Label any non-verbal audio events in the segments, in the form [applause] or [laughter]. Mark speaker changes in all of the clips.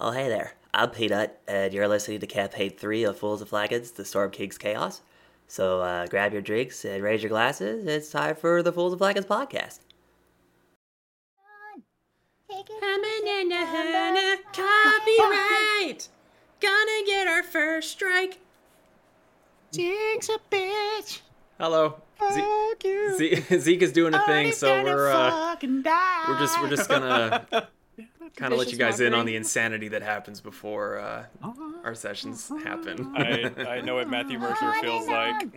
Speaker 1: Oh, hey there. I'm Peanut, and you're listening to Campaign 3 of Fools and Flagons, The Storm King's Chaos. So uh, grab your drinks and raise your glasses. It's time for the Fools and Flagons podcast.
Speaker 2: Take it.
Speaker 3: Hamanana Hannah, copyright. Gonna get our first strike.
Speaker 4: Zeke's a bitch.
Speaker 5: Hello. Ze-
Speaker 4: Fuck you.
Speaker 5: Ze- Zeke is doing a thing,
Speaker 4: Already
Speaker 5: so
Speaker 4: gonna
Speaker 5: we're uh,
Speaker 4: fucking die.
Speaker 5: we're just we're
Speaker 4: [laughs]
Speaker 5: just gonna kind of let you
Speaker 4: Vicious
Speaker 5: guys in on
Speaker 4: mockery.
Speaker 5: the insanity that happens before uh, our sessions happen.
Speaker 6: [laughs]
Speaker 7: I, I know what Matthew Mercer feels like.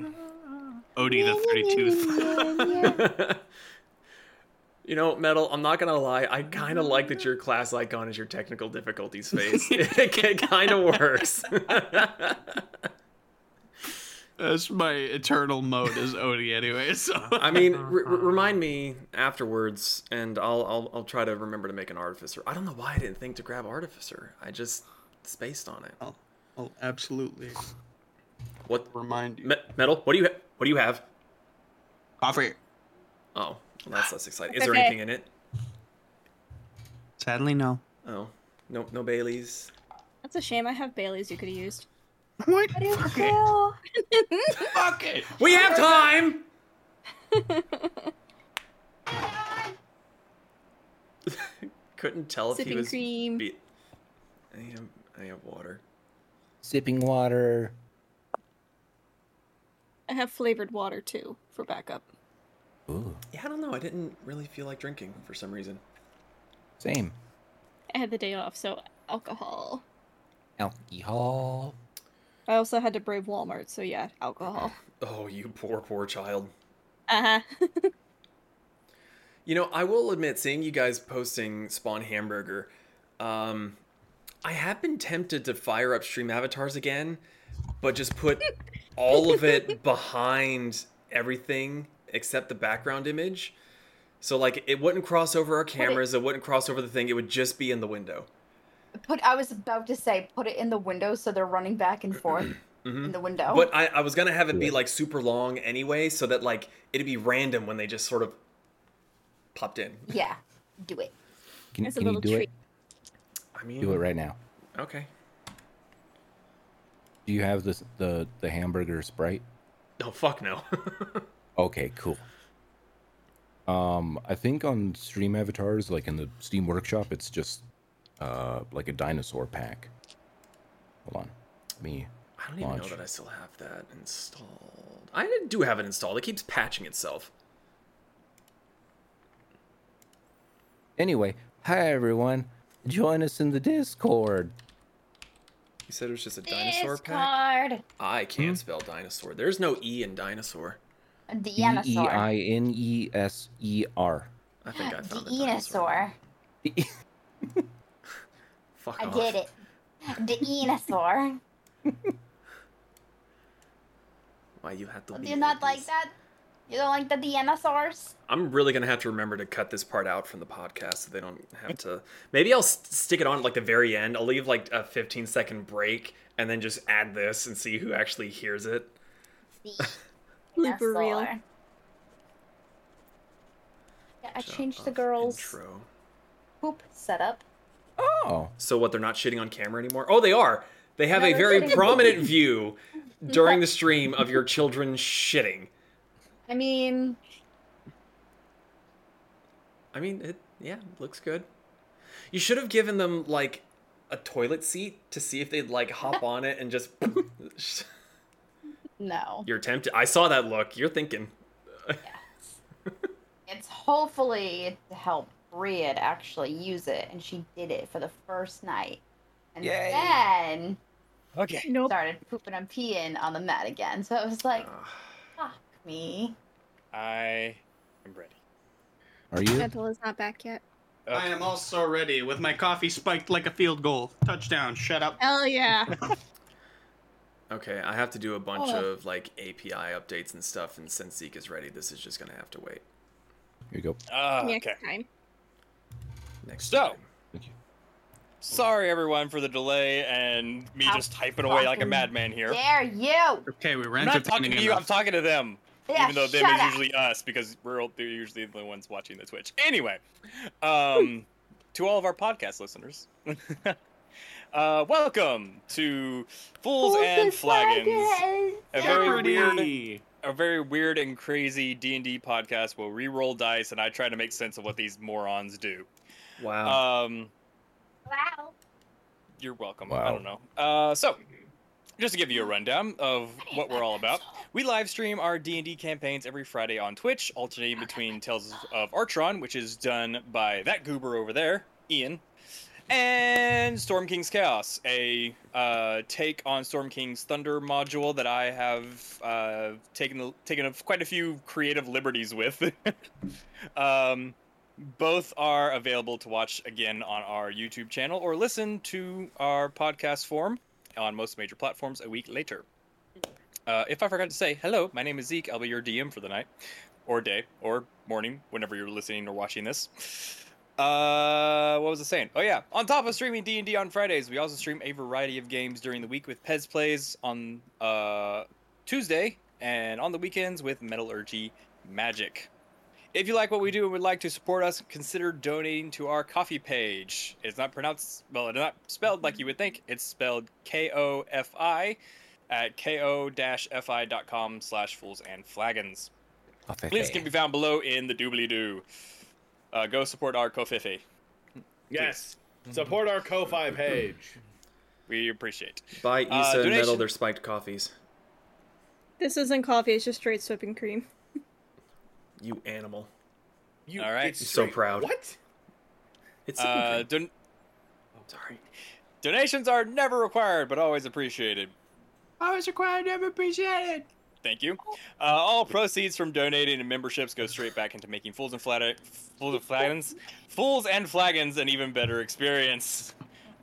Speaker 6: Odie the 32th.
Speaker 4: [laughs]
Speaker 5: [laughs] you know, Metal. I'm not gonna lie. I kind of like that your class icon is your technical difficulties face. [laughs] it kind of works. [laughs]
Speaker 6: That's my eternal mode is Odie anyway. So [laughs]
Speaker 5: I mean, re- re- remind me afterwards, and I'll, I'll I'll try to remember to make an artificer. I don't know why I didn't think to grab artificer. I just spaced on it.
Speaker 6: I'll, I'll absolutely
Speaker 5: What
Speaker 6: remind you.
Speaker 5: Me- metal? What do you ha- what do you have?
Speaker 6: Coffee.
Speaker 5: Oh, well, that's less exciting. Is there
Speaker 2: Okay.
Speaker 5: anything in it?
Speaker 6: Sadly, no.
Speaker 5: Oh, no, no Bailey's.
Speaker 8: That's a shame. I have Bailey's you could have used.
Speaker 6: What? Fuck it. Fuck it.
Speaker 5: We have time. [laughs] Couldn't tell if he
Speaker 8: Sipping
Speaker 5: was.
Speaker 8: cream.
Speaker 5: be- I need a- I need a water.
Speaker 9: Sipping water.
Speaker 8: [laughs] I have flavored water too for backup.
Speaker 9: Ooh,
Speaker 5: Yeah, I don't know. I didn't really feel like drinking for some reason.
Speaker 9: same.
Speaker 8: I had the day off, so alcohol.
Speaker 9: Alcohol.
Speaker 8: I also had to brave Walmart, so yeah, alcohol.
Speaker 5: Oh, you poor, poor child.
Speaker 6: Uh-huh.
Speaker 8: [laughs] Uh huh.
Speaker 5: You know, I will admit, seeing you guys posting Spawn Hamburger, um, I have been tempted to fire up stream avatars again, but just put all of it behind everything except the background image. So, like, it wouldn't cross over our cameras, it wouldn't cross over the thing, it would just be in the window.
Speaker 2: Put. I was about to say, put it in the window so they're running
Speaker 9: [clears throat]
Speaker 2: back and forth
Speaker 9: Mm-hmm.
Speaker 2: in the window.
Speaker 5: But I, I was gonna have it be like super long anyway, so that like it'd be random when they just sort of popped in.
Speaker 2: yeah, do it.
Speaker 9: Can,
Speaker 8: It's a
Speaker 9: can you
Speaker 8: little
Speaker 9: do
Speaker 8: treat.
Speaker 9: it?
Speaker 5: I mean,
Speaker 9: Do it right now.
Speaker 5: Okay.
Speaker 9: Do you have this the the hamburger sprite?
Speaker 5: No, Oh, fuck no. [laughs]
Speaker 9: Okay, cool. Um, I think on Stream Avatars, like in the Steam Workshop, it's just uh like a dinosaur pack. Hold on, let me.
Speaker 5: I don't even
Speaker 9: launch.
Speaker 5: know that I still have that installed. I do have it installed. It keeps patching itself.
Speaker 9: Anyway, hi everyone. Join us in the Discord.
Speaker 5: You said it was just a dinosaur pack?
Speaker 2: Discord.
Speaker 5: I can't spell dinosaur. There's no E in dinosaur.
Speaker 9: D e
Speaker 2: Dinosaur.
Speaker 9: i n e s e r.
Speaker 5: I think
Speaker 2: [gasps]
Speaker 5: I found the
Speaker 2: E
Speaker 5: dinosaur.
Speaker 2: Dinosaur.
Speaker 5: Fuck
Speaker 2: I
Speaker 5: off.
Speaker 2: did it.
Speaker 5: [laughs]
Speaker 2: Dinosaur.
Speaker 5: Why you have to
Speaker 2: Do
Speaker 5: leave
Speaker 2: you
Speaker 5: it
Speaker 2: not
Speaker 5: is-
Speaker 2: like that? You don't like the dinosaurs?
Speaker 5: I'm really gonna have to remember to cut this part out from the podcast so they don't have to. Maybe I'll s- stick it on at like the very end. I'll leave like a 15 second break and then just add this and see who actually hears it.
Speaker 2: The
Speaker 8: Looper reel.
Speaker 2: dinosaur. Yeah, I
Speaker 5: So,
Speaker 2: changed the
Speaker 5: off
Speaker 2: girls'
Speaker 5: Intro.
Speaker 2: poop setup.
Speaker 9: Oh,
Speaker 5: So what? They're not shitting on camera anymore? Oh, they are. They have a
Speaker 2: they're
Speaker 5: very
Speaker 2: shitting.
Speaker 5: prominent view during the stream of your children shitting.
Speaker 2: I mean,
Speaker 5: I mean, it yeah, looks good. You should have given them like a toilet seat to see if they'd like hop on it and just. [laughs]
Speaker 2: no.
Speaker 5: You're tempted. I saw that look. You're thinking.
Speaker 2: It's hopefully to help Briad actually use it, and she did it for the first night. And
Speaker 9: Yay.
Speaker 2: then
Speaker 4: Okay.
Speaker 3: Nope.
Speaker 2: started pooping and peeing on the mat again. So it was like,
Speaker 5: "Ah,
Speaker 2: fuck me.
Speaker 7: I am ready.
Speaker 9: are you?
Speaker 8: Mental is not back yet.
Speaker 7: Okay.
Speaker 6: I am also ready with my coffee spiked like a field goal. Touchdown. Shut up.
Speaker 8: Hell
Speaker 6: [laughs]
Speaker 8: yeah.
Speaker 5: Okay, I have to do a bunch
Speaker 8: Oh.
Speaker 5: of like API updates and stuff, and since Zeke is ready, this is just gonna have to wait.
Speaker 9: Here you go.
Speaker 7: Ah,
Speaker 8: Next
Speaker 7: okay.
Speaker 8: time.
Speaker 5: Next.
Speaker 7: So-
Speaker 5: time.
Speaker 9: Thank you.
Speaker 7: Sorry everyone for the delay and me
Speaker 2: How
Speaker 7: just typing away like a
Speaker 2: fucking
Speaker 7: madman here.
Speaker 2: Dare you?
Speaker 6: Okay, we were
Speaker 7: I'm not talking
Speaker 6: entertaining
Speaker 7: to you. I'm
Speaker 6: enough.
Speaker 7: talking to them.
Speaker 2: Yeah,
Speaker 7: even though them
Speaker 2: shut
Speaker 7: is
Speaker 2: up.
Speaker 7: usually us because we're all- they're usually the ones
Speaker 2: [laughs]
Speaker 7: watching the Twitch. Anyway, um, to all of our podcast listeners, [laughs] Uh, welcome to Fools and Flagons, a very weird,
Speaker 4: Jeopardy!
Speaker 7: a very weird and crazy D and D podcast where we roll dice and I try to make sense of what these morons do.
Speaker 10: Wow.
Speaker 7: Um,
Speaker 2: Wow.
Speaker 7: You're welcome. I
Speaker 9: Wow.
Speaker 7: don't know. Uh, so, just to give you a rundown of what we're all about, we live stream our D and D campaigns every Friday on Twitch, alternating between Tales of Artron, which is done by that goober over there, Ian, and Storm King's Chaos, a uh, take on Storm King's Thunder module that I have uh, taken taken a, quite a few creative liberties with. [laughs] um, both are available to watch again on our YouTube channel or listen to our podcast form on most major platforms a week later. Uh, if I forgot to say hello, my name is Zeke. I'll be your DM for the night, or day, or morning, whenever you're listening or watching this. Uh, what was I saying? Oh yeah, on top of streaming D and D on Fridays, we also stream a variety of games during the week with Pez Plays on uh, Tuesday and on the weekends with Metallurgy Magic. If you like what we do and would like to support us, consider donating to our coffee page. It's not pronounced, well, it's not spelled like you would think. It's spelled K O F I at ko fi.com slash fools and flagons. Links can be found below in the doobly doo. Uh, go support our Kofifi.
Speaker 11: Yes. Support our Ko-Fi page.
Speaker 7: We appreciate.
Speaker 10: Buy Issa
Speaker 7: uh,
Speaker 10: and Metal
Speaker 7: donation-
Speaker 10: their spiked coffees.
Speaker 8: This isn't coffee, it's just straight whipping cream.
Speaker 10: You animal.
Speaker 11: You,
Speaker 7: All right.
Speaker 11: it's
Speaker 10: So
Speaker 11: straight-
Speaker 10: proud.
Speaker 11: What?
Speaker 10: It's
Speaker 7: Uh,
Speaker 10: uh,
Speaker 7: don-
Speaker 10: sorry.
Speaker 7: donations are never required, but always appreciated.
Speaker 4: Always required, never appreciated.
Speaker 7: Thank you. Uh, all proceeds from donating and memberships go straight back into making fools and flat fools and flagons, fools and flagons an even better experience,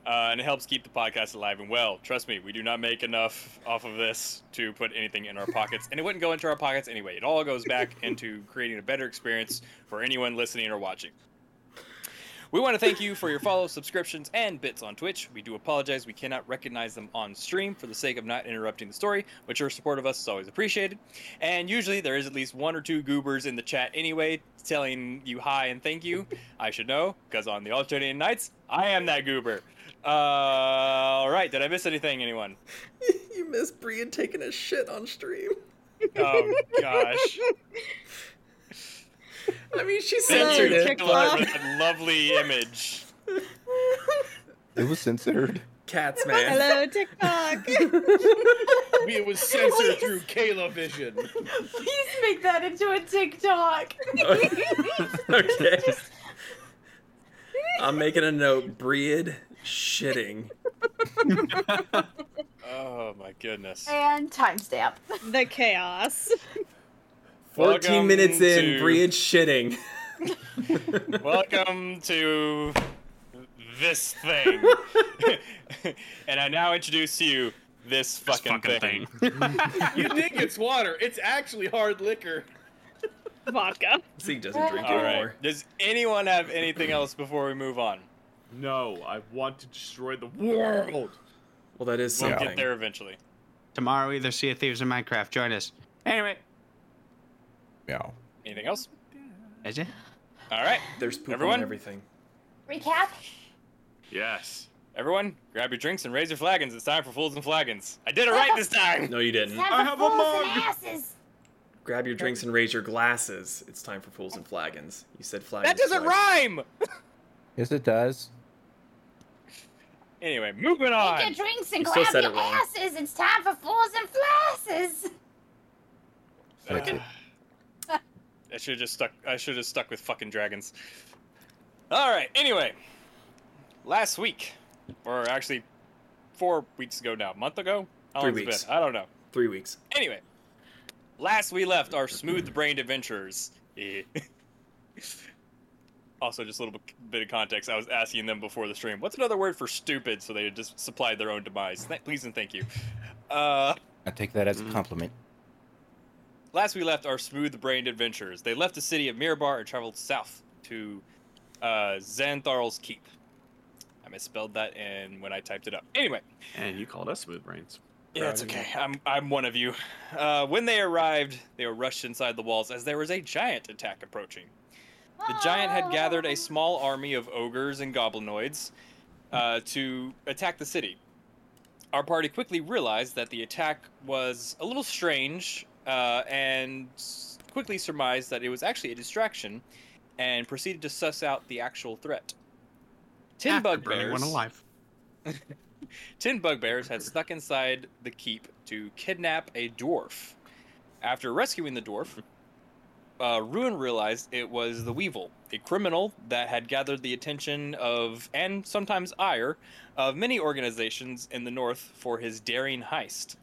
Speaker 7: uh, and it helps keep the podcast alive and well. Trust me, we do not make enough off of this to put anything in our pockets, and it wouldn't go into our pockets anyway. It all goes back into creating a better experience for anyone listening or watching. We want to thank you for your follow, subscriptions, and bits on Twitch. We do apologize we cannot recognize them on stream for the sake of not interrupting the story, but your support of us is always appreciated. And usually there is at least one or two goobers in the chat anyway telling you hi and thank you. I should know, because on the alternating nights, I am that goober. Uh, all right, did I miss anything, anyone?
Speaker 10: [laughs] You miss Brian taking a shit on stream.
Speaker 7: Oh, gosh.
Speaker 10: I mean, she
Speaker 7: Thank you,
Speaker 10: censored
Speaker 8: Censored.
Speaker 10: it.
Speaker 8: Check
Speaker 7: Nicola,
Speaker 8: block.
Speaker 7: for that lovely image.
Speaker 9: It was censored.
Speaker 10: Cats, man.
Speaker 8: Hello, TikTok. [laughs]
Speaker 11: We, it was censored through Kayla Vision.
Speaker 2: [laughs] Please make that into a TikTok.
Speaker 10: [laughs] okay. I'm making a note. Breed
Speaker 11: [laughs]
Speaker 10: shitting.
Speaker 7: Oh, my goodness.
Speaker 2: and timestamp.
Speaker 8: the
Speaker 6: [laughs]
Speaker 8: chaos.
Speaker 10: 14
Speaker 7: Welcome
Speaker 10: minutes in,
Speaker 7: to-
Speaker 10: Breed shitting.
Speaker 7: Welcome to this thing. [laughs] and I now introduce to you this fucking, thing.
Speaker 11: You think it's water? It's actually hard liquor.
Speaker 8: Vodka.
Speaker 10: Zeke doesn't drink
Speaker 7: All right.
Speaker 10: anymore.
Speaker 7: Does anyone have anything else before we move on?
Speaker 11: No, I want to destroy the world.
Speaker 10: Well, that is
Speaker 7: We'll
Speaker 10: something.
Speaker 7: get there eventually.
Speaker 4: Tomorrow, either Sea of Thieves or Minecraft. Join us. Anyway,
Speaker 9: Meow.
Speaker 7: Anything else?
Speaker 4: is it?
Speaker 7: All right.
Speaker 10: There's poop
Speaker 7: Everyone?
Speaker 10: on everything.
Speaker 2: Recap.
Speaker 11: Yes.
Speaker 7: Everyone, grab your drinks and raise your flagons. It's time for Fools and Flagons. I did it right this
Speaker 4: [laughs]
Speaker 7: time.
Speaker 10: No, you didn't.
Speaker 2: Time
Speaker 11: I
Speaker 2: for
Speaker 11: have a
Speaker 2: fools
Speaker 11: mug.
Speaker 2: And asses.
Speaker 10: Grab your drinks and raise your glasses. It's time for fools and flagons. You said flagons.
Speaker 7: That doesn't
Speaker 10: twice.
Speaker 7: rhyme.
Speaker 9: Yes, it does.
Speaker 7: Anyway, moving
Speaker 2: Take your
Speaker 7: on.
Speaker 2: drinks and
Speaker 10: You still
Speaker 2: grab
Speaker 10: said
Speaker 2: your
Speaker 10: it wrong.
Speaker 2: asses. It's time for fools and flasses.
Speaker 9: That's it.
Speaker 7: I should have just stuck. I should have stuck with fucking dragons. All right. Anyway, last week, or actually, four weeks ago now, month ago. How
Speaker 10: Three
Speaker 7: long has it
Speaker 10: weeks.
Speaker 7: been? I don't know.
Speaker 10: Three weeks.
Speaker 7: Anyway, last we left our smooth-brained adventurers. [laughs] Eh. also, just a little bit- bit of context. I was asking them before the stream, "What's another word for stupid?" So they just supplied their own demise. Th- please and thank you. Uh,
Speaker 9: I take that as a compliment.
Speaker 7: Last we left our smooth-brained adventurers. They left the city of Mirabar and traveled south to uh, Xantharl's Keep. I misspelled that in when I typed it up. Anyway,
Speaker 4: And you called us smooth brains.
Speaker 7: yeah, it's
Speaker 10: Proud of
Speaker 7: okay. I'm I'm one of you. Uh, when they arrived, they were rushed inside the walls as there was a giant attack approaching. The giant had gathered a small army of ogres and goblinoids, uh, to attack the city. Our party quickly realized that the attack was a little strange uh, and quickly surmised that it was actually a distraction and proceeded to suss out the actual threat. Tin
Speaker 4: After burning
Speaker 7: bugbears.
Speaker 4: one alive.
Speaker 7: Tin bugbears had snuck inside the keep to kidnap a dwarf. After rescuing the dwarf, uh, Ruin realized it was the Weevil, a criminal that had gathered the attention of, and sometimes ire, of many organizations in the north for his daring heist.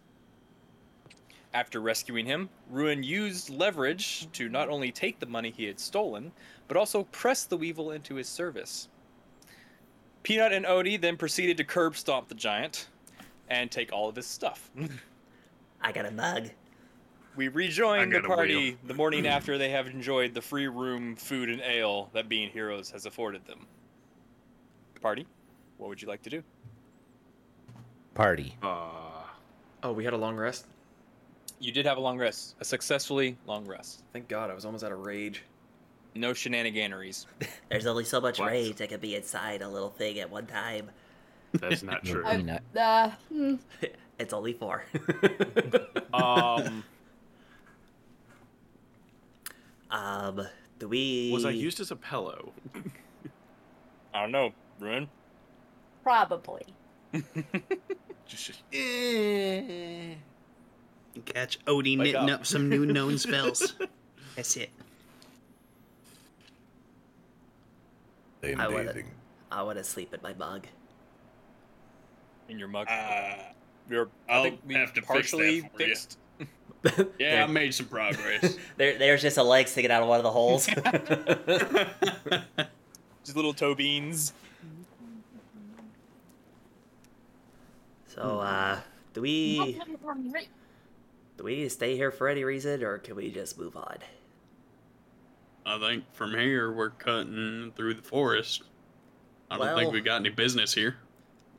Speaker 7: After rescuing him, Ruin used leverage to not only take the money he had stolen, but also press the Weevil into his service. Peanut and Odie then proceeded to curb stomp the giant and take all of his stuff. [laughs]
Speaker 1: I got a mug.
Speaker 7: We rejoin
Speaker 1: I
Speaker 7: the
Speaker 1: got a
Speaker 7: party
Speaker 1: wheel.
Speaker 7: the [clears throat] morning after they have enjoyed the free room, food, and ale that being heroes has afforded them. Party, what would you like to do?
Speaker 9: Party.
Speaker 6: Ah,
Speaker 10: oh, we had a long rest.
Speaker 7: You did have a long rest, a successfully long rest.
Speaker 10: Thank God, I was almost out of rage. [laughs]
Speaker 7: No shenaniganeries.
Speaker 1: There's only so much rage that could be inside a little thing at one time.
Speaker 6: That's [laughs] not true.
Speaker 2: Uh, hmm.
Speaker 1: It's
Speaker 3: [laughs]
Speaker 1: only four.
Speaker 6: Um,
Speaker 1: um, do we?
Speaker 6: was I used as a pillow?
Speaker 7: I don't know, Ruin.
Speaker 2: Probably.
Speaker 4: Catch Odie
Speaker 6: Wake
Speaker 4: knitting
Speaker 6: up.
Speaker 4: up. some new
Speaker 11: [laughs]
Speaker 4: known [laughs] spells.
Speaker 11: Uh,
Speaker 4: That's it.
Speaker 1: I want to. I want to sleep in my mug.
Speaker 7: In your mug.
Speaker 1: You're.
Speaker 11: I'll have to partially fix that for you. Yeah, I made some [laughs]
Speaker 4: [laughs]
Speaker 11: progress.
Speaker 1: There, there's just a leg sticking out of one of the [laughs] holes.
Speaker 7: Just little toe beans.
Speaker 1: so, uh, do we do we need to stay here for any reason, or can we just move on?
Speaker 4: I think from here we're cutting through the forest. I don't think
Speaker 1: Well-
Speaker 4: we got any business here.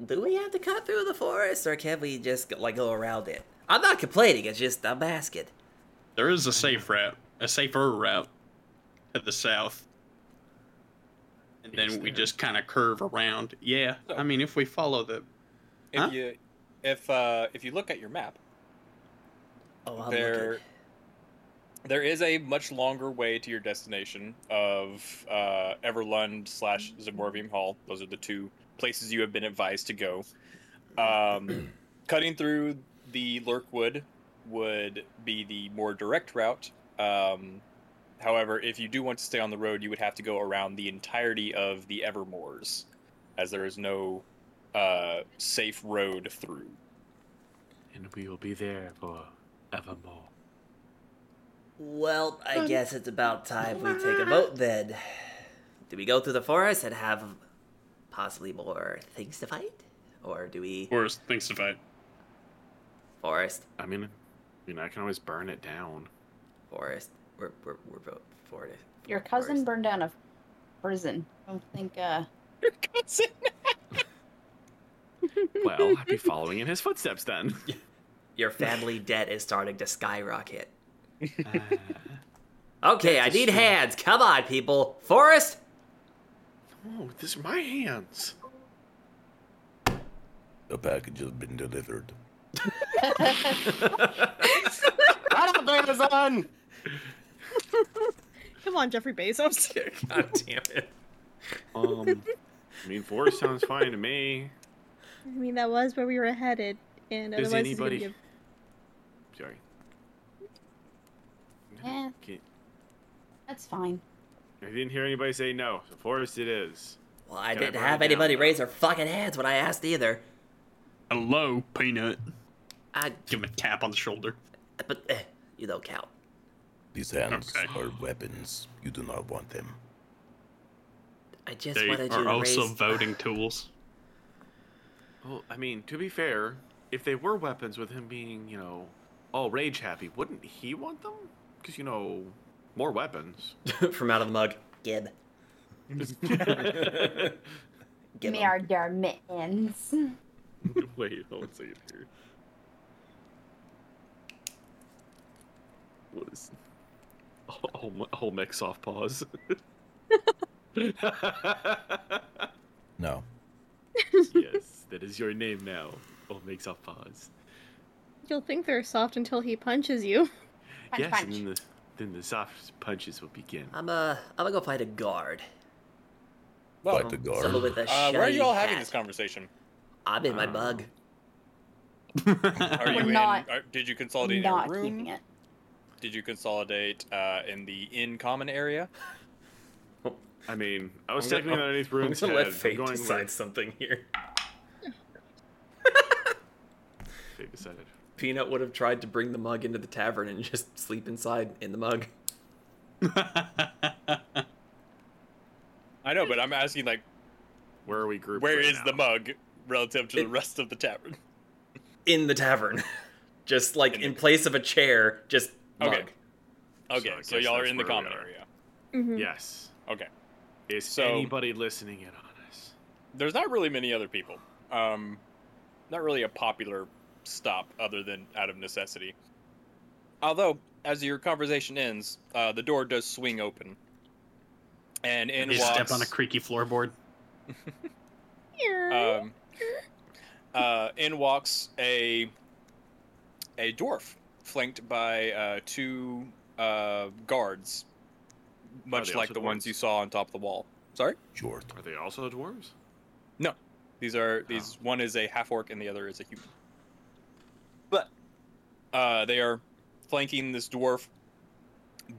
Speaker 1: Do we have to cut through the forest, or can we just like go around it? I'm not complaining. It's just I'm asking.
Speaker 4: There is a safe route, a safer route to the south. And then we just kind of curve around. Yeah, I mean, if we follow the.
Speaker 7: If
Speaker 4: Huh?
Speaker 7: you if uh if you look at your map,
Speaker 1: Oh, I'm
Speaker 7: there there is a much longer way to your destination of uh, Everlund slash Zaborvium Hall. Those are the two places you have been advised to go. Um, [clears throat] cutting through the Lurkwood would be the more direct route. Um, however, if you do want to stay on the road, you would have to go around the entirety of the Evermoors, as there is no uh, safe road through.
Speaker 6: And we will be there for evermore.
Speaker 1: Well, I
Speaker 6: Um,
Speaker 1: guess it's about time we take a vote then. Do we go through the forest and have possibly more things to fight? Or do we.
Speaker 6: Forest things to fight.
Speaker 1: Forest.
Speaker 6: I mean, you know, I can always burn
Speaker 4: [laughs]
Speaker 6: it down.
Speaker 1: Forest. We're, we're, we're vote for it.
Speaker 2: Your cousin burned down a prison. I don't think, uh.
Speaker 7: Your cousin?
Speaker 6: Well, I'd be following in his
Speaker 4: [laughs]
Speaker 6: footsteps then.
Speaker 1: Your family debt is starting to skyrocket.
Speaker 4: Uh,
Speaker 6: [laughs]
Speaker 1: okay, I need hands. Come on, people. Forest!
Speaker 6: Oh, these are my hands.
Speaker 9: A package has been delivered.
Speaker 11: Out of Amazon!
Speaker 8: Come on,
Speaker 6: [laughs]
Speaker 8: Jeffrey Bezos.
Speaker 10: God
Speaker 7: [laughs]
Speaker 10: damn it.
Speaker 6: Um, I mean, forest sounds fine to me.
Speaker 8: I mean, that was where we were headed, and
Speaker 6: Does
Speaker 8: otherwise it's gonna
Speaker 6: anybody-
Speaker 8: give-
Speaker 6: Sorry.
Speaker 2: Eh,
Speaker 6: Can't-
Speaker 2: that's fine.
Speaker 6: I didn't hear anybody say no. So forest it is.
Speaker 1: Well, I
Speaker 6: Gotta
Speaker 1: didn't
Speaker 6: burn it
Speaker 1: have
Speaker 6: down.
Speaker 1: anybody raise their fucking hands when I asked either.
Speaker 4: Hello, Peanut.
Speaker 1: I
Speaker 4: give him a tap on the shoulder.
Speaker 1: But eh, you don't count.
Speaker 9: These hands are weapons. You do not want them.
Speaker 1: I just
Speaker 4: They
Speaker 1: wanted you
Speaker 4: are
Speaker 1: to
Speaker 4: also
Speaker 1: raise... [laughs]
Speaker 4: voting tools.
Speaker 6: Well, I mean, [sighs] to be fair, if they were weapons with him being, you know, all rage happy, wouldn't he want them? Because, you know,
Speaker 4: [laughs]
Speaker 6: more weapons.
Speaker 10: From out of the mug.
Speaker 1: Gib.
Speaker 2: Give me our dar [laughs] mittens.
Speaker 6: Wait, hold on a second here. What
Speaker 4: [laughs]
Speaker 6: is. Oh, whole mech [laughs] soft pause.
Speaker 9: No.
Speaker 6: yes, that is your name now. Oh, makes off pause.
Speaker 8: You'll think they're soft until he punches you.
Speaker 6: yes, and then the, then the soft punches will begin.
Speaker 1: I'm uh, I'm gonna go fight a guard.
Speaker 9: Well, Fight the guard.
Speaker 1: Someone with a
Speaker 7: Uh, where are
Speaker 1: shiny
Speaker 7: you all having
Speaker 1: hat.
Speaker 7: this conversation?
Speaker 1: I'm in my
Speaker 6: Uh,
Speaker 1: bug.
Speaker 7: Are you
Speaker 2: We're
Speaker 7: in,
Speaker 2: not-
Speaker 7: [laughs] are, did you consolidate
Speaker 2: Not
Speaker 7: in a room?
Speaker 2: keeping it.
Speaker 7: Did you consolidate uh, in the in common area?
Speaker 6: I mean, I was
Speaker 7: I'm gonna-
Speaker 6: stepping underneath
Speaker 10: [laughs]
Speaker 7: I'm
Speaker 6: Rune's
Speaker 7: gonna
Speaker 6: head.
Speaker 7: let fate
Speaker 6: going
Speaker 7: decide
Speaker 10: something here.
Speaker 6: Fate decided.
Speaker 10: Peanut would have tried to bring the mug into the tavern and [laughs] just sleep inside in the mug.
Speaker 7: I know, but I'm asking like,
Speaker 6: where are we grouped?
Speaker 7: Where is
Speaker 10: right
Speaker 7: the mug relative to the rest of the tavern?
Speaker 10: In the tavern. [laughs] just like in, place of a chair, just mug.
Speaker 7: Okay. Okay, so, y'all are in the common area.
Speaker 6: Yes.
Speaker 7: Hmm. Okay.
Speaker 6: Is
Speaker 7: So-
Speaker 6: anybody listening in on us?
Speaker 7: There's not really many other people. Um, not really a popular stop other than out of necessity. Although, as your conversation ends, uh, the door does swing open, and in
Speaker 4: You
Speaker 7: walks
Speaker 4: step on a creaky floorboard.
Speaker 8: [laughs]
Speaker 7: um, uh, in walks a a dwarf flanked by uh, two uh, guards, much
Speaker 6: they
Speaker 7: like
Speaker 6: also
Speaker 7: the ones
Speaker 6: dwarves?
Speaker 7: you saw on top of the wall. Sorry,
Speaker 9: Short.
Speaker 6: Are they also dwarves?
Speaker 7: no, these are these. One is a half orc and the other is a human. But uh, they are flanking this dwarf,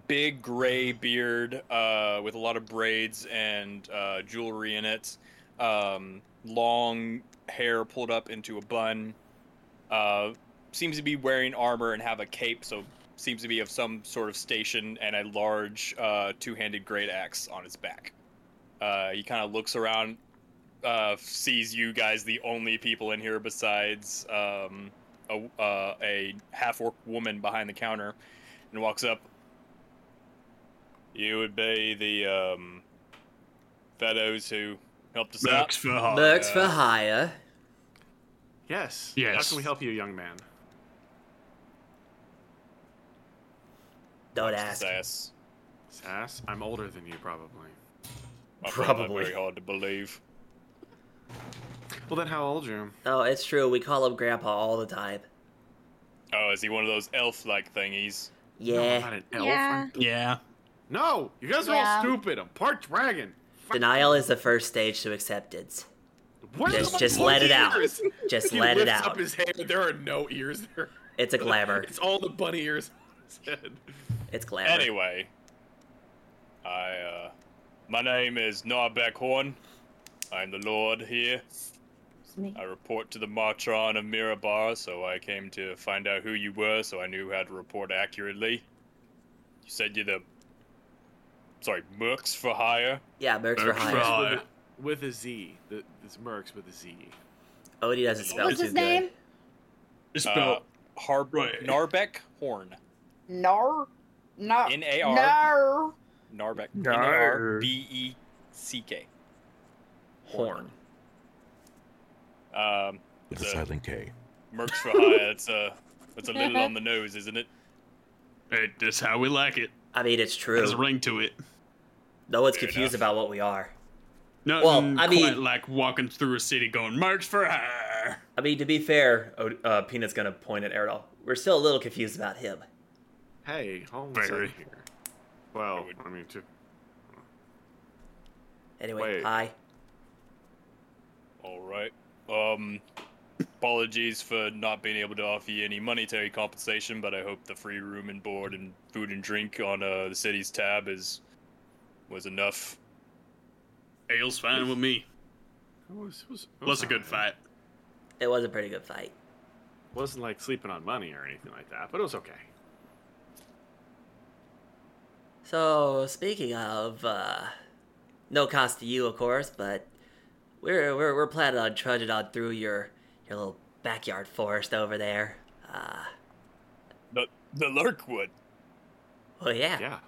Speaker 7: big gray beard uh, with a lot of braids and uh, jewelry in it, um, long hair pulled up into a bun. Uh, seems to be wearing armor and have a cape, so seems to be of some sort of station and a large uh, two-handed great axe on his back. Uh, he kind of looks around, uh, sees you guys, the only people in here besides um, a, uh, a half-orc woman behind the counter, and walks up. You would be the um, fellows who helped us out. Uh,
Speaker 4: Mercs for
Speaker 6: oh,
Speaker 4: hire.
Speaker 1: Mercs for hire.
Speaker 6: Yes. How
Speaker 4: Yes.
Speaker 6: can we help you, young man?
Speaker 1: Don't ask.
Speaker 7: Sass.
Speaker 6: Sass, I'm older than you, probably.
Speaker 7: I find that
Speaker 1: Probably.
Speaker 7: very hard to believe.
Speaker 6: Well, then how old are you?
Speaker 1: Oh, it's true. We call him Grandpa all the time.
Speaker 7: Oh, is he one of those elf-like thingies?
Speaker 1: Yeah.
Speaker 6: not an
Speaker 8: elf. Yeah.
Speaker 4: Yeah.
Speaker 6: No, you guys are
Speaker 8: Yeah.
Speaker 6: all stupid. I'm part dragon.
Speaker 1: Denial is the first stage to acceptance.
Speaker 6: What
Speaker 1: Just-
Speaker 6: is-
Speaker 1: just let it out. Just
Speaker 6: he
Speaker 1: let it
Speaker 6: lifts
Speaker 1: out.
Speaker 6: Up his head, but there are no ears there.
Speaker 1: It's a glamour.
Speaker 6: [laughs] It's all the bunny ears on his head.
Speaker 1: It's glamour.
Speaker 7: Anyway, I, uh, my name is Narbeck Horn. I'm the Lord here. I report to the Martron of Mirabar, so I came to find out who you were, so I knew how to report accurately. You said you're the, sorry, mercs for hire.
Speaker 1: Yeah, Mercs for
Speaker 4: Mercs for hire.
Speaker 1: hire.
Speaker 4: Uh,
Speaker 6: with a Z. The, this Mercs with a Z.
Speaker 1: Odie doesn't spell
Speaker 2: What's
Speaker 1: too
Speaker 2: his name?
Speaker 1: good.
Speaker 4: It's
Speaker 7: Uh,
Speaker 4: spelled
Speaker 7: Har-
Speaker 4: Right.
Speaker 7: Narbeck Horn.
Speaker 2: Nar. No.
Speaker 7: N-A-R.
Speaker 2: Nar.
Speaker 7: Narbeck.
Speaker 10: Nar.
Speaker 7: E N-A-R-B-E-C-K.
Speaker 10: Horn.
Speaker 7: Um,
Speaker 9: With a silent K.
Speaker 7: mercs for hire, that's, uh, that's a little on the nose, isn't it?
Speaker 4: Hey, that's how we like it.
Speaker 1: I mean, it's true.
Speaker 4: There's a ring to it.
Speaker 1: No one's confused about what we are.
Speaker 4: Nothing
Speaker 1: Well, I
Speaker 4: quite
Speaker 1: mean-
Speaker 4: like walking through a city going mercs for hire.
Speaker 10: I mean, to be fair, O- uh, Peanut's gonna point at Aerodol.
Speaker 1: We're still a little confused about him.
Speaker 6: Hey, Holmes
Speaker 4: Very.
Speaker 6: out here. Well, I mean, to,
Speaker 1: Anyway,
Speaker 6: Wait.
Speaker 1: hi.
Speaker 7: All right. Um, apologies for not being able to offer you any monetary compensation, but I hope the free room and board and food and drink on uh, the city's tab is was enough.
Speaker 4: Ale's fine with me.
Speaker 6: it was, it was, it
Speaker 4: Plus a good
Speaker 6: alright.
Speaker 4: fight.
Speaker 1: It was a pretty good fight.
Speaker 6: wasn't like sleeping on money or anything like that, but it was okay.
Speaker 1: So, speaking of, uh, no cost to you, of course, but we're we're, we're planning on trudging on through your your little backyard forest over there. Uh,
Speaker 7: The the Lurkwood.
Speaker 1: well, yeah.
Speaker 6: Yeah.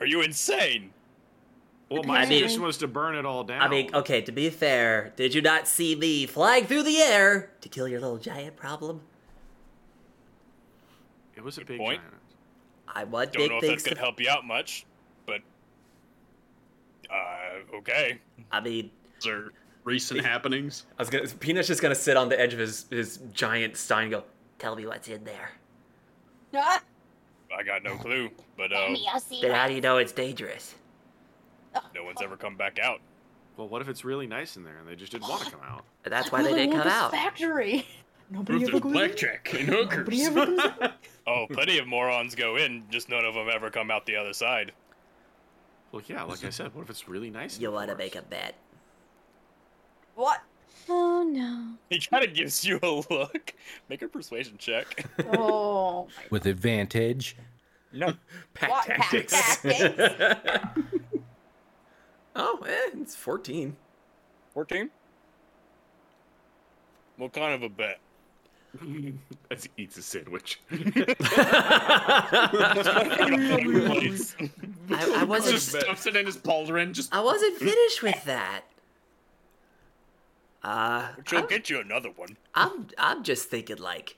Speaker 7: Are you insane?
Speaker 6: Well, my
Speaker 1: I mean-
Speaker 6: suggestion was to burn it all down.
Speaker 1: I mean, okay. To be fair, did you not see me flying through the air to kill your little giant problem?
Speaker 6: it was a big
Speaker 7: point.
Speaker 6: giant.
Speaker 1: I want
Speaker 7: Don't
Speaker 1: big
Speaker 7: know if
Speaker 1: things
Speaker 7: that's
Speaker 1: to.
Speaker 7: gonna help you out much, but uh, okay.
Speaker 1: I mean,
Speaker 4: Sir. recent happenings.
Speaker 10: I was gonna. Peanut's just gonna sit on the edge of his his giant stein and go. Tell me what's in there.
Speaker 2: Ah,
Speaker 7: I got no clue, but uh,
Speaker 2: Maybe I'll see
Speaker 1: Then how do you know it's dangerous?
Speaker 7: no one's ever come back out.
Speaker 6: Well, what if it's really nice in there and they just didn't want to come out?
Speaker 1: That's
Speaker 7: why they
Speaker 2: Really
Speaker 7: didn't
Speaker 2: want
Speaker 7: come
Speaker 2: this
Speaker 7: out.
Speaker 2: Factory. Nobody
Speaker 7: Proof
Speaker 2: ever
Speaker 7: there's
Speaker 2: goes in.
Speaker 7: blackjack and
Speaker 2: Nobody ever goes in.
Speaker 7: Oh, plenty of morons go in, just none of them ever come out the other side.
Speaker 6: Well, yeah, like I said, what if it's really nice?
Speaker 1: You want to make a bet?
Speaker 2: What?
Speaker 8: Oh no.
Speaker 7: He kind of gives you a look. Make a persuasion check.
Speaker 2: Oh.
Speaker 9: With advantage.
Speaker 10: No. Pack
Speaker 2: What pack
Speaker 10: tactics. oh, eh, it's 14.
Speaker 7: 14? What kind of a bet?
Speaker 6: As he eats a sandwich. [laughs]
Speaker 1: [laughs]
Speaker 7: [laughs]
Speaker 1: I wasn't-
Speaker 4: Just stuffs it in his pauldron. Just
Speaker 1: I wasn't finished [laughs] with that. Uh,
Speaker 7: Which will get you another one.
Speaker 1: I'm I'm just thinking like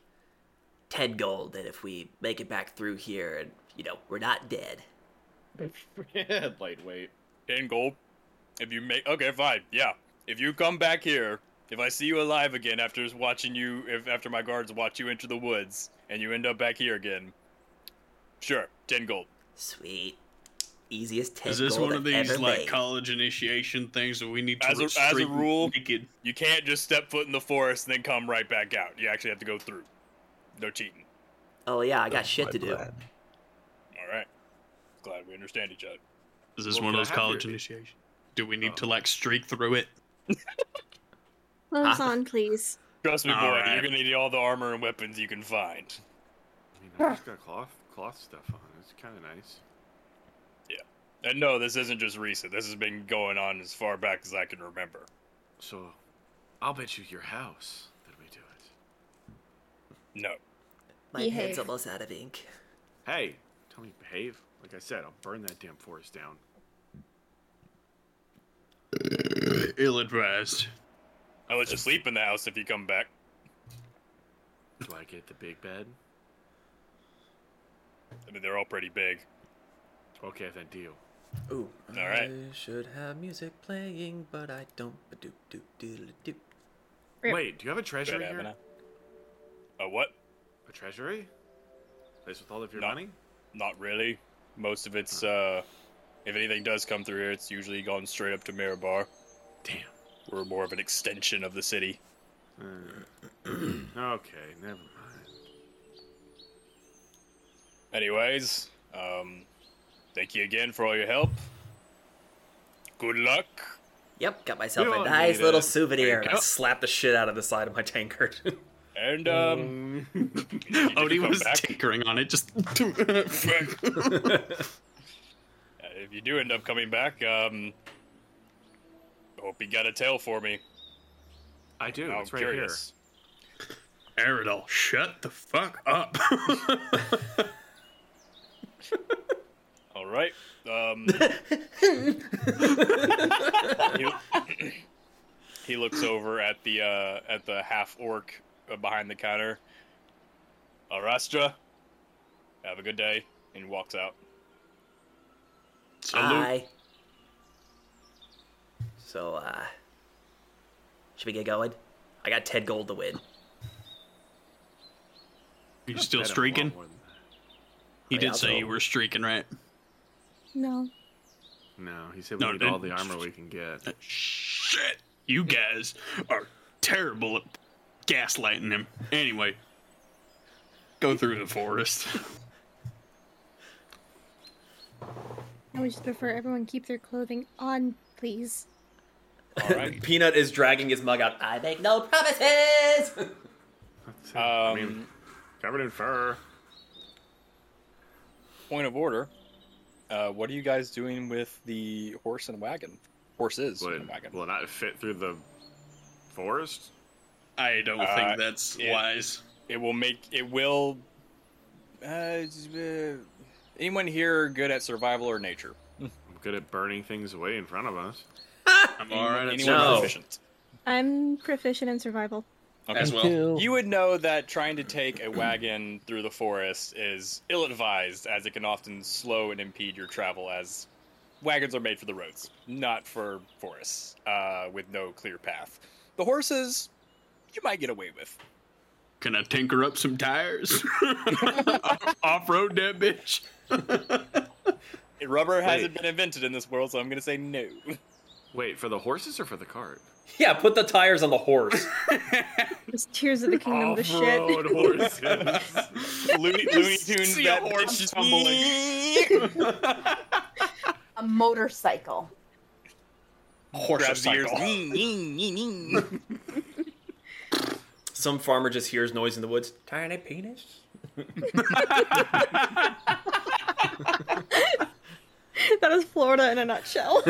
Speaker 1: ten gold, and if we make it back through here, and you know we're not dead.
Speaker 7: yeah, lightweight. Ten gold. If you make okay, fine. Yeah. If you come back here, if I see you alive again after watching you, if after my guards watch you enter the woods and you end up back here again, sure, ten gold.
Speaker 1: Sweet. Easiest ten
Speaker 4: Is this
Speaker 1: gold
Speaker 4: one of
Speaker 1: I've
Speaker 4: these
Speaker 1: ever
Speaker 4: like
Speaker 1: made.
Speaker 4: college initiation things that we need to
Speaker 7: As a, as a
Speaker 4: straighten
Speaker 7: rule,
Speaker 4: naked?
Speaker 7: you can't just step foot in the forest and then come right back out. You actually have to go through. No cheating.
Speaker 1: Oh yeah, I got shit to do.
Speaker 7: All right. Glad we understand each other.
Speaker 4: Is this
Speaker 7: Well,
Speaker 4: one
Speaker 7: Uh, can
Speaker 4: of
Speaker 7: I
Speaker 4: those
Speaker 7: have your-
Speaker 4: college initiation? Do we need to like streak through it?
Speaker 8: Clothes
Speaker 4: Ah.
Speaker 8: on, please.
Speaker 7: Trust me, boy,
Speaker 4: All right.
Speaker 7: you're gonna need all the armor and weapons you can find.
Speaker 6: I mean, I just got cloth cloth stuff on. It's kind of nice.
Speaker 7: And Uh, no, this isn't just recent. This has been going on as far back as I can remember.
Speaker 6: So, I'll bet you your house that we do it.
Speaker 7: No.
Speaker 1: My
Speaker 6: Behave.
Speaker 1: head's almost out of ink.
Speaker 6: Hey, tell me to behave. Like I said, I'll burn that damn forest down.
Speaker 4: Ill advised.
Speaker 7: I'll let you sleep in the house if you come back.
Speaker 6: Do I get the big bed?
Speaker 7: I mean, they're all pretty big.
Speaker 6: Okay, then deal.
Speaker 10: Ooh.
Speaker 7: All right.
Speaker 10: I should have music playing, but I don't. Ba-doop, doop, doodle, doop.
Speaker 6: Rip. Wait, do you have a treasury here?
Speaker 7: A Uh, what?
Speaker 6: A treasury? Place with all of your
Speaker 7: Not-
Speaker 6: money?
Speaker 7: Not really. Most of it's, uh, if anything does come through here, it's usually gone straight up to Mirabar.
Speaker 6: Damn.
Speaker 7: We're more of an extension of the city.
Speaker 6: okay, never mind.
Speaker 7: Anyways, um, thank you again for all your help. Good luck.
Speaker 1: Yep, got myself
Speaker 7: We
Speaker 1: a
Speaker 7: don't
Speaker 1: nice
Speaker 7: need
Speaker 1: little
Speaker 7: it.
Speaker 1: souvenir.
Speaker 10: There, I slapped the shit out of the side of my tankard. [laughs]
Speaker 7: And, um,
Speaker 4: Odie
Speaker 7: come
Speaker 4: was
Speaker 7: back.
Speaker 4: tinkering on it. Just [laughs]
Speaker 6: [laughs]
Speaker 7: Uh, If you do end up coming back, um, I hope you got a tale for me.
Speaker 6: I do.
Speaker 7: I'm
Speaker 6: it's right
Speaker 7: curious.
Speaker 4: Aerodol, shut the fuck up. [laughs]
Speaker 7: All right.
Speaker 6: [laughs]
Speaker 7: Um, he, [coughs] he looks over at the uh, at the half orc behind the counter. Arastra, have a good day, and walks out.
Speaker 1: Bye. So uh, should we get going? I got ten gold to win.
Speaker 4: you still streaking? He
Speaker 1: Yeah,
Speaker 4: did
Speaker 1: I'll
Speaker 4: say
Speaker 1: go.
Speaker 4: you were streaking, right?
Speaker 8: No.
Speaker 6: here. No, he said we
Speaker 4: No, Uh,
Speaker 6: need
Speaker 4: dude.
Speaker 6: all the armor we can get.
Speaker 4: Shit, you guys are terrible at gaslighting him. Anyway, go through the forest.
Speaker 8: I would just prefer everyone keep their clothing on, please.
Speaker 10: Peanut is dragging his mug out.
Speaker 1: I make no promises. [laughs]
Speaker 7: Um,
Speaker 6: covered in fur.
Speaker 7: Point of order. Uh, what are you guys doing with the horse and wagon? Horses
Speaker 6: Will
Speaker 7: and
Speaker 6: it,
Speaker 7: wagon.
Speaker 6: will it not fit through the forest?
Speaker 4: I don't
Speaker 7: Uh,
Speaker 4: think that's
Speaker 7: it-
Speaker 4: wise.
Speaker 7: It will make. It will. Uh, uh, anyone here good at survival or nature?
Speaker 6: I'm good at burning things away in front of us.
Speaker 4: I'm all right.
Speaker 7: Anyone
Speaker 4: No.
Speaker 7: proficient?
Speaker 8: I'm proficient in survival.
Speaker 4: As well.
Speaker 7: You would know that trying to take a wagon through the forest is ill advised, as it can often slow and impede your travel, as wagons are made for the roads, not for forests uh, with no clear path. The horses, you might get away with.
Speaker 4: Can I tinker up some tires? [laughs] Off road that bitch.
Speaker 7: Rubber hasn't been invented in this world, so I'm going to say no. [laughs]
Speaker 6: Wait, for the horses or for the cart?
Speaker 5: Yeah, put the tires on the horse.
Speaker 8: It's Tears of the Kingdom, the shit. [laughs]
Speaker 6: Off-road
Speaker 7: horses. Looney, Looney Tunes,
Speaker 8: See a
Speaker 7: that
Speaker 8: horse
Speaker 7: bitch just tumbling.
Speaker 8: [laughs]
Speaker 2: a motorcycle.
Speaker 7: Grabs the ears.
Speaker 5: Some farmer just hears noise in the woods. Tiny penis.
Speaker 8: that is Florida in a nutshell.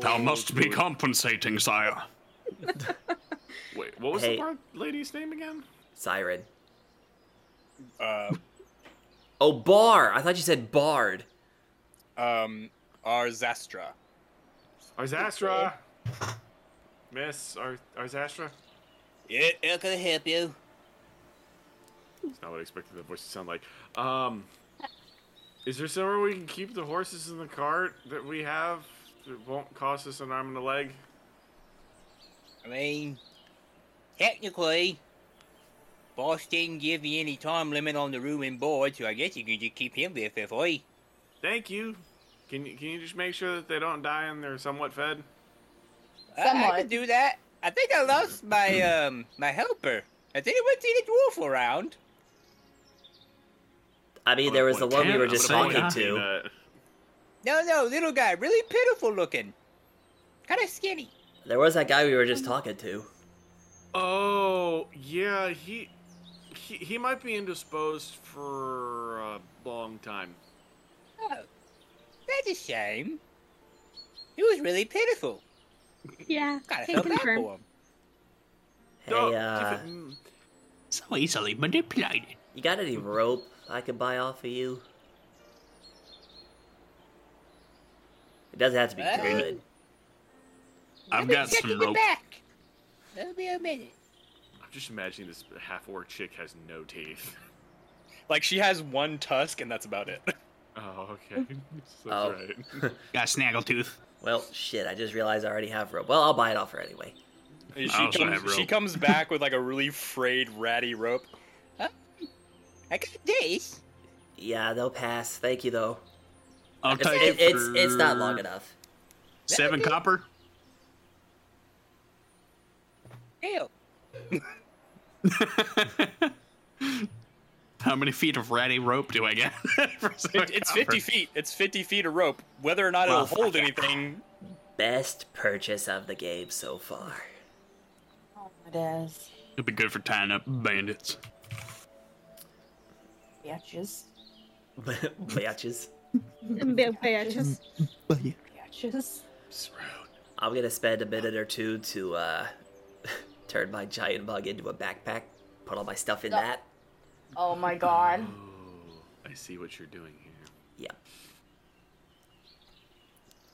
Speaker 4: Thou must be compensating, sire.
Speaker 6: Wait, what was
Speaker 4: Hey.
Speaker 6: the bar lady's name again?
Speaker 1: Siren.
Speaker 7: Uh,
Speaker 1: oh, bar. I thought you said bard.
Speaker 7: Um, Arzastra.
Speaker 6: Arzastra. Miss Ar- Arzastra?
Speaker 7: Yeah, how can I help you?
Speaker 6: That's not what I expected the voice to sound like. Um, is there somewhere we can keep the horses in the cart that we have that won't cost us an arm and a leg?
Speaker 12: I mean, technically, boss didn't give you any time limit on the room and board, so I guess you can just keep him there for free.
Speaker 6: Thank you. Can you, can you just make sure that they don't die and they're somewhat fed?
Speaker 12: I, I could do that. I think I lost
Speaker 7: [clears throat]
Speaker 12: my um my helper. Has anyone seen a dwarf around?
Speaker 1: I mean, there was the one we were just talking to.
Speaker 12: No, no, little guy, really pitiful looking, kind of skinny.
Speaker 1: There was that guy we were just talking to.
Speaker 6: Oh yeah, he he, he might be indisposed for a long time.
Speaker 12: Oh, that's a shame. He was really pitiful.
Speaker 8: [laughs] yeah,
Speaker 12: Gotta
Speaker 8: can
Speaker 12: feel bad
Speaker 8: confirm.
Speaker 12: for him.
Speaker 1: Hey, uh,
Speaker 6: mm,
Speaker 4: So easily manipulated.
Speaker 1: you got any rope I could buy off of you? It doesn't have to be
Speaker 12: Uh,
Speaker 1: good.
Speaker 4: I've
Speaker 12: Let me check in the back. That'll be a minute.
Speaker 6: I'm just imagining this half orc chick has no teeth. [laughs]
Speaker 7: Like she has one tusk and that's about it. [laughs]
Speaker 6: Oh,
Speaker 1: [laughs]
Speaker 6: okay.
Speaker 1: Oh.
Speaker 6: right.
Speaker 4: Got snaggletooth.
Speaker 1: Well, shit, I just realized I already have rope. Well, I'll buy it off her anyway.
Speaker 7: She comes, she comes back with like a really frayed ratty rope.
Speaker 12: I got this.
Speaker 1: Yeah, they'll pass. Thank you, though.
Speaker 4: I'll
Speaker 1: it's,
Speaker 4: take
Speaker 1: it-
Speaker 4: it
Speaker 1: it's, it's not long
Speaker 4: for-
Speaker 1: enough.
Speaker 4: Seven copper.
Speaker 12: Hell,
Speaker 4: [laughs] How many feet of ratty rope do I get? [laughs]
Speaker 7: It, it's 50 feet. It's 50 feet of rope. Whether or not
Speaker 1: Well,
Speaker 7: it'll hold
Speaker 1: fuck it.
Speaker 7: anything.
Speaker 1: Best purchase of the game so far.
Speaker 2: Oh, It is.
Speaker 4: It'll be good for tying up bandits.
Speaker 2: Bitches.
Speaker 1: Bitches.
Speaker 8: Bitches.
Speaker 2: Bitches.
Speaker 1: I'm gonna spend a minute or two to uh, [laughs] turn my giant bug into a backpack, put all my stuff in
Speaker 2: Yep.
Speaker 1: that.
Speaker 2: Oh my god.
Speaker 6: I see what you're doing here.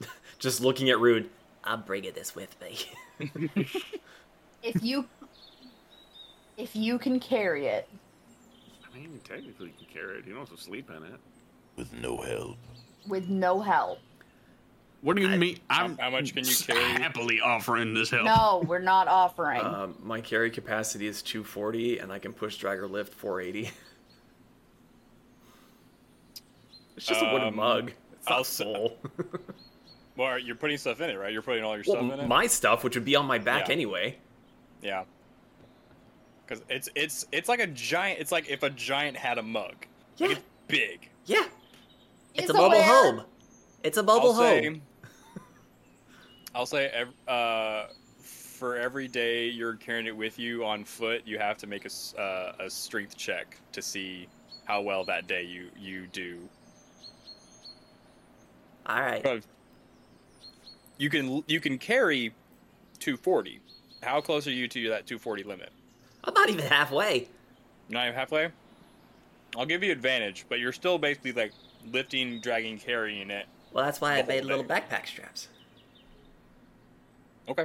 Speaker 1: Yeah. Just looking at Rude, I'm bringing this with me. [laughs]
Speaker 2: If you if you can carry it,
Speaker 6: I mean, technically, you can carry it. You don't have to sleep in it.
Speaker 13: With no help.
Speaker 2: with no help.
Speaker 4: What do you mean? I'm
Speaker 7: how much can you carry?
Speaker 4: Happily offering this help. [laughs]
Speaker 2: No, we're not offering.
Speaker 7: Uh,
Speaker 10: Um, my carry capacity is 240, and I can push drag or lift
Speaker 5: [laughs]
Speaker 10: 480. it's just a wooden
Speaker 7: Um,
Speaker 10: mug. It's
Speaker 7: I'll
Speaker 10: not
Speaker 7: s- [laughs]
Speaker 10: full.
Speaker 7: Well, you're putting stuff in it, right? You're putting all your
Speaker 10: Well,
Speaker 7: stuff in it.
Speaker 10: my stuff, which would be on my back
Speaker 7: Yeah.
Speaker 10: anyway.
Speaker 7: Yeah. Because it's it's it's like a giant. It's like if a giant had a mug. Yeah. Like it's big.
Speaker 1: Yeah.
Speaker 7: It's
Speaker 1: It's a mobile home. It's a mobile
Speaker 7: I'll
Speaker 1: home.
Speaker 7: Say, [laughs] I'll say, ev- uh, for every day you're carrying it with you on foot, you have to make a, s- uh, a strength check to see how well that day you you do.
Speaker 1: All right.
Speaker 7: You can you can carry 240. How close are you to that 240 limit?
Speaker 1: I'm not even halfway.
Speaker 7: Not even halfway. I'll give you advantage, but you're still basically like lifting, dragging, carrying it.
Speaker 1: Well, that's why I
Speaker 7: the whole
Speaker 1: made little
Speaker 7: day.
Speaker 1: backpack straps.
Speaker 7: Okay.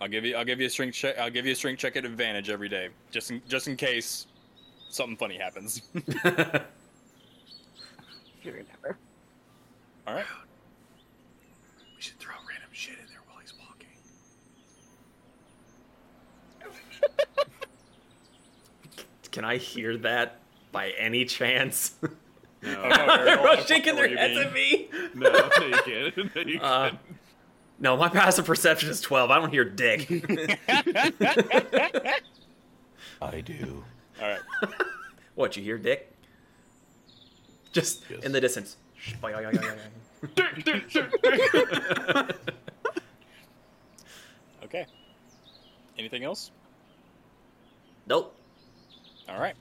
Speaker 7: I'll give you. I'll give you a strength check. I'll give you a strength check at advantage every day, just in, just in case something funny happens.
Speaker 2: you remember.
Speaker 7: [laughs] All right.
Speaker 6: We should throw random shit in there while he's walking.
Speaker 5: Can I hear that by any chance? [laughs]
Speaker 6: No.
Speaker 5: They're all
Speaker 7: [laughs]
Speaker 5: shaking their heads at me.
Speaker 6: No, no, you
Speaker 4: [laughs]
Speaker 6: can't. No, you
Speaker 5: Uh,
Speaker 6: can't.
Speaker 5: no, my passive perception is 12. I don't hear dick.
Speaker 7: [laughs]
Speaker 9: I do.
Speaker 7: All right.
Speaker 5: What, you hear dick? Just in the distance.
Speaker 7: Okay. Anything else?
Speaker 5: Nope.
Speaker 7: All right.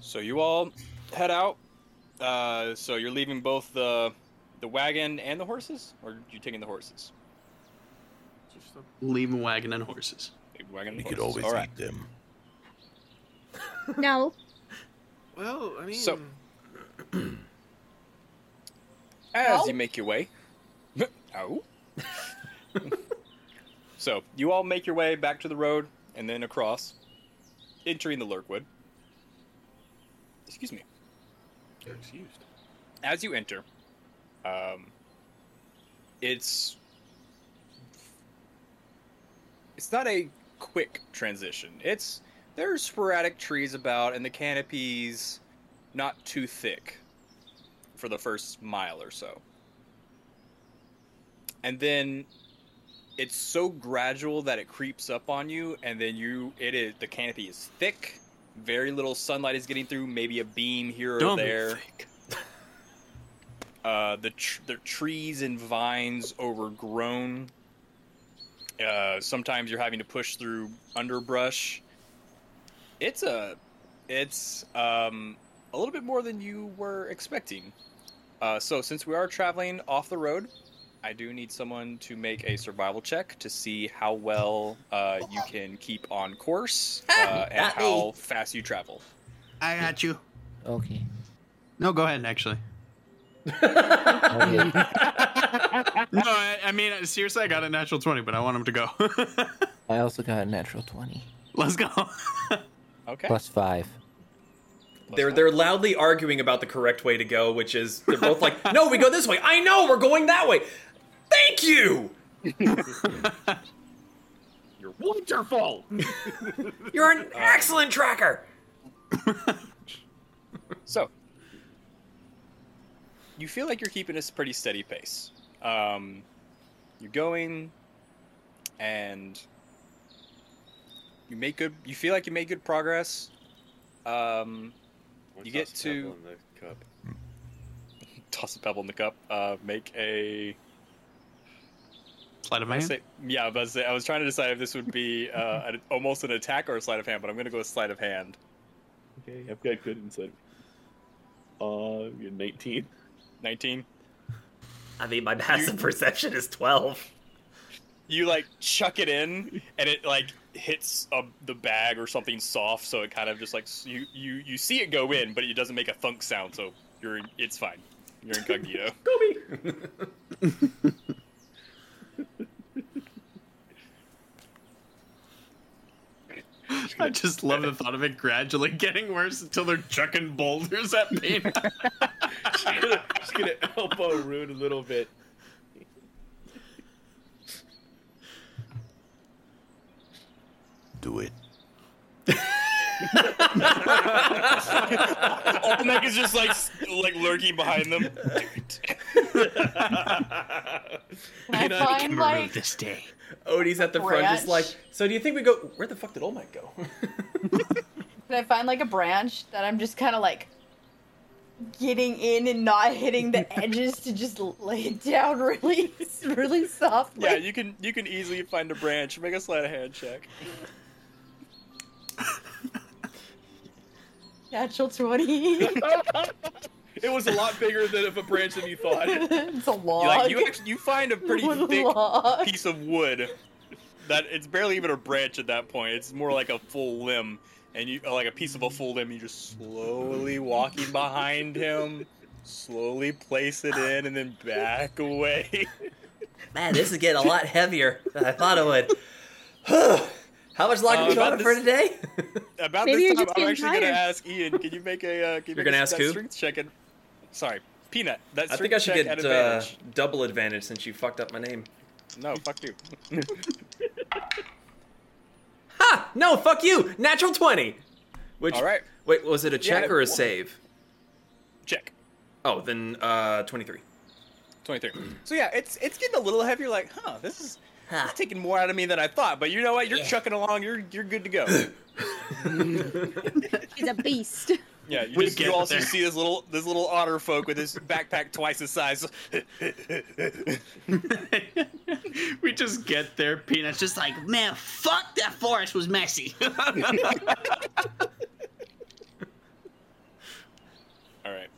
Speaker 7: So you all head out. Uh, so you're leaving both the the wagon and the horses, or you taking the horses?
Speaker 4: Leaving wagon and horses.
Speaker 7: Wagon and
Speaker 4: You could
Speaker 7: horses.
Speaker 4: always
Speaker 7: All right.
Speaker 4: eat them.
Speaker 8: No.
Speaker 6: Well, I mean,
Speaker 7: So- As you make your way. [laughs] oh. [laughs] so you all make your way back to the road and then across, entering the Lurkwood. Excuse me.
Speaker 6: excused.
Speaker 7: As you enter, um, it's it's not a quick transition. It's there are sporadic trees about, and the canopy's not too thick for the first mile or so. And then it's so gradual that it creeps up on you, and then you it is the canopy is thick. Very little sunlight is getting through. Maybe a beam here or
Speaker 4: Dumb and
Speaker 7: there. [laughs] uh, the tr- the trees and vines overgrown. Uh, sometimes you're having to push through underbrush. It's a, it's um, a little bit more than you were expecting. Uh, so since we are traveling off the road, I do need someone to make a survival check to see how well uh, you can keep
Speaker 4: [laughs]
Speaker 7: on course uh, and
Speaker 4: Not me.
Speaker 7: how fast you travel.
Speaker 4: I got you.
Speaker 9: [laughs]
Speaker 13: Okay.
Speaker 4: No, go ahead, actually.
Speaker 9: Oh,
Speaker 4: no, I, I mean, seriously, I got a natural 20, but I want him to go. [laughs]
Speaker 13: I also got a natural 20.
Speaker 4: Let's go. [laughs]
Speaker 7: Okay.
Speaker 13: Plus 5.
Speaker 5: They're they're loudly arguing about the correct way to go, which is they're both like, "No, we go this way. I know we're going that way." Thank you.
Speaker 7: You're
Speaker 6: wonderful.
Speaker 5: [laughs] You're an excellent tracker.
Speaker 7: So, you feel like you're keeping a pretty steady pace. Um, you're going, and you make good. You feel like you made good progress. Um, you get to toss a pebble in the cup. Uh, make a.
Speaker 4: Sleight of
Speaker 7: I
Speaker 4: hand?
Speaker 7: say, yeah, I was, say- I was trying to decide if this would be uh, an, almost an attack or a sleight of hand, but I'm going to go with sleight of hand.
Speaker 11: Okay, I've got good insight. Uh, you're 19.
Speaker 7: 19.
Speaker 5: I mean, my
Speaker 1: [laughs]
Speaker 5: passive perception is 12.
Speaker 7: You like chuck it in, and it like hits a, the bag or something soft, so it kind of just like s- you you you see it go in, but it doesn't make a thunk sound, so you're it's fine. You're
Speaker 11: [laughs]
Speaker 7: incognito.
Speaker 4: I just love the thought of it gradually getting worse until they're chucking boulders at me.
Speaker 11: just gonna elbow Rude a little bit.
Speaker 9: Do it.
Speaker 7: Olmec is just like s- like lurking behind them.
Speaker 5: I
Speaker 7: know, I can remove
Speaker 4: [laughs]
Speaker 5: this day. Odie's at the front, just like. So, do you think we go? Where the fuck did Olmec go? [laughs]
Speaker 2: Can I find like a branch that I'm just kind of like getting in and not hitting the
Speaker 7: [laughs]
Speaker 2: edges to just lay it down really, [laughs] really softly?
Speaker 7: Yeah, you can you can easily find a branch. Make a sleight of hand check.
Speaker 2: Natural [laughs] 20.
Speaker 11: It was a lot bigger than of a branch than you thought.
Speaker 2: it's a log.
Speaker 7: You, like you actually, you find a
Speaker 2: [laughs]
Speaker 7: pretty
Speaker 2: What a
Speaker 7: thick
Speaker 2: log.
Speaker 7: [laughs] piece of wood that it's barely even a branch at that point. It's more like a full limb, and you like a piece of a full limb. You just slowly walking behind him, slowly place it in, and then back away. [laughs]
Speaker 1: Man, this is getting a lot heavier than I thought it would. How much longer
Speaker 7: Uh,
Speaker 1: do you
Speaker 7: about
Speaker 1: want it for
Speaker 7: this-
Speaker 1: today?
Speaker 7: About
Speaker 1: Maybe you're
Speaker 7: this time,
Speaker 1: just
Speaker 7: I'm
Speaker 1: getting tired.
Speaker 7: actually gonna ask Ian. Can you make a uh, can you
Speaker 1: You're
Speaker 7: make
Speaker 1: gonna
Speaker 7: a
Speaker 1: ask
Speaker 7: stat
Speaker 1: who?
Speaker 7: strength check and Sorry, Peanut. That's
Speaker 5: I think I should
Speaker 7: at
Speaker 5: get uh,
Speaker 7: advantage.
Speaker 5: double advantage since you fucked up my name.
Speaker 7: No, fuck you.
Speaker 5: ha! No, fuck you! Natural 20! Which,
Speaker 7: All right.
Speaker 5: Wait, was it a check
Speaker 7: Yeah.
Speaker 5: or a save?
Speaker 7: Check.
Speaker 5: Oh, then uh, 23.
Speaker 7: 23. So yeah, it's it's getting a little heavier. Like, huh, this is it's taking more out of me than I thought. But you know what? You're chucking along. You're you're good to go.
Speaker 8: He's a [laughs] beast.
Speaker 7: yeah. You,
Speaker 8: We
Speaker 7: just,
Speaker 8: get
Speaker 7: you also
Speaker 8: there.
Speaker 7: see this little this little otter folk with his backpack twice his size. [laughs]
Speaker 11: We just get there, Peanut's just like, man, fuck that forest was
Speaker 4: [laughs]
Speaker 11: messy.
Speaker 7: All right.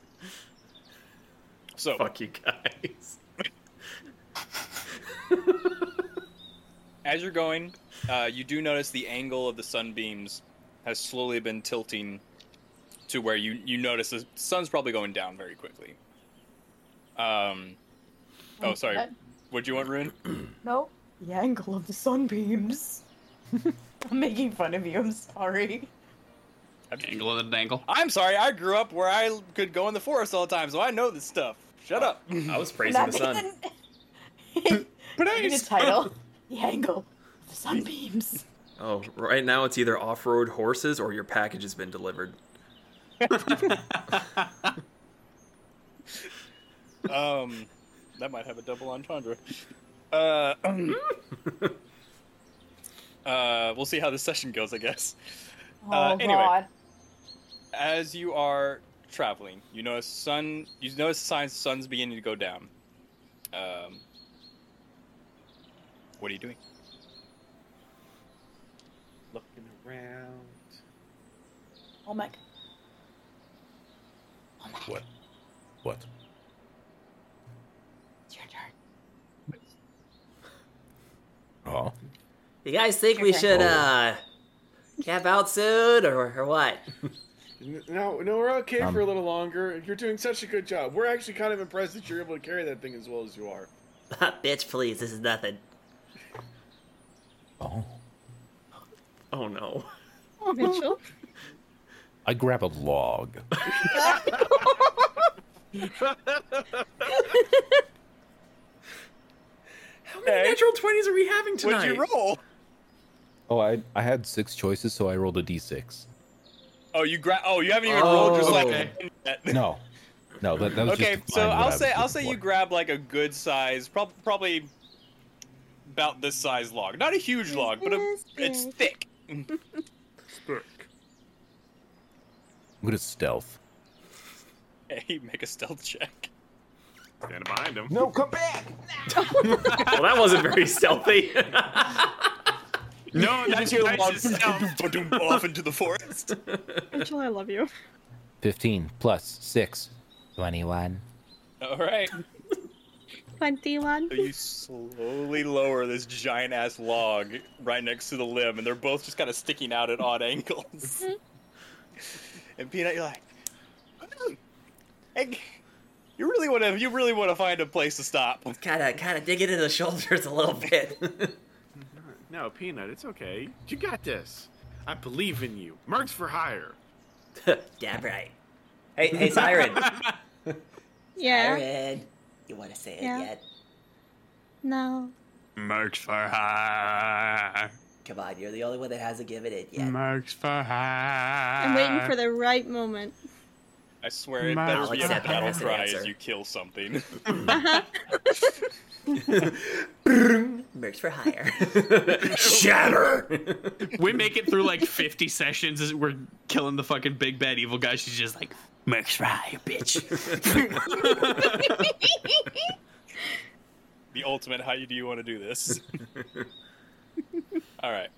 Speaker 7: So
Speaker 5: [laughs] fuck you guys.
Speaker 7: As you're going, uh, you do notice the angle of the sunbeams has slowly been tilting to where you you notice the sun's probably going down very quickly. Um. Oh, sorry.
Speaker 2: Okay.
Speaker 7: What'd you want, Rune?
Speaker 2: No, the angle of the sunbeams. [laughs] I'm making fun of you. I'm sorry.
Speaker 4: Angle of the dangle.
Speaker 7: I'm sorry. I grew up where I could go in the forest all the time, so I know this stuff. Shut up.
Speaker 5: I was
Speaker 2: That isn't- [laughs] Give me the
Speaker 7: [laughs]
Speaker 2: title. The angle of the sunbeams.
Speaker 5: Oh, right now it's either off road horses or your package has been delivered.
Speaker 7: Um, that might have a double entendre. Uh, [clears throat] uh, we'll see how this session goes, I guess. uh,
Speaker 2: Oh,
Speaker 7: anyway,
Speaker 2: God.
Speaker 7: as you are traveling, you notice sun. You notice signs the sun's beginning to go down. Um, what are you doing?
Speaker 11: Looking around.
Speaker 2: Olmec.
Speaker 9: What? What?
Speaker 2: It's your turn.
Speaker 9: Oh.
Speaker 1: [laughs] You guys think we
Speaker 6: Okay.
Speaker 1: should
Speaker 6: Oh.
Speaker 1: uh camp out soon or or what? [laughs]
Speaker 6: No, no, we're okay
Speaker 1: Um,
Speaker 6: for a little longer. You're doing such a good job. We're actually kind of impressed that you're able to carry that thing as well as you are.
Speaker 1: Uh, Bitch, please, this is nothing.
Speaker 9: Oh.
Speaker 5: Oh no.
Speaker 8: Mitchell.
Speaker 9: I grab a log.
Speaker 5: How many natural 20s are we having tonight?
Speaker 7: What'd you roll?
Speaker 9: [laughs] Oh, I I had six choices, so I rolled a d6.
Speaker 7: Oh, you gra- Oh, you haven't even rolled. Just like
Speaker 9: No, no, that, that was
Speaker 7: okay,
Speaker 9: just. to
Speaker 7: so
Speaker 9: find what
Speaker 7: I'll
Speaker 9: I was
Speaker 7: say I'll
Speaker 9: looking
Speaker 7: say you
Speaker 9: for.
Speaker 7: grab like a good size, prob- probably about this size log. Not a huge log, but a, it's thick.
Speaker 9: I'm gonna stealth.
Speaker 7: [laughs] Hey, make a stealth check.
Speaker 6: Stand behind him.
Speaker 9: No, come back.
Speaker 5: well, that wasn't
Speaker 7: [laughs]
Speaker 5: very stealthy.
Speaker 7: No,
Speaker 11: that's
Speaker 7: your
Speaker 11: that's
Speaker 7: log
Speaker 11: just
Speaker 7: [laughs] off into the forest.
Speaker 8: Mitchell, I love you.
Speaker 13: Fifteen plus six. Twenty-one.
Speaker 7: [laughs] All right.
Speaker 8: 21.
Speaker 7: So you slowly lower this giant ass log right next to the limb, and they're both just kind of sticking out at odd angles. and Peanut, you're like, "Hmm, hey, you really want to, you really want to find a place to stop.
Speaker 1: Kind of, kind of dig into the [laughs] shoulders a little bit. [laughs]
Speaker 6: No, Peanut, it's okay. You got this. I believe in you. Mercs for hire.
Speaker 1: Damn right. Hey, hey, Siren.
Speaker 8: Yeah.
Speaker 1: Siren, you want to say it
Speaker 8: Yeah.
Speaker 1: yet?
Speaker 8: No.
Speaker 4: Mercs for hire.
Speaker 1: Come on, you're the only one that hasn't given it yet.
Speaker 6: Mm-hmm.
Speaker 4: Mercs for hire.
Speaker 8: I'm waiting for the right moment.
Speaker 7: I swear it
Speaker 4: Might
Speaker 7: better
Speaker 4: as
Speaker 7: be a
Speaker 4: well. That's
Speaker 7: battle
Speaker 4: an
Speaker 7: cry
Speaker 4: answer.
Speaker 7: as you kill something. [laughs]
Speaker 1: Mercs for [laughs] hire.
Speaker 4: Shatter. we make it through like 50 sessions. as We're killing the fucking big bad evil guy. She's just like, Mercs for hire, bitch.
Speaker 7: the ultimate how you do you want to do
Speaker 5: [laughs]
Speaker 7: this all right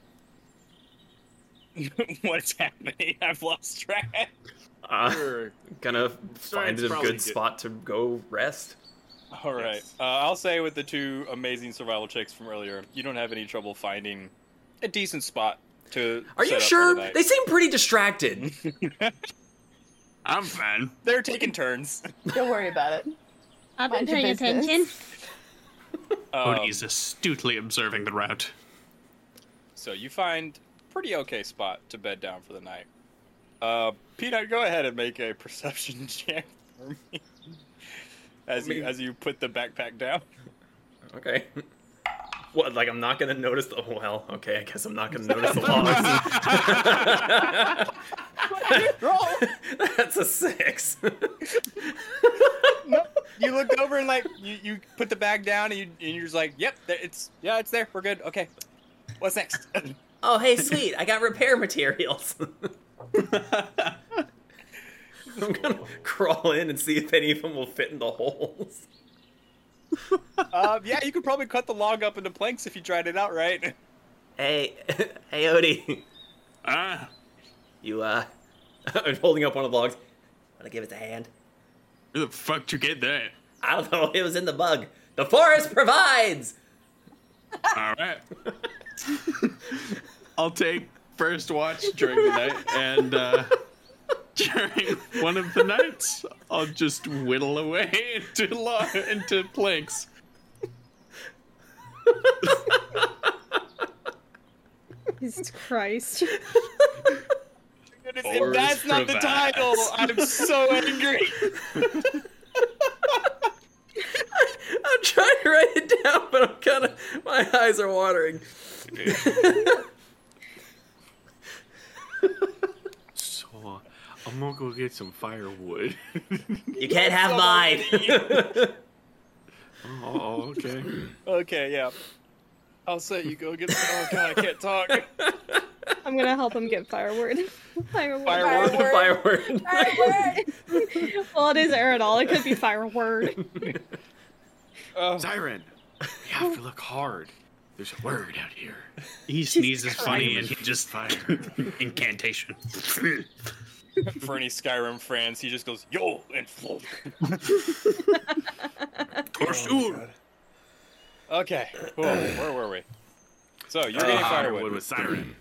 Speaker 7: [laughs] what's happening i've lost track
Speaker 5: [laughs] Uh, gonna find
Speaker 7: Siren's
Speaker 5: a
Speaker 7: probably
Speaker 5: good
Speaker 7: good.
Speaker 5: spot to go rest.
Speaker 7: all right uh, i'll say with the two amazing survival checks from earlier you don't have any trouble finding a decent spot to
Speaker 5: Are
Speaker 7: set
Speaker 5: you
Speaker 7: up for the
Speaker 5: sure?
Speaker 7: night.
Speaker 5: They seem pretty distracted.
Speaker 4: I'm fine.
Speaker 7: they're taking turns [laughs]
Speaker 2: Don't worry about [laughs] it.
Speaker 8: I've been
Speaker 2: Mind your
Speaker 8: paying
Speaker 2: business.
Speaker 8: attention.
Speaker 7: Um,
Speaker 4: Odie is astutely observing the route.
Speaker 7: so you find pretty okay spot to bed down [laughs] for the night uh peanut go ahead and make a perception check for me as you
Speaker 5: mean-
Speaker 7: as you put the backpack down.
Speaker 5: Okay. [laughs] What? Like I'm not gonna notice the. Well, okay. I guess I'm not gonna notice the logs. [laughs] That's a six.
Speaker 7: [laughs] You look over and like you, you put the bag down and you and you're just like, yep, th- it's yeah, it's there. We're good. Okay, what's next? [laughs]
Speaker 1: Oh, hey, sweet! I got repair materials.
Speaker 5: [laughs] I'm gonna crawl in and see if any of them will fit in the holes.
Speaker 7: um, yeah, you could probably cut the log up into planks if you tried it out, right?
Speaker 1: Hey, [laughs] hey, Odie.
Speaker 4: Ah.
Speaker 1: You uh, [laughs]
Speaker 5: I'm holding up one of the logs.
Speaker 1: wanna give us a hand?
Speaker 4: Where the fuck you get that?
Speaker 1: I don't know. [laughs] It was in the bug. The forest provides.
Speaker 4: All right. [laughs] I'll take first watch during the night, and uh, [laughs] during one of the nights, I'll just whittle away [laughs] into lo- into planks.
Speaker 8: Jesus Christ.
Speaker 7: If that's not the title, I'm [laughs] so angry.
Speaker 5: I'm trying to write it down, but I'm kind of my eyes are watering.
Speaker 6: So, I'm gonna go get some firewood. [laughs]
Speaker 1: You can't have mine. [laughs]
Speaker 6: oh, okay.
Speaker 7: Okay, yeah. I'll say you go get. Oh god, I can't [laughs] talk.
Speaker 8: I'm gonna help him get firewood. [laughs] Firewood.
Speaker 7: Fireword.
Speaker 5: Fireword.
Speaker 1: [laughs]
Speaker 8: Fireword. well, it is Aerodol. It could be fireword.
Speaker 6: Siren, we have to look hard. There's a word out here.
Speaker 4: He sneezes funny and
Speaker 6: Christ.
Speaker 4: he just [laughs]
Speaker 6: [laughs]
Speaker 4: incantation.
Speaker 7: For any Skyrim fans, he just goes yo and float.
Speaker 4: Oh,
Speaker 7: Okay, cool. Where were we? So you're getting firewood.
Speaker 6: with siren.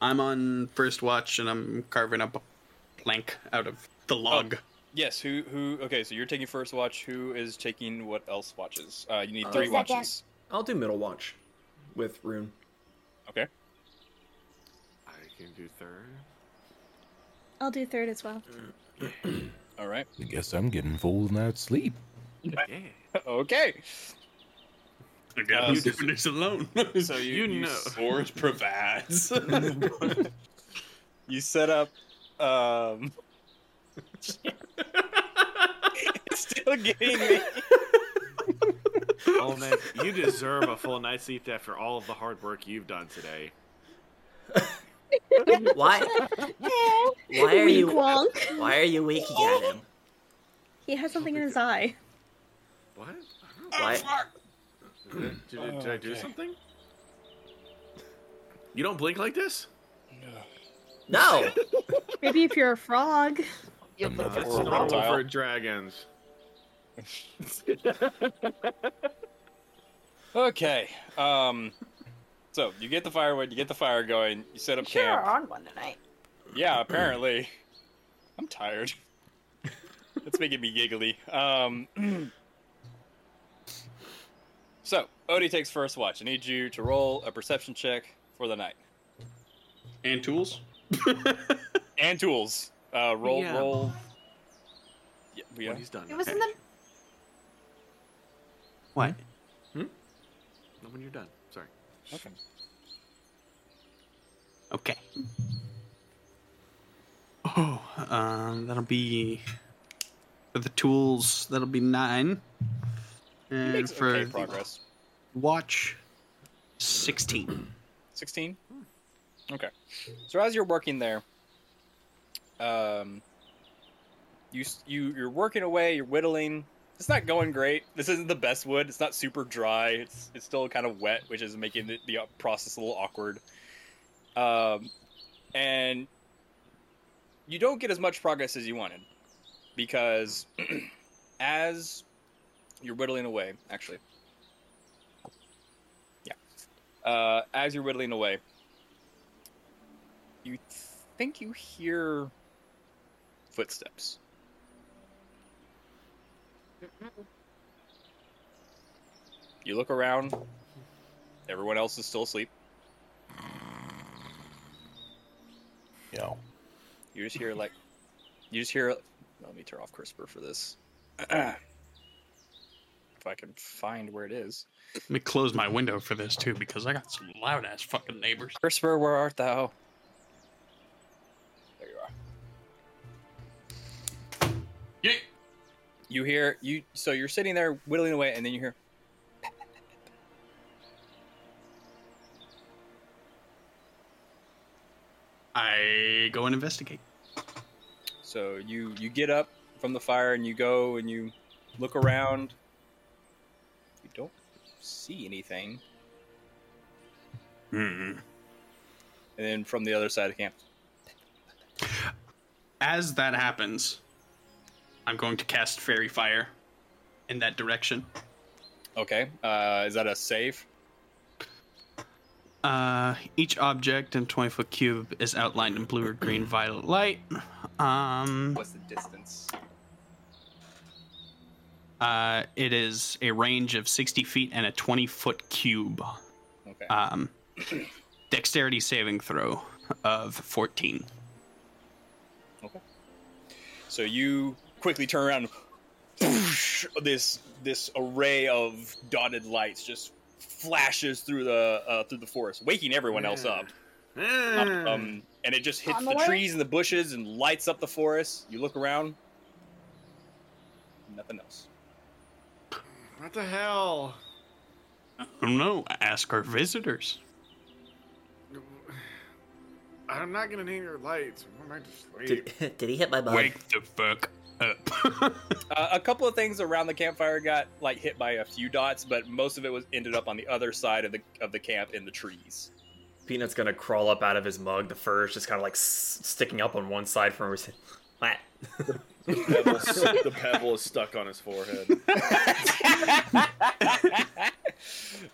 Speaker 4: I'm on first watch and I'm carving up a plank out of the log.
Speaker 7: Yes. Who? Who? Okay. So you're taking first watch. Who is taking what else watches? Uh, you need
Speaker 5: Uh,
Speaker 7: three
Speaker 5: second.
Speaker 7: watches.
Speaker 5: I'll do middle watch with Rune.
Speaker 7: Okay.
Speaker 6: I can do third.
Speaker 8: I'll do third as well.
Speaker 7: All right. [laughs]
Speaker 9: I guess I'm getting full night's sleep.
Speaker 6: Yeah.
Speaker 7: okay.
Speaker 4: I gotta
Speaker 7: Uh,
Speaker 4: be doing this alone.
Speaker 7: So you,
Speaker 4: You know.
Speaker 7: source
Speaker 4: provides.
Speaker 7: [laughs] you set up. [laughs] Um. It's Still getting me.
Speaker 6: All night. You deserve a full night's sleep after all of the hard work you've done today.
Speaker 1: Why? Why are you?
Speaker 8: Wink wonk.
Speaker 1: Why are you winking at him?
Speaker 8: He has something in his eye.
Speaker 6: What?
Speaker 1: Why?
Speaker 6: [clears throat] Did, did, did I do
Speaker 7: Okay.
Speaker 6: something? You don't blink like this?
Speaker 1: No.
Speaker 8: Maybe if you're a frog.
Speaker 6: That's
Speaker 7: Or a
Speaker 6: normal
Speaker 7: reptile.
Speaker 6: for dragons.
Speaker 7: Okay. Um. So you get the firewood. You get the fire going. You set up
Speaker 2: Sure,
Speaker 7: camp.
Speaker 2: on one tonight.
Speaker 7: Yeah, apparently. I'm tired. [laughs] That's making me giggly. Um, [clears throat] so, Odie takes first watch. I need you to roll a perception check for the night.
Speaker 4: And tools?
Speaker 7: And tools. Uh, roll,
Speaker 4: Yeah.
Speaker 7: roll. Yeah, yeah.
Speaker 6: he's done.
Speaker 2: It was in the.
Speaker 4: What?
Speaker 6: No, when you're done. Sorry.
Speaker 7: Okay.
Speaker 4: Okay. Oh, um, that'll be for the tools. That'll be nine, and
Speaker 7: Makes
Speaker 4: for
Speaker 7: okay
Speaker 4: the
Speaker 7: progress.
Speaker 4: watch, sixteen.
Speaker 7: 16? Okay. So as you're working there, um, you s- you you're working away, you're whittling. It's not going great. This isn't the best wood. It's not super dry. It's it's still kind of wet, which is making the, the process a little awkward. Um, and you don't get as much progress as you wanted because [clears throat] as you're whittling away, actually, uh, as you're whittling away, you think you hear footsteps. You look around. Everyone else is still asleep.
Speaker 9: Yeah.
Speaker 7: You [clears throat] just hear like, you just hear. Let me turn off CRISPR for this. I can find where it is.
Speaker 4: Let me close my window for this too because I got some loud ass fucking neighbors.
Speaker 7: Christopher, where art thou? There you are.
Speaker 4: Yeet.
Speaker 7: You hear you so you're sitting there whittling away and then you hear
Speaker 4: I go and investigate.
Speaker 7: So you you get up from the fire and you go and you look around. You don't see anything.
Speaker 4: Mm.
Speaker 7: And then from the other side of the camp,
Speaker 4: As that happens, I'm going to cast fairy fire in that direction.
Speaker 7: Okay. Uh, is that a save?
Speaker 4: Uh, each object in 20 foot cube is outlined in blue or green violet light. Um,
Speaker 14: What's the distance?
Speaker 4: uh, it is a range of 60 feet and a 20 foot cube.
Speaker 7: Okay.
Speaker 4: Um, dexterity saving throw of 14.
Speaker 7: so you quickly turn around. and Whoosh, this this array of dotted lights just flashes through the uh, through the forest, waking everyone else up.
Speaker 6: Eh. Hmm.
Speaker 7: Um, and it just hits
Speaker 12: On
Speaker 7: the,
Speaker 12: the way.
Speaker 7: trees and the bushes and lights up the forest. You look around. Nothing else.
Speaker 6: What the hell?
Speaker 4: I don't know. Oh, Ask our visitors.
Speaker 6: I'm not gonna name your lights. I'm going to sleep. [laughs]
Speaker 1: Did, [laughs] did he hit my bug?
Speaker 4: Wake the fuck up.
Speaker 7: Uh, a couple of things around the campfire got like hit by a few dots, but most of it was ended up on the other side of the of the camp in the trees.
Speaker 5: Peanut's gonna crawl up out of his mug. The fur is just kind of like s- sticking up on one side from his. What?
Speaker 6: the pebble is stuck on his forehead.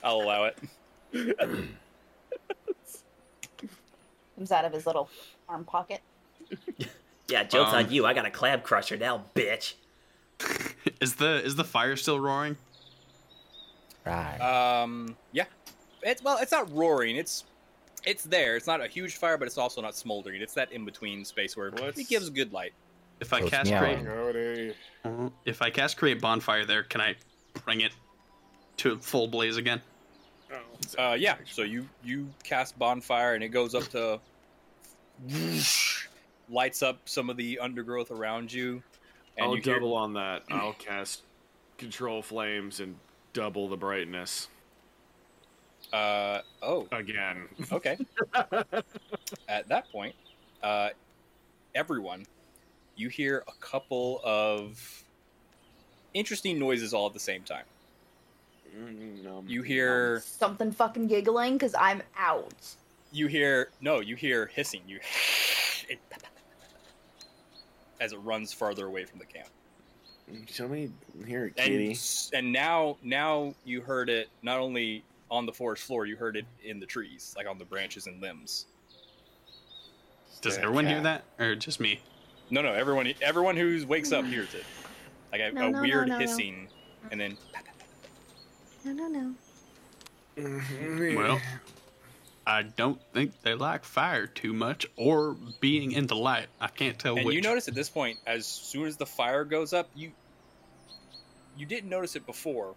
Speaker 7: I'll allow it.
Speaker 2: Comes out of his little arm pocket.
Speaker 1: Yeah, joke's
Speaker 4: Um,
Speaker 1: on you. I got a clam crusher now, bitch.
Speaker 4: Is the is the fire still roaring?
Speaker 13: Right.
Speaker 7: Um, yeah, it's well, it's not roaring. It's it's there. It's not a huge fire, but it's also not smoldering. It's that in between space where it gives good light.
Speaker 4: If I cast
Speaker 6: create,
Speaker 4: if I cast create bonfire there, can I bring it to full blaze again?
Speaker 7: Uh, yeah. So you you cast bonfire and it goes up to [laughs] lights up some of the undergrowth around you. And
Speaker 6: I'll
Speaker 7: you hear-
Speaker 6: Oh, double on that. I'll cast control flames and double the brightness.
Speaker 7: Uh oh.
Speaker 6: Again.
Speaker 7: Okay. At that point, uh, everyone, you hear a couple of interesting noises all at the same time. You hear
Speaker 2: Something fucking giggling because I'm out.
Speaker 7: you hear no, you hear hissing. You [sighs] it, as it runs farther away from the camp.
Speaker 6: Somebody here,
Speaker 7: And, s- and now now you heard it not only on the forest floor, you heard it in the trees, like on the branches and limbs.
Speaker 4: Does
Speaker 7: Yeah,
Speaker 4: everyone hear
Speaker 7: cat.
Speaker 4: that, or just me?
Speaker 7: No, no, everyone, everyone who wakes up hears it, like a,
Speaker 8: No, no,
Speaker 7: a
Speaker 8: no,
Speaker 7: weird
Speaker 8: no, no.
Speaker 7: hissing, and then
Speaker 8: No, no, no.
Speaker 4: Well, I don't think they like fire too much or being in the light. I can't tell
Speaker 7: and
Speaker 4: which.
Speaker 7: you notice at this point, as soon as the fire goes up, you you didn't notice it before,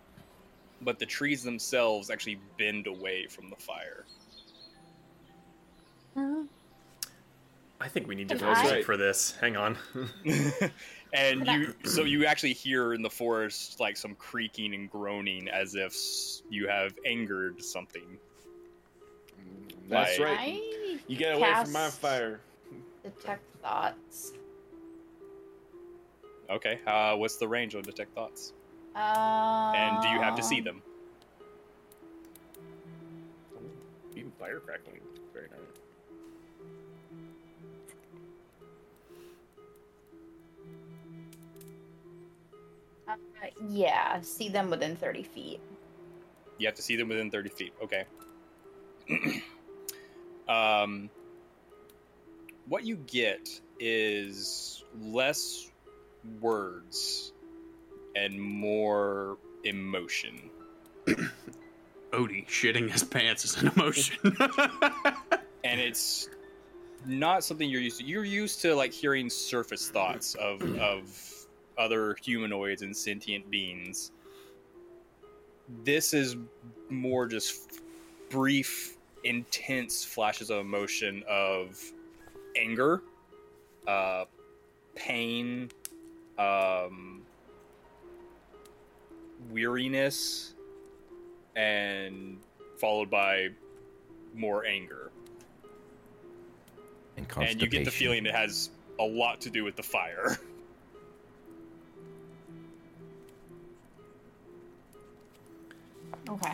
Speaker 7: but the trees themselves actually bend away from the fire.
Speaker 8: Uh,
Speaker 5: I think we need to
Speaker 7: Can
Speaker 5: throw
Speaker 7: I-
Speaker 5: music for this. Hang on.
Speaker 7: And you, so you actually hear in the forest like some creaking and groaning, as if s- you have angered something.
Speaker 6: That's
Speaker 7: Like-
Speaker 6: right.
Speaker 2: I
Speaker 6: You get away from my
Speaker 2: cast
Speaker 6: fire.
Speaker 2: Detect thoughts.
Speaker 7: Okay, uh, what's the range on detect thoughts?
Speaker 2: Um,
Speaker 7: And do you have to see them?
Speaker 14: Even fire crackling. Very nice.
Speaker 2: Uh, yeah, see them within 30 feet.
Speaker 7: You have to see them within 30 feet. Okay. [clears throat] um, what you get is less words and more emotion.
Speaker 4: Odie shitting his pants is an emotion. [laughs]
Speaker 7: and it's not something you're used to. You're used to like hearing surface thoughts of of other humanoids and sentient beings. This is more just brief, intense flashes of emotion of anger, uh, pain, um, weariness, and followed by more anger.
Speaker 9: And
Speaker 7: And you get the
Speaker 9: constipation.
Speaker 7: feeling it has a lot to do with the fire.
Speaker 2: Okay.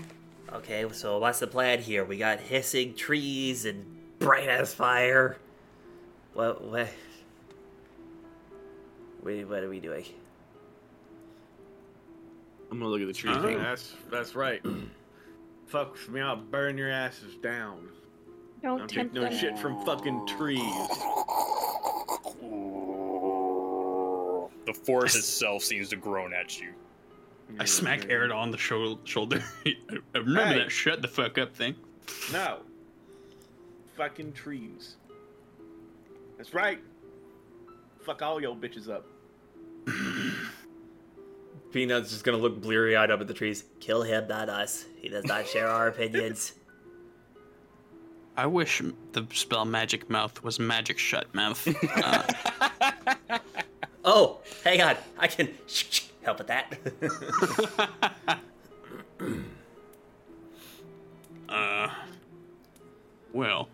Speaker 1: Okay, so what's the plan here? We got hissing trees and bright as fire. What what? Wait, what are we doing?
Speaker 6: I'm gonna look at the
Speaker 1: tree
Speaker 4: Uh-huh.
Speaker 1: thing.
Speaker 6: That's that's right. Fucks me, I'll burn your asses down.
Speaker 8: Don't
Speaker 6: Don't take
Speaker 8: tempt
Speaker 6: no
Speaker 8: them.
Speaker 6: shit from fucking trees.
Speaker 7: The forest itself seems to groan at you.
Speaker 4: I smack Arid on the shou- shoulder. [laughs] I remember
Speaker 6: Hey.
Speaker 4: that shut the fuck up thing.
Speaker 6: No. Fucking trees. That's right. Fuck all y'all bitches up.
Speaker 1: Peanut's just gonna look bleary eyed up at the trees. Kill him, not us. He does not share our opinions.
Speaker 4: I wish m- the spell Magic Mouth was Magic Shut
Speaker 2: [laughs]
Speaker 4: Mouth. Uh,
Speaker 1: [laughs] Oh, hang on. I can help with [laughs] that.
Speaker 4: uh, well,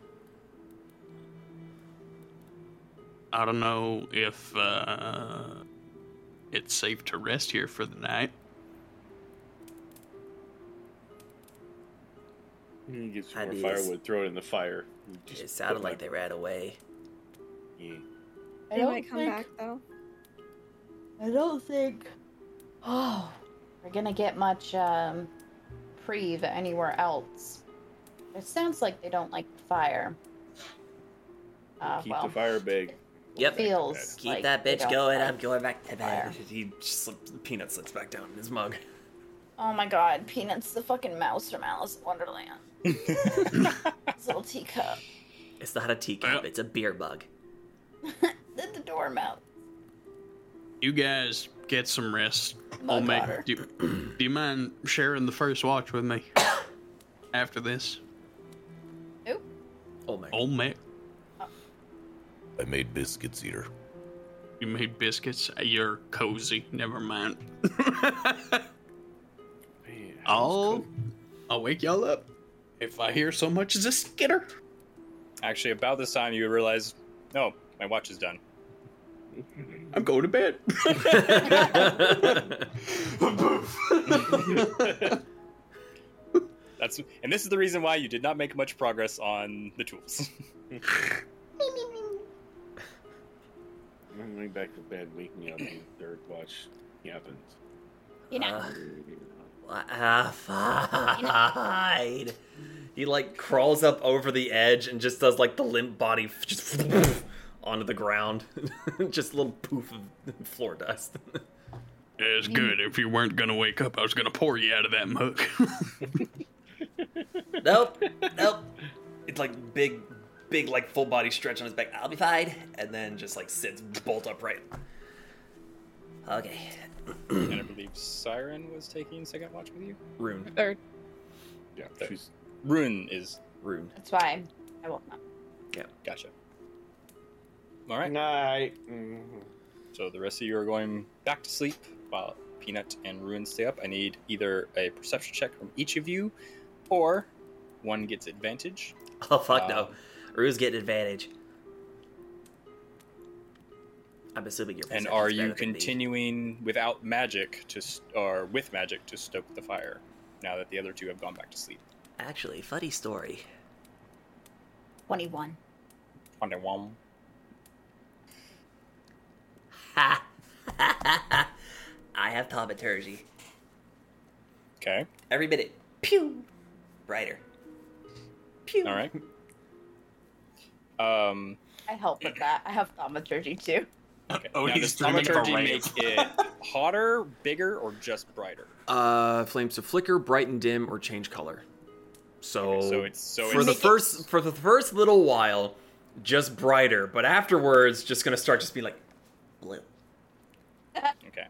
Speaker 4: I don't know if uh, it's safe to rest here for the night.
Speaker 6: Get some
Speaker 1: Ideas.
Speaker 6: more firewood, throw it in the fire.
Speaker 1: it sounded like they ran away.
Speaker 2: I
Speaker 8: They
Speaker 2: don't
Speaker 8: might come
Speaker 2: think-
Speaker 8: back though.
Speaker 2: I don't think. Oh, we're gonna get much um, preve anywhere else. It sounds like they don't like the fire. Uh,
Speaker 6: Keep
Speaker 2: well,
Speaker 6: the fire big.
Speaker 1: Yep.
Speaker 2: Feels
Speaker 1: Keep
Speaker 2: like
Speaker 1: that
Speaker 2: they
Speaker 1: bitch
Speaker 2: don't
Speaker 1: going.
Speaker 2: like
Speaker 1: I'm going back to
Speaker 2: fire.
Speaker 1: bed. He slips, Peanut slips back down in his mug.
Speaker 2: Oh my god, Peanut's the fucking mouse from Alice
Speaker 6: [laughs]
Speaker 2: in Wonderland. His little teacup.
Speaker 1: It's not a teacup. It's a beer mug.
Speaker 2: The, the dormouse.
Speaker 4: You guys get some rest.
Speaker 2: My
Speaker 4: I'll make.
Speaker 2: daughter.
Speaker 4: Do, do you mind sharing the first watch with
Speaker 2: [coughs]
Speaker 4: me after this?
Speaker 2: Who?
Speaker 5: Oh
Speaker 1: Olmec.
Speaker 4: Olmec.
Speaker 9: I made biscuits eater.
Speaker 4: You made biscuits. You're cozy. Never mind. [laughs] I'll, I'll wake y'all up if I hear so much as a skitter.
Speaker 7: Actually, about this time, you realize, no, my watch is done.
Speaker 4: I'm going to [laughs] bed.
Speaker 7: That's and this is the reason why you did not make much progress on the tools.
Speaker 6: I'm going back to bed, waking up in the third watch. It happens.
Speaker 2: You know.
Speaker 1: Ah, fine. He like crawls up over the edge and just does like the limp body f- just [laughs] onto the ground, [laughs] just a little poof of floor dust. [laughs]
Speaker 4: It's good. If you weren't gonna wake up, I was gonna pour you out of that mug.
Speaker 1: nope, nope. It's like big, big like full body stretch on his back. I'll be fine, and then just like sits bolt upright. Okay,
Speaker 7: and I believe Siren was taking second watch with you.
Speaker 1: Rune.
Speaker 8: Third.
Speaker 7: Yeah, she's Rune is Rune.
Speaker 2: That's why I woke up.
Speaker 1: Yeah,
Speaker 7: gotcha. All right. Night.
Speaker 6: Mm-hmm.
Speaker 7: So the rest of you are going back to sleep while Peanut and Ruin stay up. I need either a perception check from each of you, or one gets advantage.
Speaker 1: [laughs] Oh fuck no, Rune's getting advantage. I'm assuming you're.
Speaker 7: And are you continuing without magic to s- or with magic to stoke the fire? Now that the other two have gone back to sleep.
Speaker 1: Actually, funny story.
Speaker 2: 21.
Speaker 7: Twenty-one.
Speaker 1: [laughs] Ha! I have thaumaturgy.
Speaker 7: Okay.
Speaker 1: Every minute. Pew! Brighter. Pew.
Speaker 7: All right. Um.
Speaker 2: I help with that. I have thaumaturgy too.
Speaker 7: Okay.
Speaker 4: Oh,
Speaker 7: now,
Speaker 4: he's
Speaker 7: does
Speaker 4: dreaming of a
Speaker 7: thaumaturgy make
Speaker 4: rave.
Speaker 7: it hotter, bigger, or just brighter?
Speaker 10: Uh, flames to flicker, brighten, dim, or change color. So,
Speaker 4: Oh.
Speaker 7: so it's- so
Speaker 10: for
Speaker 7: it's-
Speaker 10: the first for the first little while, just brighter, but afterwards, just gonna start just being like
Speaker 1: blue.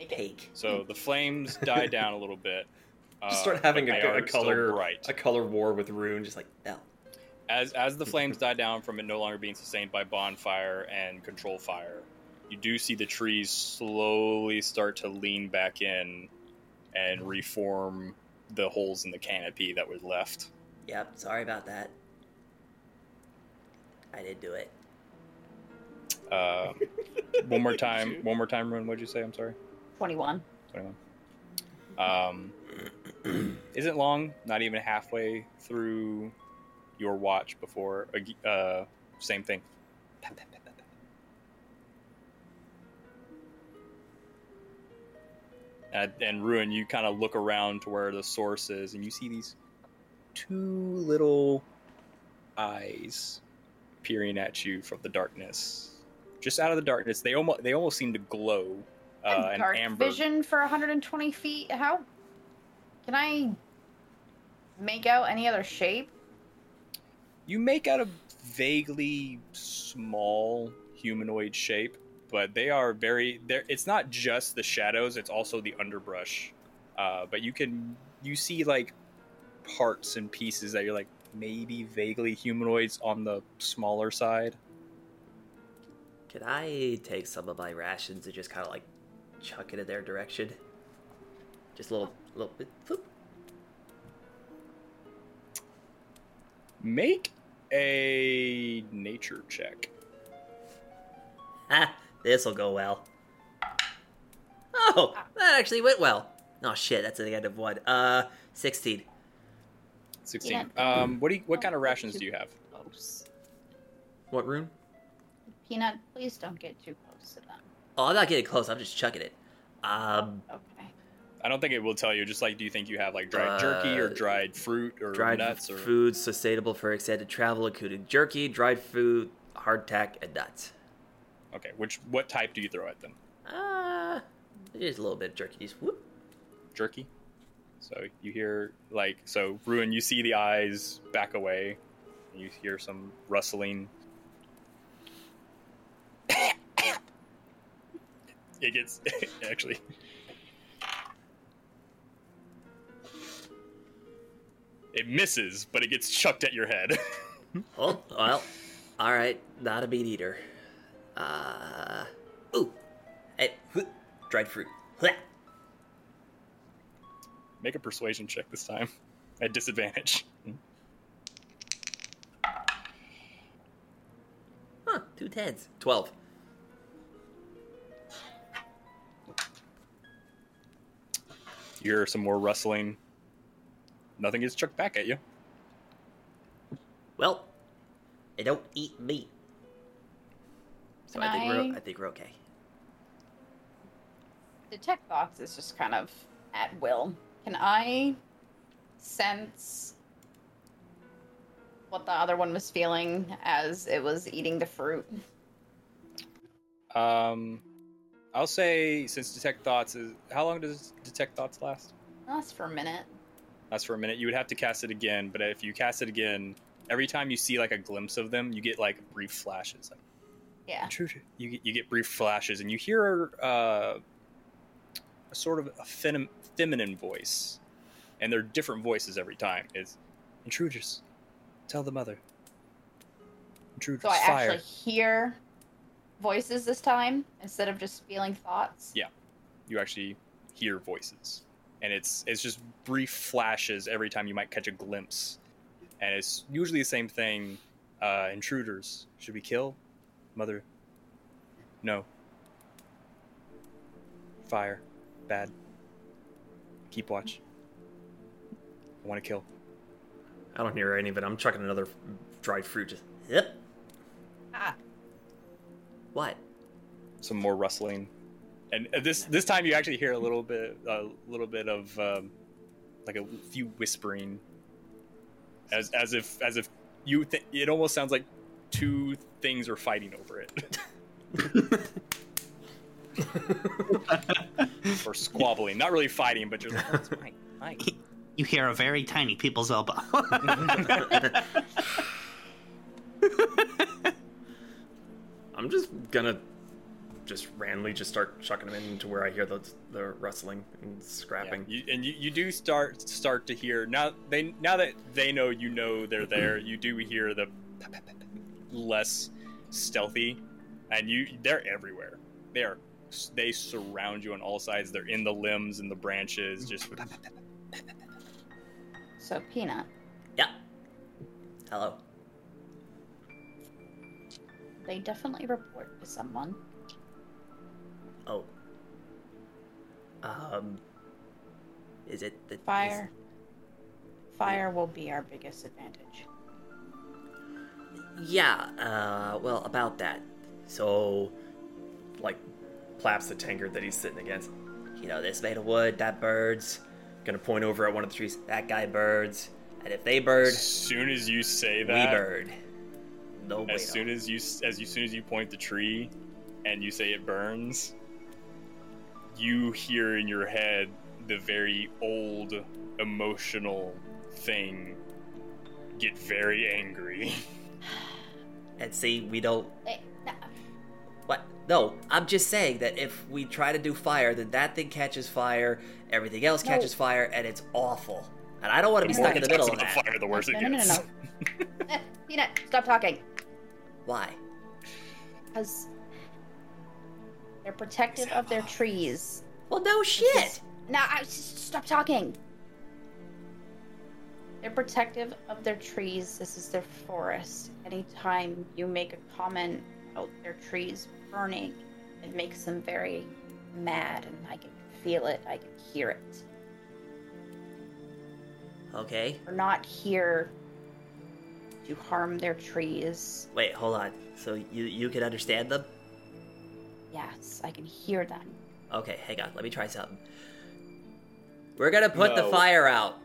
Speaker 7: Okay. So the flames die down a little bit,
Speaker 5: [laughs] Just start
Speaker 7: Uh,
Speaker 5: having
Speaker 7: but
Speaker 5: a,
Speaker 7: they are
Speaker 5: a
Speaker 7: still
Speaker 5: color
Speaker 7: bright.
Speaker 5: a color war with Rune, just like no.
Speaker 7: As as the flames die down from it no longer being sustained by bonfire and control fire, you do see the trees slowly start to lean back in and reform the holes in the canopy that was left.
Speaker 1: Yep, sorry about that. I did do it.
Speaker 7: Uh, one more time, one more time, Rune. What'd you say? I'm sorry.
Speaker 2: 21.
Speaker 7: 21. Um, isn't long, not even halfway through your watch before. ag- Uh, same thing. Pap, pap, pap, pap, pap. And, and Ruin, you kind of look around to where the source is, and you see these two little eyes peering at you from the darkness. Just out of the darkness, they almost they almost seem to glow uh, an
Speaker 2: dark
Speaker 7: amber.
Speaker 2: vision for 120 feet. How can I make out any other shape?
Speaker 7: You make out a vaguely small humanoid shape, but they are very. There, it's not just the shadows; it's also the underbrush. Uh, but you can you see like parts and pieces that you're like maybe vaguely humanoids on the smaller side.
Speaker 1: Can I take some of my rations and just kind of like chuck it in their direction? Just a little, little bit. Boop.
Speaker 7: Make a nature check.
Speaker 1: Ha! This'll go well. Oh, that actually went well. Oh shit, that's the end of one. Uh, 16.
Speaker 7: 16. Um, what do you, what kind of rations do you have?
Speaker 5: What room?
Speaker 2: Peanut, please don't get too close to them.
Speaker 1: Oh, I'm not getting close. I'm just chucking it. Um,
Speaker 7: I don't think it will tell you. Just like, do you think you have like dried jerky or
Speaker 1: Uh,
Speaker 7: dried fruit or
Speaker 1: dried
Speaker 7: nuts or
Speaker 1: food sustainable for extended travel, including jerky, dried food, hardtack, and nuts.
Speaker 7: Okay, which what type do you throw at them?
Speaker 1: Uh, just a little bit of jerky. Just whoop.
Speaker 7: jerky. So you hear like so Ruin, you see the eyes back away, and you hear some rustling. [coughs] it gets [laughs] actually It misses, but it gets chucked at your head. [laughs]
Speaker 1: Oh, well. All right. Not a meat eater. Uh, ooh. Hey, whoop, dried fruit. Hwah.
Speaker 7: Make a persuasion check this time. At disadvantage.
Speaker 1: Huh, two tens. Twelve.
Speaker 7: You hear some more rustling. Nothing gets chucked back at you.
Speaker 1: Well, I don't eat meat. So I think,
Speaker 2: Can
Speaker 1: we're,
Speaker 2: I-
Speaker 1: I think we're okay.
Speaker 2: Detect thoughts is just kind of at will. Can I sense what the other one was feeling as it was eating the fruit?
Speaker 7: Um, I'll say since detect thoughts is how long does detect thoughts last?
Speaker 2: Lasts for a minute.
Speaker 7: That's for a minute. You would have to cast it again, but if you cast it again, every time you see like a glimpse of them, you get like brief flashes. Like
Speaker 2: Yeah.
Speaker 7: True. you get, you get brief flashes, and you hear uh, a sort of a fem- feminine voice, and they're different voices every time. It's intruders. Tell the mother. Intruders.
Speaker 2: So I
Speaker 7: fire.
Speaker 2: actually hear voices this time instead of just feeling thoughts.
Speaker 7: Yeah, you actually hear voices, and it's it's just brief flashes every time you might catch a glimpse, and it's usually the same thing. Uh, intruders should we kill? Mother, no. Fire, bad. Keep watch. I want to kill.
Speaker 5: I don't hear any of it. I'm chucking another f- dried fruit. Just yep.
Speaker 1: What?
Speaker 7: Some more rustling, and uh, this this time you actually hear a little bit a little bit of um, like a few whispering, as as if as if you th- it almost sounds like two things are fighting over it. or squabbling, not really fighting, but just like, oh, it's mine, mine.
Speaker 11: You hear a very tiny people's elbow.
Speaker 5: I'm just gonna just randomly just start chucking them into where I hear the the rustling and scrapping.
Speaker 7: You, and you, you do start start to hear now they now that they know you know they're there you do hear the pa- pa- pa- pa- less stealthy and you they're everywhere they are they surround you on all sides they're in the limbs and the branches just
Speaker 2: So, Peanut,
Speaker 1: Hello.
Speaker 2: they definitely report to someone.
Speaker 1: Oh. Um. Is it the is-
Speaker 2: Fire. Fire will be our biggest advantage.
Speaker 1: yeah. Uh. Well, about that. So,
Speaker 5: like, plaps the tankard that he's sitting against.
Speaker 1: you know, this made of wood. That bird's
Speaker 5: Gonna point over at one of the trees.
Speaker 1: that guy birds, and if they bird,
Speaker 7: as soon as you say
Speaker 1: we
Speaker 7: that
Speaker 1: bird. No
Speaker 7: as
Speaker 1: bueno.
Speaker 7: soon as you as you soon as you point the tree and you say it burns you hear in your head the very old emotional thing get very angry
Speaker 1: and see we don't
Speaker 2: Eh, nah,
Speaker 1: What? No, I'm just saying that if we try to do fire, then that thing catches fire, everything else
Speaker 2: No.
Speaker 1: catches fire, and it's awful. And I don't want to be
Speaker 7: [laughs] more
Speaker 1: stuck in the
Speaker 7: it talks
Speaker 1: middle of
Speaker 7: about
Speaker 1: that.
Speaker 7: the fire the worse it
Speaker 2: No, no, no,
Speaker 7: gets
Speaker 2: no. Eh, Peanut, stop talking.
Speaker 1: Why?
Speaker 2: Because they're protective of their trees.
Speaker 1: Well, no shit.
Speaker 2: Now, I s- stop talking. They're protective of their trees. This is their forest. Anytime you make a comment about their trees burning, it makes them very mad, and I can feel it. I can hear it.
Speaker 1: Okay.
Speaker 2: We're not here to harm their trees.
Speaker 1: Wait, hold on. So you you can understand them?
Speaker 2: Yes, I can hear them.
Speaker 1: Okay, hang on. Let me try something. We're gonna put the
Speaker 2: No.
Speaker 1: fire out,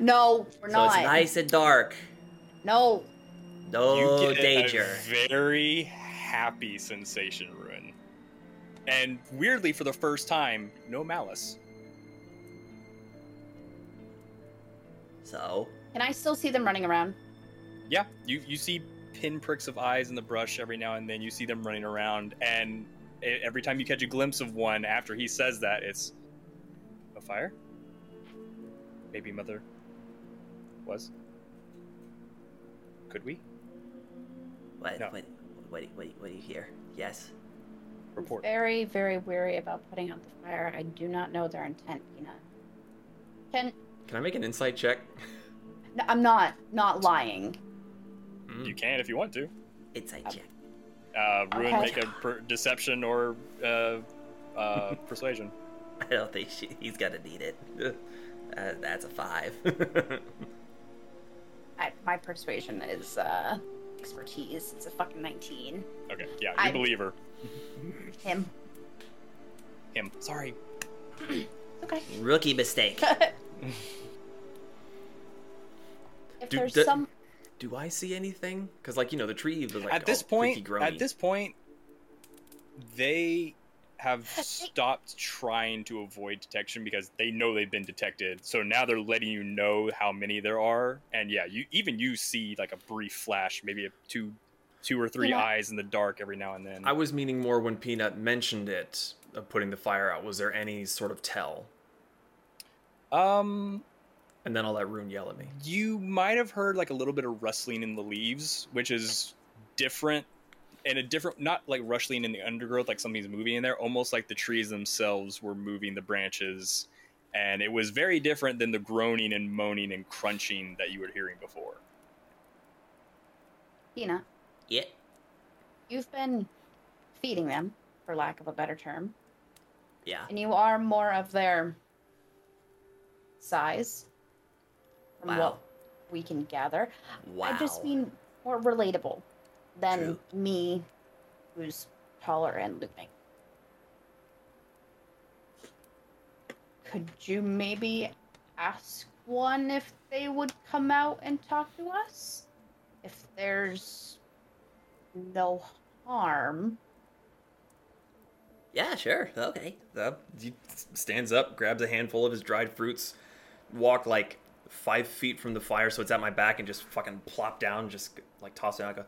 Speaker 2: No, we're
Speaker 1: so
Speaker 2: not.
Speaker 1: it's nice and dark.
Speaker 2: No,
Speaker 1: No
Speaker 7: you get
Speaker 1: Oh, danger.
Speaker 7: A very happy sensation, Ruin. And weirdly, for the first time, no malice.
Speaker 1: So,
Speaker 2: can I still see them running around?
Speaker 7: yeah, you you see pinpricks of eyes in the brush every now and then. You see them running around, and e- every time you catch a glimpse of one after he says that, it's a fire. Maybe mother was. Could we
Speaker 1: What? What? What? What? What do you hear? Yes.
Speaker 7: report?
Speaker 2: Very, very wary about putting out the fire. I do not know their intent, Peanut. Can
Speaker 5: Can I make an insight check?
Speaker 2: no, I'm not not lying.
Speaker 5: Hmm?
Speaker 7: You can if you want to.
Speaker 1: Insight check.
Speaker 7: Uh, Ruin,
Speaker 2: Okay.
Speaker 7: make a per- deception or uh, uh, [laughs] persuasion.
Speaker 1: [laughs] I don't think she, he's gonna need it. [laughs] Uh, that's a five. [laughs]
Speaker 2: I, my persuasion is uh, expertise. It's a fucking nineteen.
Speaker 7: Okay, yeah, you
Speaker 2: I-
Speaker 7: believe her.
Speaker 2: Him.
Speaker 7: Him. Sorry.
Speaker 2: Okay.
Speaker 1: Rookie
Speaker 2: [laughs]
Speaker 1: mistake.
Speaker 2: If
Speaker 5: Do,
Speaker 2: there's
Speaker 5: do-
Speaker 2: some,
Speaker 5: do I see anything? Because like you know the tree was like oh,
Speaker 7: at this
Speaker 5: all
Speaker 7: point,
Speaker 5: creaky, groany.
Speaker 7: at this point, they have stopped trying to avoid detection because they know they've been detected. So now they're letting you know how many there are, and yeah, you even you see like a brief flash, maybe a two, two or three
Speaker 5: You know-
Speaker 7: eyes in the dark every now and then.
Speaker 5: I was meaning more when Peanut mentioned it of putting the fire out. Was there any sort of tell?
Speaker 7: Um,
Speaker 5: and then I'll let Rune yell at me.
Speaker 7: you might have heard like a little bit of rustling in the leaves, which is different and a different not like rustling in the undergrowth like something's moving in there, almost like the trees themselves were moving the branches and it was very different than the groaning and moaning and crunching that you were hearing before.
Speaker 2: Peanut,
Speaker 1: Yeah.
Speaker 2: you've been feeding them, for lack of a better term,
Speaker 1: Yeah.
Speaker 2: and you are more of their size, from
Speaker 1: Wow.
Speaker 2: what we can gather.
Speaker 1: Wow.
Speaker 2: I just mean more relatable than
Speaker 1: True.
Speaker 2: me, who's taller and looping. Could you maybe ask one if they would come out and talk to us? If there's no harm.
Speaker 1: Yeah, sure. Okay.
Speaker 5: Uh, he stands up, grabs a handful of his dried fruits, walk like five feet from the fire so it's at my back, and just fucking plop down, just like toss it out. Go,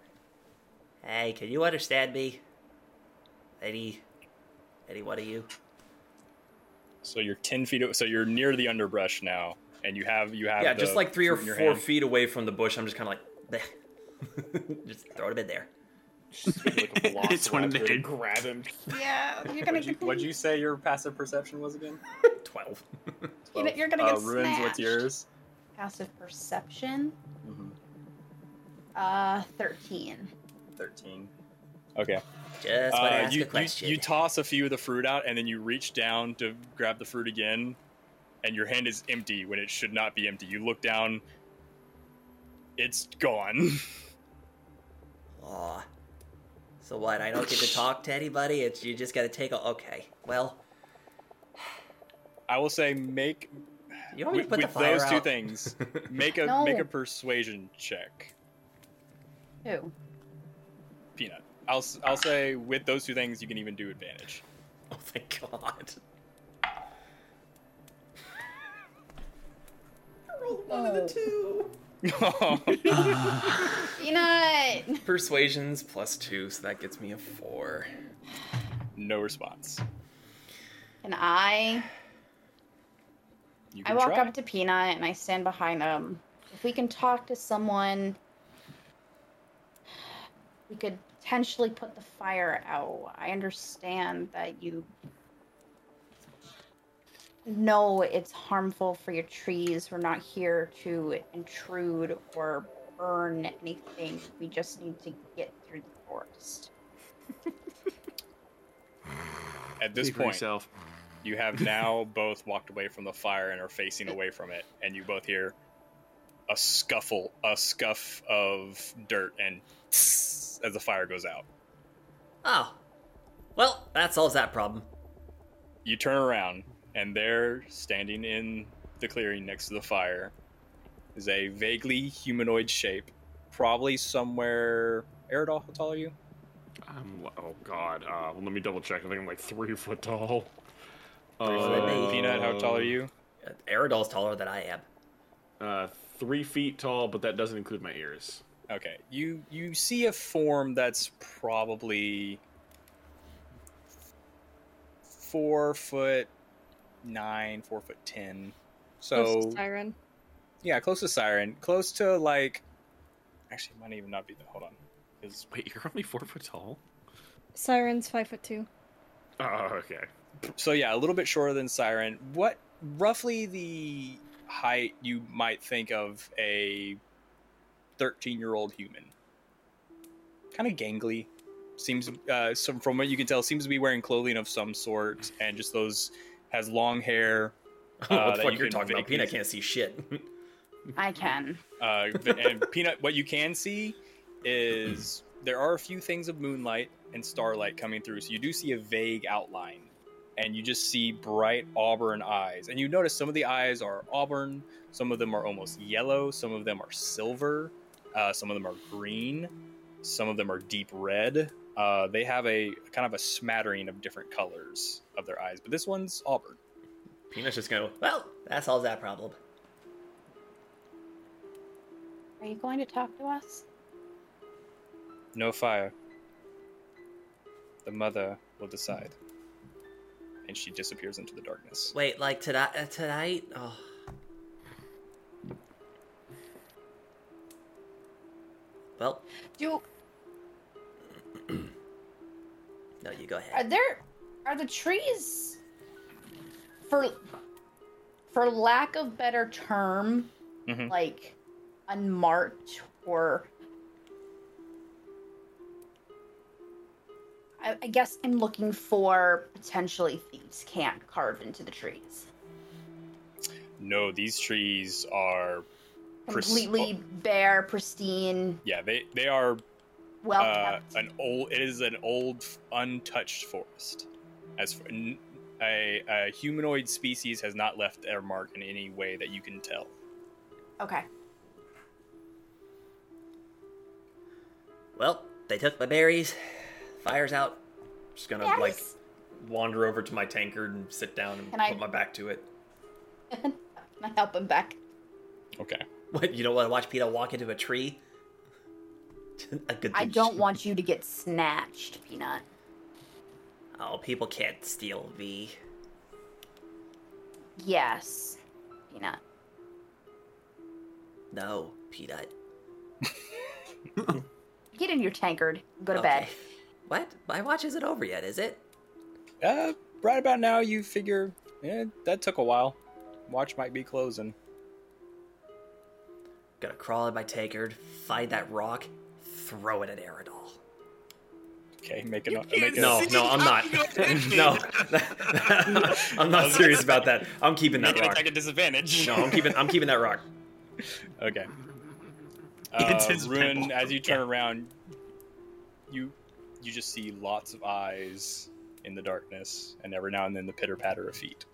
Speaker 1: Hey, can you understand me? Any Any one of you? [laughs]
Speaker 7: So you're ten feet. o- So you're near the underbrush now, and you have you have
Speaker 1: Yeah,
Speaker 7: the
Speaker 1: just like three or
Speaker 7: fruit in your
Speaker 1: four
Speaker 7: hand.
Speaker 1: feet away from the bush. I'm just kind of like, "Bleh." just throw it in there.
Speaker 6: [laughs]
Speaker 4: it's one of the
Speaker 14: grab him.
Speaker 2: Yeah, you're gonna
Speaker 7: What'd you, what'd you say your passive perception was again?
Speaker 5: [laughs]
Speaker 1: Twelve.
Speaker 2: You know, you're gonna get
Speaker 7: uh, ruins.
Speaker 2: snatched.
Speaker 7: What's yours?
Speaker 2: Passive perception. Uh, thirteen.
Speaker 7: Thirteen. Okay.
Speaker 1: Just wanna
Speaker 7: Uh,
Speaker 1: ask
Speaker 7: you,
Speaker 1: a question.
Speaker 7: You, you toss a few of the fruit out, and then you reach down to grab the fruit again, and your hand is empty when it should not be empty. You look down. It's gone. [laughs]
Speaker 1: Aw. So what? I don't get to talk to anybody. It's you just got to take a. Okay. Well,
Speaker 7: I will say make.
Speaker 1: You already
Speaker 7: with,
Speaker 1: put the
Speaker 7: with
Speaker 1: fire
Speaker 7: those two
Speaker 1: out.
Speaker 7: things. Make a
Speaker 2: No.
Speaker 7: make a persuasion check.
Speaker 2: Who?
Speaker 7: Peanut. I'll s- I'll say with those two things you can even do advantage. [laughs]
Speaker 1: Oh thank God.
Speaker 2: [laughs] One
Speaker 5: Oh.
Speaker 2: of the two.
Speaker 10: Peanut.
Speaker 2: Peanut.
Speaker 10: Persuasion's plus two, so that gets me a four.
Speaker 7: No response.
Speaker 2: And I,
Speaker 7: You
Speaker 2: I
Speaker 7: can
Speaker 2: walk
Speaker 7: try.
Speaker 2: up to Peanut and I stand behind him. If we can talk to someone, we could potentially put the fire out. I understand that you know it's harmful for your trees. We're not here to intrude or burn anything. We just need to get through the forest.
Speaker 7: At this
Speaker 6: Speak for
Speaker 7: point,
Speaker 6: yourself.
Speaker 7: you have now both walked away from the fire and are facing away from it, and you both hear a scuffle, a scuff of dirt, and as the fire goes out.
Speaker 1: Oh. Well, that solves that problem.
Speaker 7: You turn around, and there, standing in the clearing next to the fire, is a vaguely humanoid shape, probably somewhere. Aerodol, how tall are you?
Speaker 6: I'm, oh God. Uh, let me double check. I think I'm like three foot tall.
Speaker 7: foot. Peanut, how tall are you?
Speaker 1: Uh, Aerodol's taller than I am.
Speaker 6: Uh, three feet tall, but that doesn't include my ears.
Speaker 7: Okay, you you see a form that's probably four foot nine, four foot ten.
Speaker 8: Close
Speaker 7: So
Speaker 8: to siren.
Speaker 7: yeah, close to siren, close to like. Actually, it might even not be that. Hold on, is
Speaker 6: wait, you're only four foot tall.
Speaker 8: Siren's five foot two.
Speaker 6: Oh,
Speaker 7: [laughs]
Speaker 6: okay.
Speaker 7: So yeah, a little bit shorter than siren. What roughly the height you might think of a thirteen-year-old human? Kind of gangly. Seems uh, some from what you can tell seems to be wearing clothing of some sort and just those has long hair.
Speaker 1: Oh, [laughs] what
Speaker 7: uh,
Speaker 1: the
Speaker 7: that
Speaker 1: fuck
Speaker 7: you
Speaker 1: you're
Speaker 7: can
Speaker 1: talking about?
Speaker 7: vaguely-
Speaker 1: Peanut can't see shit. [laughs]
Speaker 2: I can.
Speaker 7: uh, the- and peanut what you can see is there are a few things of moonlight and starlight coming through so you do see a vague outline and you just see bright auburn eyes and you notice some of the eyes are auburn some of them are almost yellow some of them are silver uh, some of them are green some of them are deep red uh, they have a kind of a smattering of different colors of their eyes but this one's auburn
Speaker 1: Peanut's just going. Well, that solves that problem.
Speaker 2: Are you going to talk to us?
Speaker 7: No fire. The mother will decide. And she disappears into the darkness.
Speaker 1: Wait, like tonight? Uh, tonight? Oh. Well,
Speaker 2: Do
Speaker 1: no, you go ahead.
Speaker 2: Are there are the trees for for lack of better term
Speaker 7: Mhm.
Speaker 2: like unmarked or I, I guess I'm looking for potentially thieves can't carve into the trees.
Speaker 7: No, these trees are pres- oh,
Speaker 2: Completely bare, pristine,
Speaker 7: yeah, they they are
Speaker 2: well
Speaker 7: uh,
Speaker 2: kept.
Speaker 7: an old. It is an old, untouched forest. As for, n- a, a humanoid species has not left their mark in any way that you can tell.
Speaker 2: Okay.
Speaker 1: Well, they took my berries. Fire's out. Just gonna like
Speaker 2: Yes.
Speaker 1: wander over to my tankard and sit down and
Speaker 2: Can I-
Speaker 1: put my back to it.
Speaker 2: Can I help him back?
Speaker 7: Okay.
Speaker 1: What? You don't want to watch Peanut walk into a tree? [laughs] a good
Speaker 2: I
Speaker 1: thing
Speaker 2: don't want you to get snatched, Peanut.
Speaker 1: Oh, people can't steal V.
Speaker 2: Yes. Peanut.
Speaker 1: No, Peanut.
Speaker 2: Get in your tankard. Go to
Speaker 1: Okay.
Speaker 2: bed.
Speaker 1: What? My watch isn't over yet, is it?
Speaker 7: Uh, right about now, you figure, yeah, that took a while. Watch might be closing.
Speaker 1: Gonna crawl in my tankard, find that rock, throw it at Aerodol.
Speaker 7: Okay, make it.
Speaker 1: can't No, sit no, I'm not.
Speaker 5: [laughs]
Speaker 1: No.
Speaker 7: [laughs]
Speaker 1: I'm not serious about that.
Speaker 5: I'm keeping that
Speaker 7: Make an
Speaker 5: rock.
Speaker 7: attack at disadvantage. [laughs]
Speaker 5: No, I'm keeping. I'm keeping that rock.
Speaker 7: Okay.
Speaker 5: It's
Speaker 7: Uh,
Speaker 5: his
Speaker 7: Ruin,
Speaker 5: pimple.
Speaker 7: as you turn around, you you just see lots of eyes in the darkness, and every now and then the pitter patter of feet.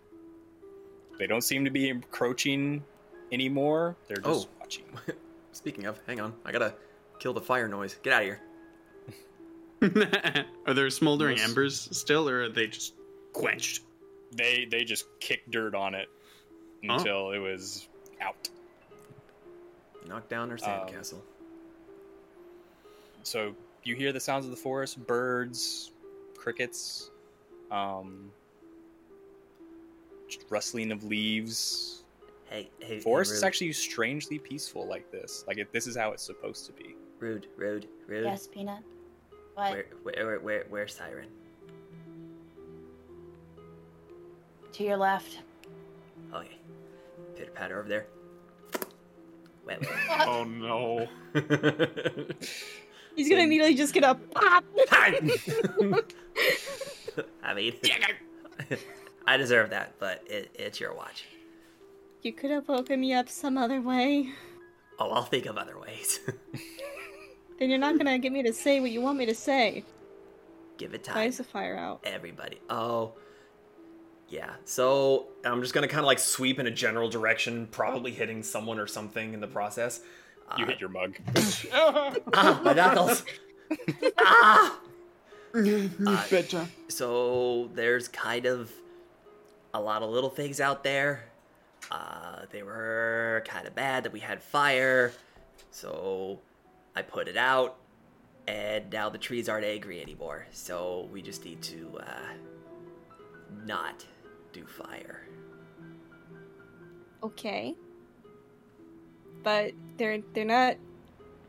Speaker 7: They don't seem to be encroaching anymore. They're just
Speaker 10: Oh.
Speaker 7: watching.
Speaker 10: Speaking of, hang on. I gotta kill the fire noise. Get out of here.
Speaker 4: [laughs] Are there smoldering
Speaker 7: Most-
Speaker 4: embers still, or are they just quenched?
Speaker 7: They they just kicked dirt on it
Speaker 4: Huh?
Speaker 7: until it was out.
Speaker 10: Knock down their sandcastle.
Speaker 7: so you hear the sounds of the forest birds crickets um just rustling of leaves
Speaker 1: hey hey
Speaker 7: forest is
Speaker 1: Rude.
Speaker 7: actually strangely peaceful like this like if this is how it's supposed to be
Speaker 1: Rude, rude, rude.
Speaker 2: Yes, Peanut. What?
Speaker 1: Where, where, where, where, where's Siren?
Speaker 2: To your left.
Speaker 1: Okay. Oh, Pitter patter over there. Wet, wet.
Speaker 2: [laughs]
Speaker 6: oh
Speaker 7: [laughs]
Speaker 6: no.
Speaker 8: He's gonna immediately just get up. Pop.
Speaker 2: [laughs]
Speaker 1: I mean, [laughs] I deserve that, but it, it's your watch.
Speaker 8: you could have woken me up some other way.
Speaker 1: Oh, I'll think of other ways. [laughs]
Speaker 8: Then you're not gonna get me to say what you want me to say.
Speaker 1: Give it
Speaker 8: Why
Speaker 1: time.
Speaker 8: is the fire out?
Speaker 1: Everybody. Oh,
Speaker 5: Yeah. So I'm just gonna kind of [laughs] like sweep in a general direction, probably hitting someone or something in the process.
Speaker 7: You hit your mug.
Speaker 5: ah, my knuckles.
Speaker 1: Ah! Uh, So there's kind of a lot of little things out there. Uh, they were kind of bad that we had fire, so I put it out, and now the trees aren't angry anymore. So we just need to uh, not do fire.
Speaker 8: Okay. But they're they're not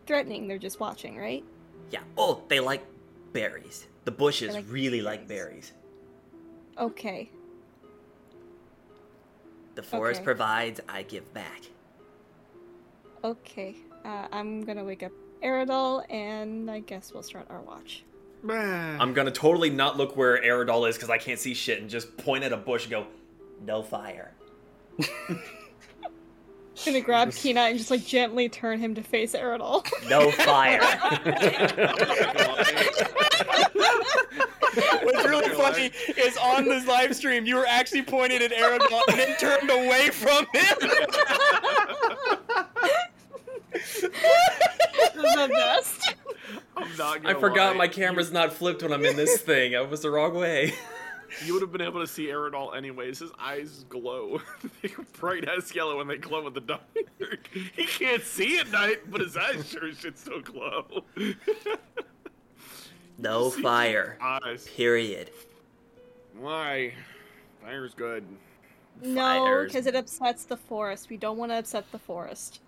Speaker 8: threatening. They're just watching, right?
Speaker 1: Yeah. Oh, they like berries. The bushes
Speaker 8: like
Speaker 1: really like berries.
Speaker 8: Okay.
Speaker 1: The forest
Speaker 8: Okay.
Speaker 1: provides, I give back.
Speaker 8: Okay. Uh, I'm gonna wake up Aerodol, and I guess we'll start our watch.
Speaker 7: Hmm.
Speaker 5: I'm gonna totally not look where Aerodol is because I can't see shit, and just point at a bush and go,
Speaker 1: "No fire."
Speaker 8: I'm gonna grab Peanut and just like gently turn him to face Aerodol. [laughs]
Speaker 1: [laughs] No fire.
Speaker 7: What's really funny is on this live stream, you were actually pointed at Aragorn and then turned away from him.
Speaker 8: the best.
Speaker 6: I'm
Speaker 5: [laughs]
Speaker 6: not
Speaker 5: I
Speaker 6: gonna
Speaker 5: forgot
Speaker 6: lie.
Speaker 5: my camera's not flipped when I'm in this thing. I was the wrong way. [laughs]
Speaker 6: You would have been able to see Aerodol anyways. His eyes glow. [laughs] They're bright as yellow when they glow in the dark. he can't see at night, but his eyes sure should still glow. [laughs]
Speaker 1: No
Speaker 6: [laughs]
Speaker 1: fire.
Speaker 6: Eyes.
Speaker 1: Period.
Speaker 6: Why? Fire's good.
Speaker 8: no, because it upsets the forest. We don't want to upset the forest.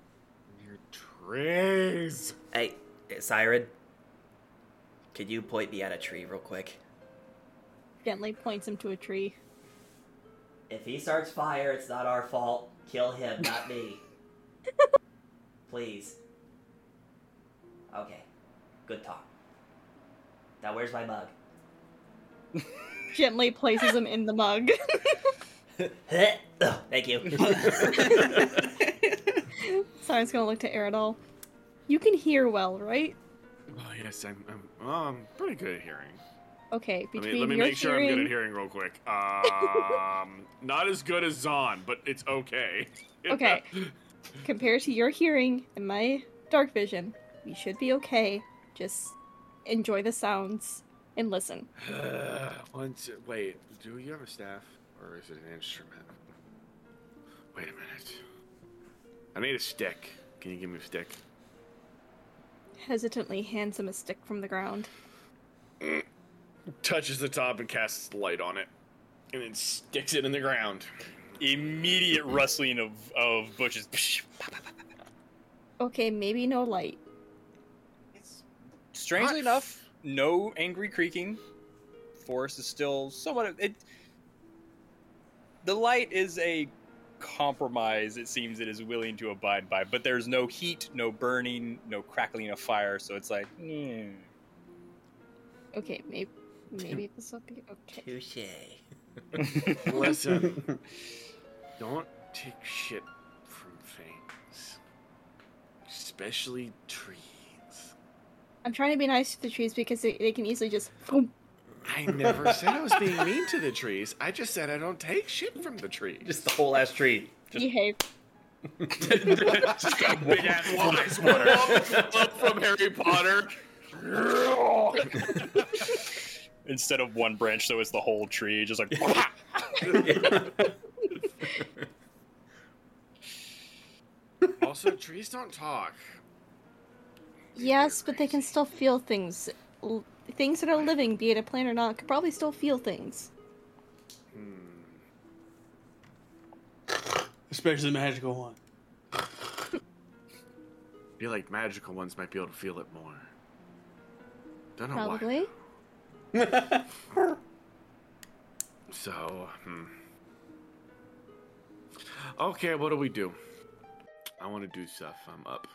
Speaker 6: Trees.
Speaker 1: Hey, Siren. Could you point me at a tree real quick?
Speaker 8: Gently points him to a tree.
Speaker 1: If he starts fire, it's not our fault. Kill him, not
Speaker 8: [laughs]
Speaker 1: me. Please. Okay. Good talk. Now where's my mug?
Speaker 8: Gently places him in the mug. [laughs]
Speaker 1: Ugh, [laughs] Thank [laughs] you.
Speaker 8: Siren's gonna look to Aerodol. You can hear well, right?
Speaker 6: Oh yes, I'm. I'm, oh, I'm pretty good at hearing.
Speaker 8: Okay,
Speaker 6: Let
Speaker 8: between
Speaker 6: me, let me
Speaker 8: your
Speaker 6: make sure
Speaker 8: hearing,
Speaker 6: I'm good at hearing real quick. Um, [laughs] not as good as Zon, but it's okay. [laughs]
Speaker 8: Okay. compared to your hearing and my dark vision, we should be okay. Just enjoy the sounds and listen.
Speaker 6: [sighs] One, two, wait, do you have a staff or is it an instrument? Wait a minute. I need a stick. Can you give me a stick?
Speaker 8: Hesitantly hands him a stick from the ground.
Speaker 6: touches the top and casts light on it, and then sticks it in the ground.
Speaker 7: Immediate rustling of, of bushes. [laughs]
Speaker 8: Okay, maybe no light.
Speaker 7: Strangely enough, no angry creaking. Forest is still somewhat. It, the light is a compromise. It seems it is willing to abide by, but there's no heat, no burning, no crackling of fire. So it's like, hmm.
Speaker 8: Okay, maybe maybe this will be okay.
Speaker 1: Touche.
Speaker 6: Listen, don't take shit from things, especially trees.
Speaker 8: I'm trying to be nice to the trees because they, they can easily just. Boom.
Speaker 6: I never said I was being mean to the trees. I just said I don't take shit from the trees.
Speaker 5: Just the whole ass [laughs] tree. Just
Speaker 8: Behave.
Speaker 6: big [laughs] ass wise from Harry Potter.
Speaker 7: Instead of one branch, though, it's the whole tree. Just like.
Speaker 6: also, trees don't talk.
Speaker 8: [laughs] Yes, but they can still feel things. L- things that are living, be it a plant or not, could probably still feel things.
Speaker 4: Especially the magical one.
Speaker 6: I feel like magical ones might be able to feel it more. Don't know why.
Speaker 8: Probably.
Speaker 6: So, hmm. okay, what do we do? I want to do stuff. I'm up.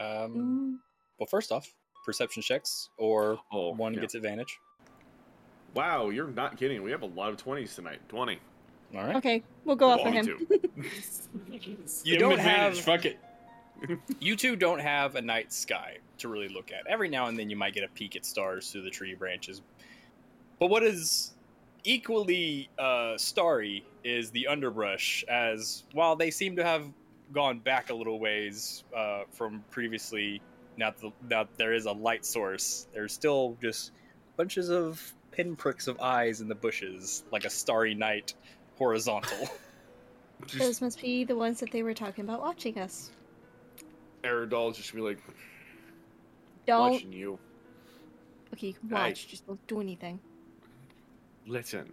Speaker 7: Um, well, first off, perception checks, or one
Speaker 6: Oh, yeah.
Speaker 7: gets advantage.
Speaker 6: Wow, you're not kidding. We have a lot of twenties tonight. Twenty.
Speaker 7: All
Speaker 8: Okay, we'll go off of
Speaker 6: [laughs]
Speaker 8: him.
Speaker 6: 22.
Speaker 7: You
Speaker 6: Give him
Speaker 7: don't have.
Speaker 6: advantage,
Speaker 7: Fuck it. you two don't have a night sky to really look at. Every now and then, you might get a peek at stars through the tree branches. But what is equally uh, starry is the underbrush. As while they seem to have gone back a little ways uh, from previously, now that, the, now that there is a light source, there's still just bunches of pinpricks of eyes in the bushes, like a starry night horizontal. [laughs]
Speaker 8: Those must be the ones that they were talking about watching us.
Speaker 6: Aerodol just be like
Speaker 8: Don't.
Speaker 6: watching you.
Speaker 8: Okay, you can
Speaker 6: Hey.
Speaker 8: watch, just don't do anything.
Speaker 6: Listen,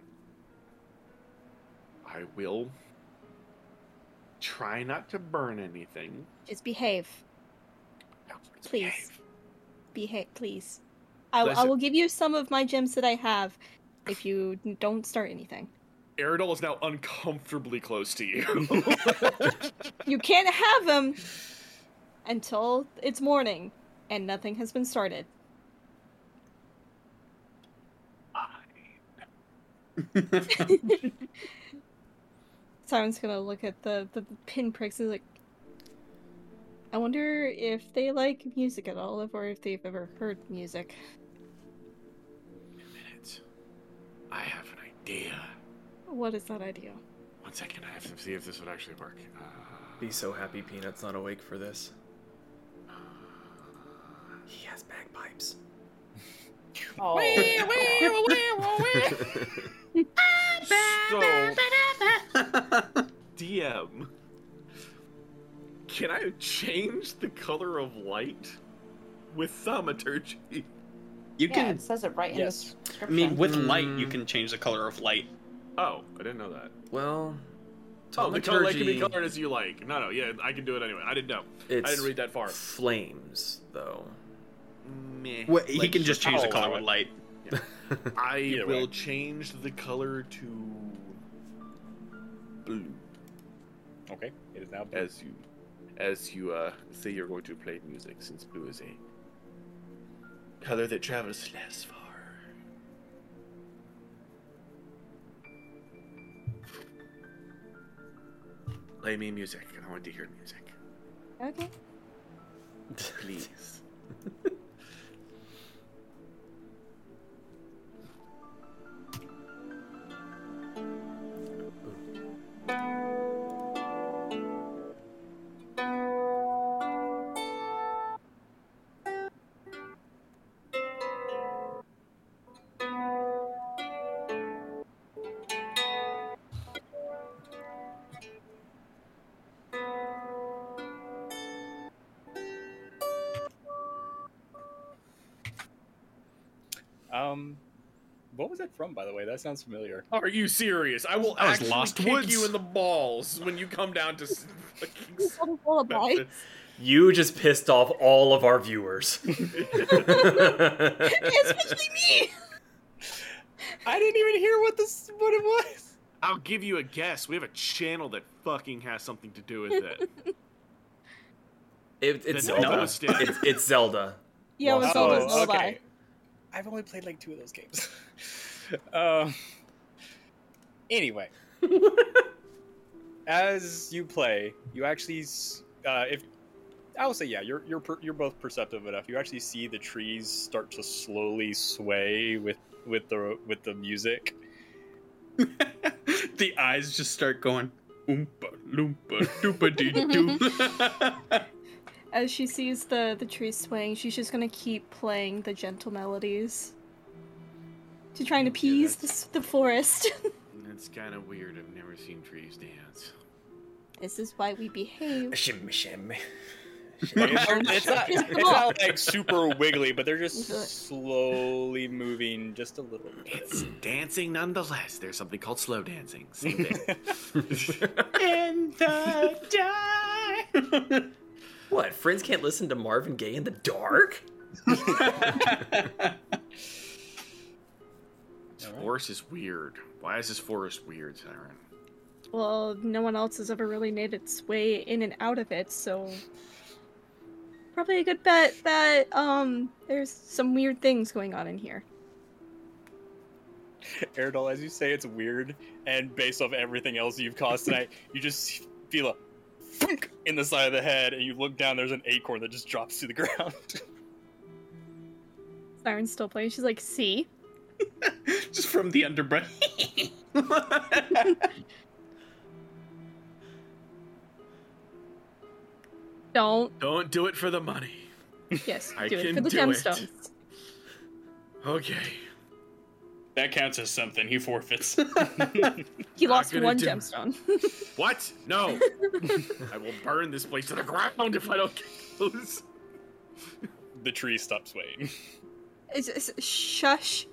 Speaker 6: I will try not to burn anything.
Speaker 8: Just behave. Please. Behave, please. I, I
Speaker 6: Listen.
Speaker 8: will give you some of my gems that I have if you don't start anything.
Speaker 6: Aerodol is now uncomfortably close to
Speaker 8: [laughs]
Speaker 6: you.
Speaker 8: You can't have them until it's morning and nothing has been started. [laughs] Simon's gonna look at the the pinpricks and like, I wonder if they like music at all, or if they've ever heard music.
Speaker 6: I have an idea.
Speaker 8: What is that idea?
Speaker 6: One second, I have to see if this would actually work. Uh,
Speaker 10: Be so happy Peanut's not awake for this. [sighs] He has bagpipes.
Speaker 2: Oh.
Speaker 6: so, DM, can I change the color of light with thaumaturgy?
Speaker 4: You
Speaker 2: Yeah,
Speaker 4: can.
Speaker 2: it says it right in the
Speaker 4: yes. I
Speaker 2: description.
Speaker 4: mean, with light, you can change the color of light.
Speaker 6: Oh, I didn't know that.
Speaker 10: Well,
Speaker 6: Oh, the color light can be
Speaker 10: Thaumaturgy-
Speaker 6: colored as you like. No, no, yeah, I can do it anyway. I didn't know. I
Speaker 10: It's
Speaker 6: didn't read [laughs] that far.
Speaker 10: Flames, though.
Speaker 6: Meh.
Speaker 4: Well, he can just change the
Speaker 6: oh,
Speaker 4: color
Speaker 6: wow.
Speaker 4: with light. [laughs]
Speaker 6: I
Speaker 4: Either
Speaker 6: will
Speaker 4: way.
Speaker 6: change the color to blue.
Speaker 7: Okay, it is now blue.
Speaker 6: As you, as you uh, say, you're going to play music since blue is a color that travels less far. Play me music. I want to hear music,
Speaker 8: [laughs] Okay.
Speaker 6: please.
Speaker 7: Um, What was that from, by the way? That sounds familiar.
Speaker 6: [laughs] Are you serious? I will
Speaker 7: That was
Speaker 6: actually
Speaker 7: Lost
Speaker 6: kick
Speaker 7: Woods.
Speaker 6: you in the balls when you come down to. s- fucking
Speaker 8: [laughs]
Speaker 6: s- Memphis.
Speaker 5: You just pissed off all of our
Speaker 6: [laughs]
Speaker 5: viewers. [laughs]
Speaker 8: Especially me.
Speaker 7: I didn't even hear what this what it was.
Speaker 6: I'll give you a guess. We have a channel that fucking has something to do with it.
Speaker 5: It,
Speaker 6: The
Speaker 5: it's, Zelda.
Speaker 6: Novus did.
Speaker 5: it's, it's
Speaker 6: [laughs]
Speaker 5: Zelda.
Speaker 8: Yeah, it was
Speaker 7: Oh,
Speaker 8: Zelda's mobile.
Speaker 7: okay. I've only played like two of those games. [laughs] Um. [laughs] anyway, as you play, you actually s- uh, if I will say yeah, you're you're per, you're both perceptive enough. You actually see the trees start to slowly sway with with the with the music.
Speaker 4: the eyes just start going oompa loompa doopa dee doo. [laughs]
Speaker 8: As she sees the the trees swaying, she's just gonna keep playing the gentle melodies to try and appease the s the, forest. [laughs]
Speaker 6: That's kind of weird. I've never seen trees dance. [clears throat]
Speaker 8: this is why we behave.
Speaker 1: [laughs]
Speaker 5: Shimmy, shimmy.
Speaker 7: it's, not, it's not like super wiggly, but they're just [laughs] slowly moving just a little bit.
Speaker 6: It's dancing nonetheless. There's something called slow dancing. Same thing.
Speaker 15: In the dark.
Speaker 5: What? Friends can't listen to Marvin Gaye in the dark?
Speaker 6: This forest is weird. Why is this forest weird, Siren?
Speaker 8: Well, no one else has ever really made its way in and out of it, so probably a good bet that um there's some weird things going on in here.
Speaker 7: Aerodol, as you say, it's weird, and based off everything else you've caused
Speaker 4: [laughs]
Speaker 7: tonight, you just feel a thunk in the side of the head, and you look down. There's an acorn that just drops to the [laughs] ground.
Speaker 8: Siren's still playing. She's like, "See,
Speaker 4: just from the underbrush. [laughs]
Speaker 8: don't."
Speaker 6: Don't do it for the money.
Speaker 8: Yes,
Speaker 6: [laughs] I
Speaker 8: do it for
Speaker 6: can
Speaker 8: the
Speaker 6: do it.
Speaker 8: gemstones.
Speaker 6: Okay.
Speaker 4: That counts as something. He
Speaker 7: [laughs]
Speaker 4: forfeits.
Speaker 8: He lost
Speaker 6: gonna
Speaker 8: one
Speaker 6: do-
Speaker 8: gemstone. [laughs]
Speaker 6: What? [laughs] No. I will burn this place to the ground if I don't get those.
Speaker 7: The tree stops swaying.
Speaker 8: It's, it's- shush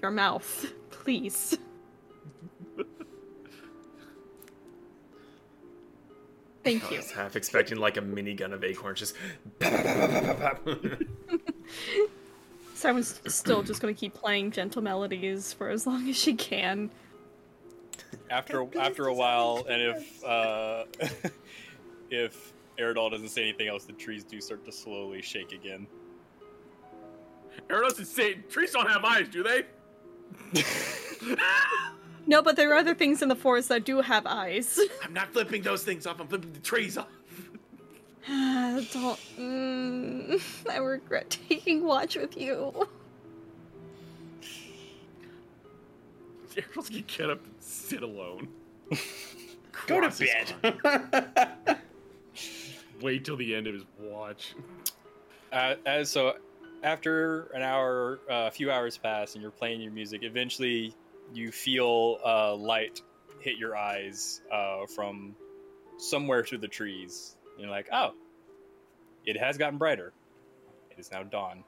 Speaker 8: your mouth, please. Thank
Speaker 5: I
Speaker 8: you.
Speaker 5: was half expecting like a minigun of acorns
Speaker 6: [laughs]
Speaker 5: just. That's
Speaker 8: Simon's still just gonna keep playing gentle melodies for as long as she can.
Speaker 7: After after a while, and if uh, [laughs] if Aerodol doesn't say anything else, the trees do start to slowly shake again.
Speaker 6: Aerodol's insane. Trees don't have eyes, do they?
Speaker 8: No, but there are other things in the forest that do have eyes. [sighs]
Speaker 6: I'm not flipping those things off. I'm flipping the trees off.
Speaker 8: Don't. Mm, [laughs] I regret taking watch with you.
Speaker 6: Aerodol's gonna get up and sit alone.
Speaker 4: [laughs] Go to
Speaker 6: Cross his
Speaker 4: bed. [laughs]
Speaker 6: arms. Wait till the end of his watch.
Speaker 7: uh, as so after an hour uh, a few hours pass and you're playing your music eventually you feel uh, light hit your eyes uh, from somewhere through the trees and you're like oh it has gotten brighter it is now dawn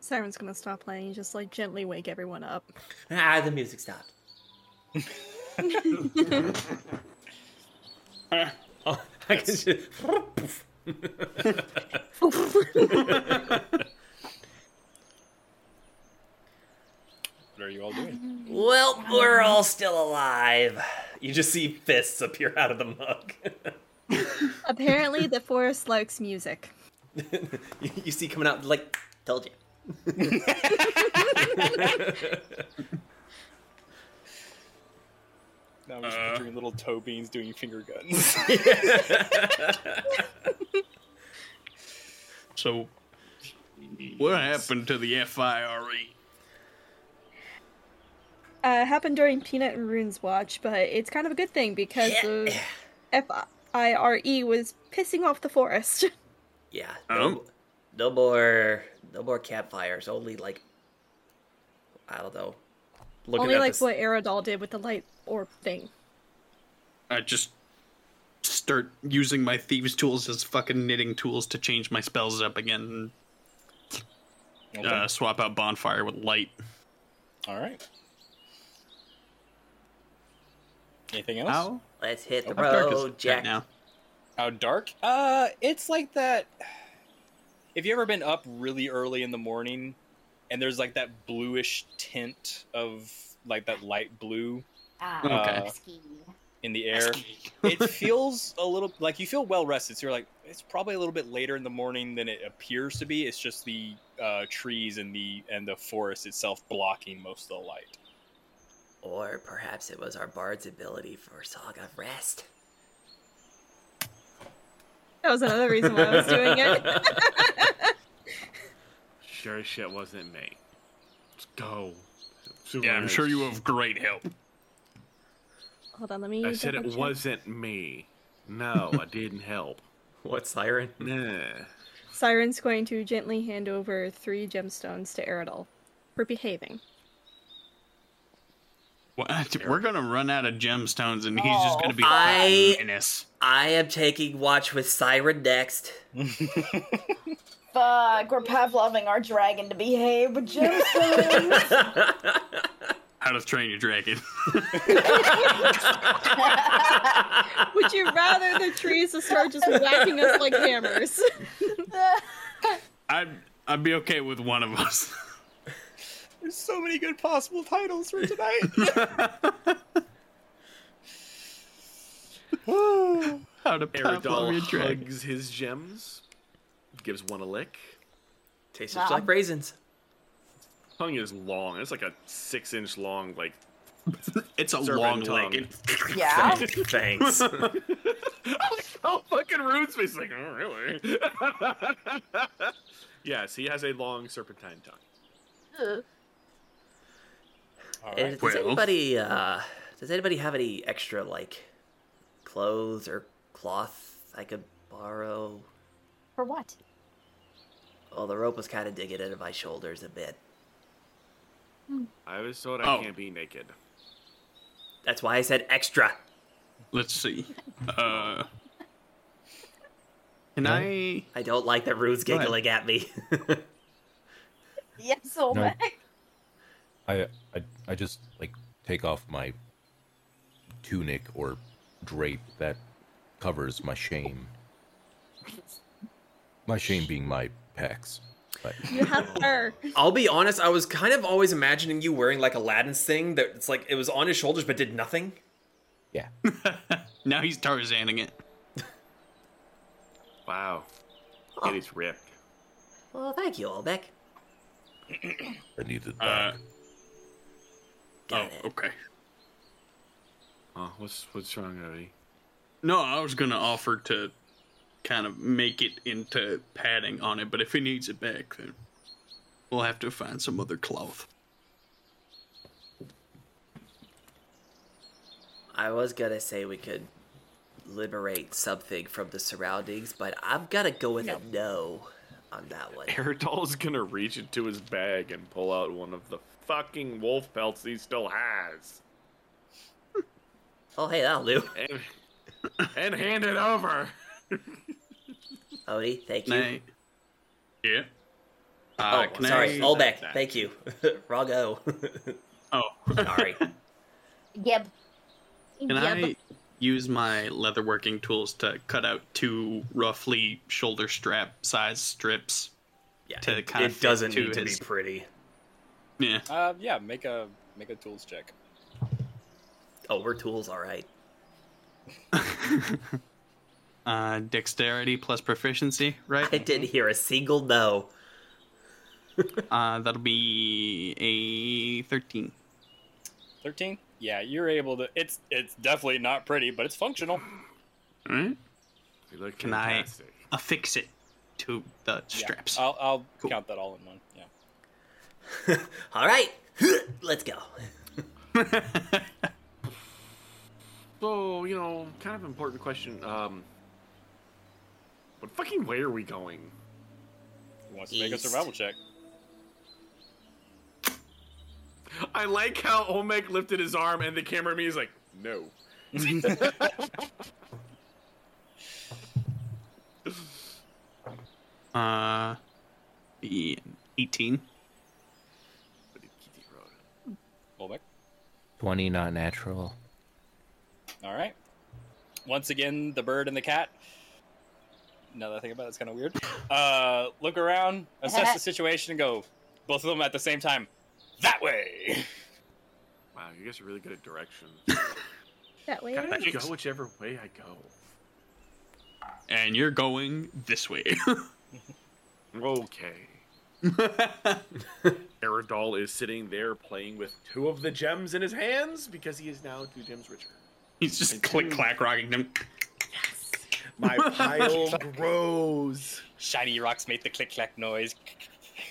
Speaker 8: Siren's gonna stop playing and just like gently wake everyone up.
Speaker 1: Ah, the music stopped.
Speaker 5: oh, I can just.
Speaker 7: what are you
Speaker 1: [laughs]
Speaker 7: all doing
Speaker 1: Well, we're all still alive.
Speaker 5: you just see fists appear out of the mug. [laughs]
Speaker 1: [laughs]
Speaker 8: Apparently, the forest likes music.
Speaker 5: you, you see coming out like, told you.
Speaker 7: now i'm just picturing little toe beans doing finger guns [laughs]
Speaker 4: so, what happened to the FIRE?
Speaker 8: Uh, it happened during Peanut and Rune's watch, but it's kind of a good thing because the F I R E was pissing off the forest.
Speaker 1: Yeah.
Speaker 4: Oh.
Speaker 1: No, no more. No more campfires. Only like. I don't know. [laughs] Looking
Speaker 8: Only
Speaker 1: at
Speaker 8: like
Speaker 1: this-
Speaker 8: what Aerodol did with the light orb thing.
Speaker 4: I just start using my thieves' tools as fucking knitting tools to change my spells up again. Uh, swap out bonfire with light.
Speaker 7: All right. Anything else?
Speaker 4: How-
Speaker 1: Let's hit the
Speaker 4: how Oh, dark is it
Speaker 1: road,
Speaker 4: right
Speaker 1: Jack.
Speaker 4: now?
Speaker 7: How dark? Uh, it's like that. [sighs] Have you ever been up really early in the morning, and there's like that bluish tint of like that light blue?
Speaker 2: Ah,
Speaker 4: Oh,
Speaker 7: uh,
Speaker 2: ski.
Speaker 7: in the air. [laughs] it feels a little like you feel well rested. So you're like, it's probably a little bit later in the morning than it appears to be. It's just the uh, trees and the and the forest itself blocking most of the light.
Speaker 1: Or perhaps it was our bard's ability for Saga of Rest.
Speaker 8: That was another reason why I was doing
Speaker 1: [laughs]
Speaker 8: it.
Speaker 6: Sure as shit wasn't me. Let's go.
Speaker 4: Yeah, I'm sure you have great help.
Speaker 8: Hold on, let me.
Speaker 6: I said
Speaker 8: double
Speaker 6: it
Speaker 8: check.
Speaker 6: wasn't me. No, I
Speaker 4: [laughs]
Speaker 6: didn't help.
Speaker 5: What siren?
Speaker 6: Nah.
Speaker 8: Siren's going to gently hand over three gemstones to Aerodol for behaving.
Speaker 4: What? We're gonna run out of gemstones, and he's just gonna be
Speaker 1: I-
Speaker 4: a menace.
Speaker 1: I am taking watch with Siren next.
Speaker 2: Fuck, we're Pavloving our dragon to behave [laughs] with gemstones.
Speaker 4: How to Train Your Dragon. [laughs]
Speaker 8: Would you
Speaker 1: [laughs]
Speaker 8: rather the trees just start just whacking us like hammers? [laughs]
Speaker 4: I'd I'd be okay with one of us.
Speaker 7: There's so many good possible titles for tonight.
Speaker 4: [laughs] How to Pavlov
Speaker 6: Aerodol
Speaker 4: your dragon.
Speaker 6: hugs his gems, gives one a lick.
Speaker 1: Tastes
Speaker 6: just
Speaker 1: like raisins.
Speaker 6: Tongue is long. It's like a six-inch long, like.
Speaker 4: it's a
Speaker 6: serpent
Speaker 4: long
Speaker 6: tongue.
Speaker 4: leg.
Speaker 2: Yeah.
Speaker 1: Thanks.
Speaker 6: [laughs] oh, fucking rude space. Like, oh, really? [laughs] yes, he has a long serpentine tongue.
Speaker 1: And does
Speaker 6: Well.
Speaker 1: anybody uh, does anybody have any extra like clothes or cloth I could borrow?
Speaker 2: For what?
Speaker 1: Oh, the rope was kind of digging into my shoulders a bit.
Speaker 6: I was told I
Speaker 1: Oh.
Speaker 6: can't be naked.
Speaker 1: That's why I said extra.
Speaker 4: [laughs] Let's see. Uh, can I?
Speaker 1: I don't like that Rude's
Speaker 4: Go ahead.
Speaker 1: giggling at me. [laughs]
Speaker 2: Yes, old
Speaker 9: No.
Speaker 2: man.
Speaker 9: I, I I just like take off my tunic or drape that covers my shame. My shame being my pecs. But
Speaker 8: You have her.
Speaker 5: I'll be honest, I was kind of always imagining you wearing like Aladdin's thing that it's like it was on his shoulders but did nothing. [laughs]
Speaker 4: Now he's Tarzaning it.
Speaker 6: Wow. It is ripped.
Speaker 1: well, thank you, Olbeck.
Speaker 9: I needed
Speaker 4: Uh,
Speaker 1: Got
Speaker 4: oh, okay.
Speaker 6: Oh, what's what's wrong, Odie?
Speaker 4: No, I was gonna offer to kind of make it into padding on it, but if he needs it back, then we'll have to find some other cloth.
Speaker 1: I was gonna say we could liberate something from the surroundings, but I'm gonna go with a no on that one.
Speaker 6: Aerodol's gonna reach into his bag and pull out one of the fucking wolf pelts he still [laughs] has.
Speaker 1: Oh, hey, that'll do.
Speaker 6: And, and hand it over.
Speaker 1: Odie, thank you.
Speaker 4: Nay. Yeah.
Speaker 1: oh, sorry,
Speaker 4: Uh, I-
Speaker 1: Olbeck, thank you. [laughs] Wrong O. [laughs]
Speaker 4: Oh,
Speaker 1: sorry.
Speaker 2: Yep.
Speaker 4: Can I use my leatherworking tools to cut out two roughly shoulder strap size strips?
Speaker 1: Yeah,
Speaker 4: to
Speaker 5: it-
Speaker 4: kind
Speaker 5: it
Speaker 4: of fit
Speaker 5: doesn't need to
Speaker 4: his-
Speaker 5: be pretty.
Speaker 4: Yeah.
Speaker 7: Uh, yeah, make a make a tools check.
Speaker 1: Oh, we're tools, all right. [laughs]
Speaker 4: Uh, dexterity plus proficiency, right?
Speaker 1: I didn't hear a single no.
Speaker 4: Uh, that'll be a thirteen.
Speaker 7: Thirteen. Yeah, you're able to. It's it's definitely not pretty, but it's functional.
Speaker 4: All right.
Speaker 6: You look
Speaker 4: Can
Speaker 6: fantastic.
Speaker 4: I affix it to the straps?
Speaker 7: Yeah, Uh, I'll I'll count that all in one. Yeah.
Speaker 1: All right, [laughs] let's go.
Speaker 6: So, you know, kind of important question. Um, what fucking way are we going?
Speaker 7: Who wants to make a survival check?
Speaker 6: I like how Olmec lifted his arm and the camera at me is like, no.
Speaker 4: Uh, yeah. 18.
Speaker 7: Roll back.
Speaker 13: 20 not natural.
Speaker 7: All right. Once again, the bird and the cat. Now that I think about it, it's kind of weird. Uh, look around, assess the situation, and go. Both of them at the same time. That way.
Speaker 6: Wow, you guys are really good at [laughs] direction.
Speaker 8: That way.
Speaker 6: Kind of go whichever way I go.
Speaker 4: And you're going this way. [laughs]
Speaker 6: [laughs] okay. Aerodol is sitting there playing with two of the gems in his hands because he is now two gems richer.
Speaker 4: He's just click clack rocking them.
Speaker 6: [laughs] My pile grows.
Speaker 7: Shiny rocks make the click clack noise.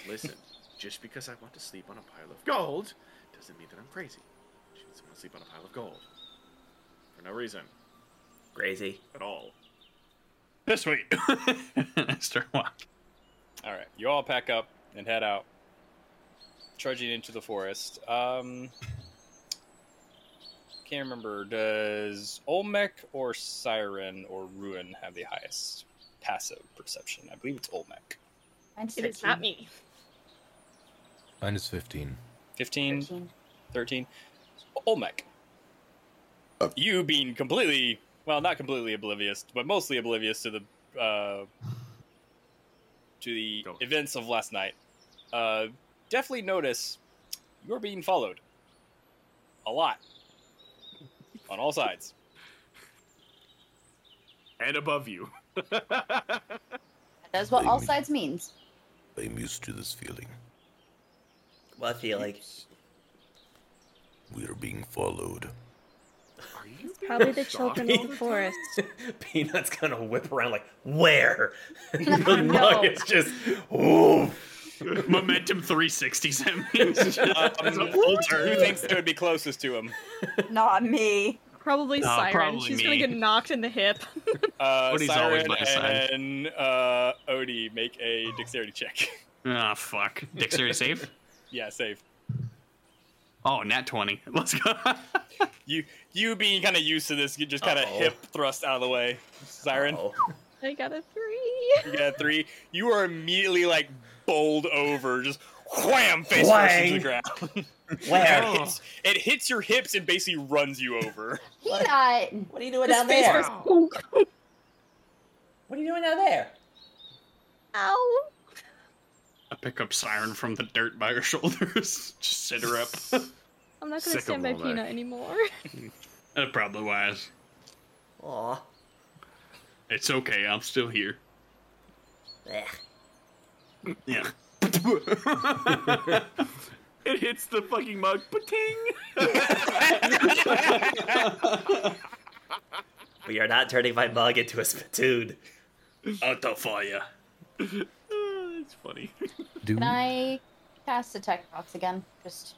Speaker 6: Listen, just because I want to sleep on a pile of gold doesn't mean that I'm crazy. She just want to sleep on a pile of gold for no reason
Speaker 1: Crazy.
Speaker 6: at all.
Speaker 4: This way. [laughs] Start walking.
Speaker 7: All right, you all pack up and head out, trudging into the forest. Um, can't remember. Does Olmec or Siren or Ruin have the highest passive perception? I believe it's Olmec.
Speaker 8: It is not me.
Speaker 9: Mine is 15.
Speaker 7: 15, 13. Olmec. You being completely, well, not completely oblivious, but mostly oblivious to the uh, to the events of last night. Uh, definitely notice you're being followed a lot on all sides.
Speaker 4: [laughs]
Speaker 6: And above you.
Speaker 2: That's what all sides means.
Speaker 9: I'm used to this feeling.
Speaker 1: What feeling?
Speaker 9: We are being followed.
Speaker 8: It's probably the children of the forest.
Speaker 5: Peanut's gonna whip around like, where? [laughs]
Speaker 1: [laughs]
Speaker 5: the
Speaker 8: No.
Speaker 5: nugget's just, ooh.
Speaker 4: Momentum 360s him. He's just-
Speaker 7: Um, who thinks it would be closest to him?
Speaker 2: Not me.
Speaker 8: Probably
Speaker 7: No,
Speaker 8: Siren.
Speaker 7: probably
Speaker 8: She's
Speaker 7: me.
Speaker 8: gonna get knocked in the hip.
Speaker 7: Uh,
Speaker 4: Odie's always
Speaker 7: Siren
Speaker 4: by his side.
Speaker 7: and uh, Odie make a dexterity check. [laughs]
Speaker 4: Ah, fuck. Dexterity save?
Speaker 7: yeah, save.
Speaker 4: Oh, nat 20. [laughs] Let's go.
Speaker 7: You you being kind of used to this, you just kind of
Speaker 4: Uh-oh.
Speaker 7: hip thrust out of the way, Siren.
Speaker 8: [laughs]
Speaker 5: Oh,
Speaker 8: I got a [laughs] three.
Speaker 7: You got a three. You are immediately like bowled over, just wham, face first into
Speaker 15: Whang.
Speaker 7: the ground. [laughs]
Speaker 15: Wham.
Speaker 7: It, hits, it hits your hips and basically runs you over.
Speaker 2: Peanut.
Speaker 1: What are you doing
Speaker 2: His
Speaker 1: down
Speaker 2: face
Speaker 1: there?
Speaker 2: was-
Speaker 1: What are you doing down there?
Speaker 8: Ow.
Speaker 4: I pick up Siren from the dirt by her [laughs] shoulders. Just sit her up. [laughs]
Speaker 8: I'm not
Speaker 4: Sick
Speaker 8: gonna
Speaker 4: of
Speaker 8: stand by
Speaker 4: all that.
Speaker 8: Peanut anymore.
Speaker 4: That's probably wise.
Speaker 1: Aw.
Speaker 4: It's okay. I'm still here.
Speaker 6: [laughs]
Speaker 4: Yeah.
Speaker 6: It hits the fucking mug. Pating!
Speaker 1: We are not turning my mug into a spittoon.
Speaker 4: Out the fire.
Speaker 6: It's funny.
Speaker 2: Can I cast detect box again? Just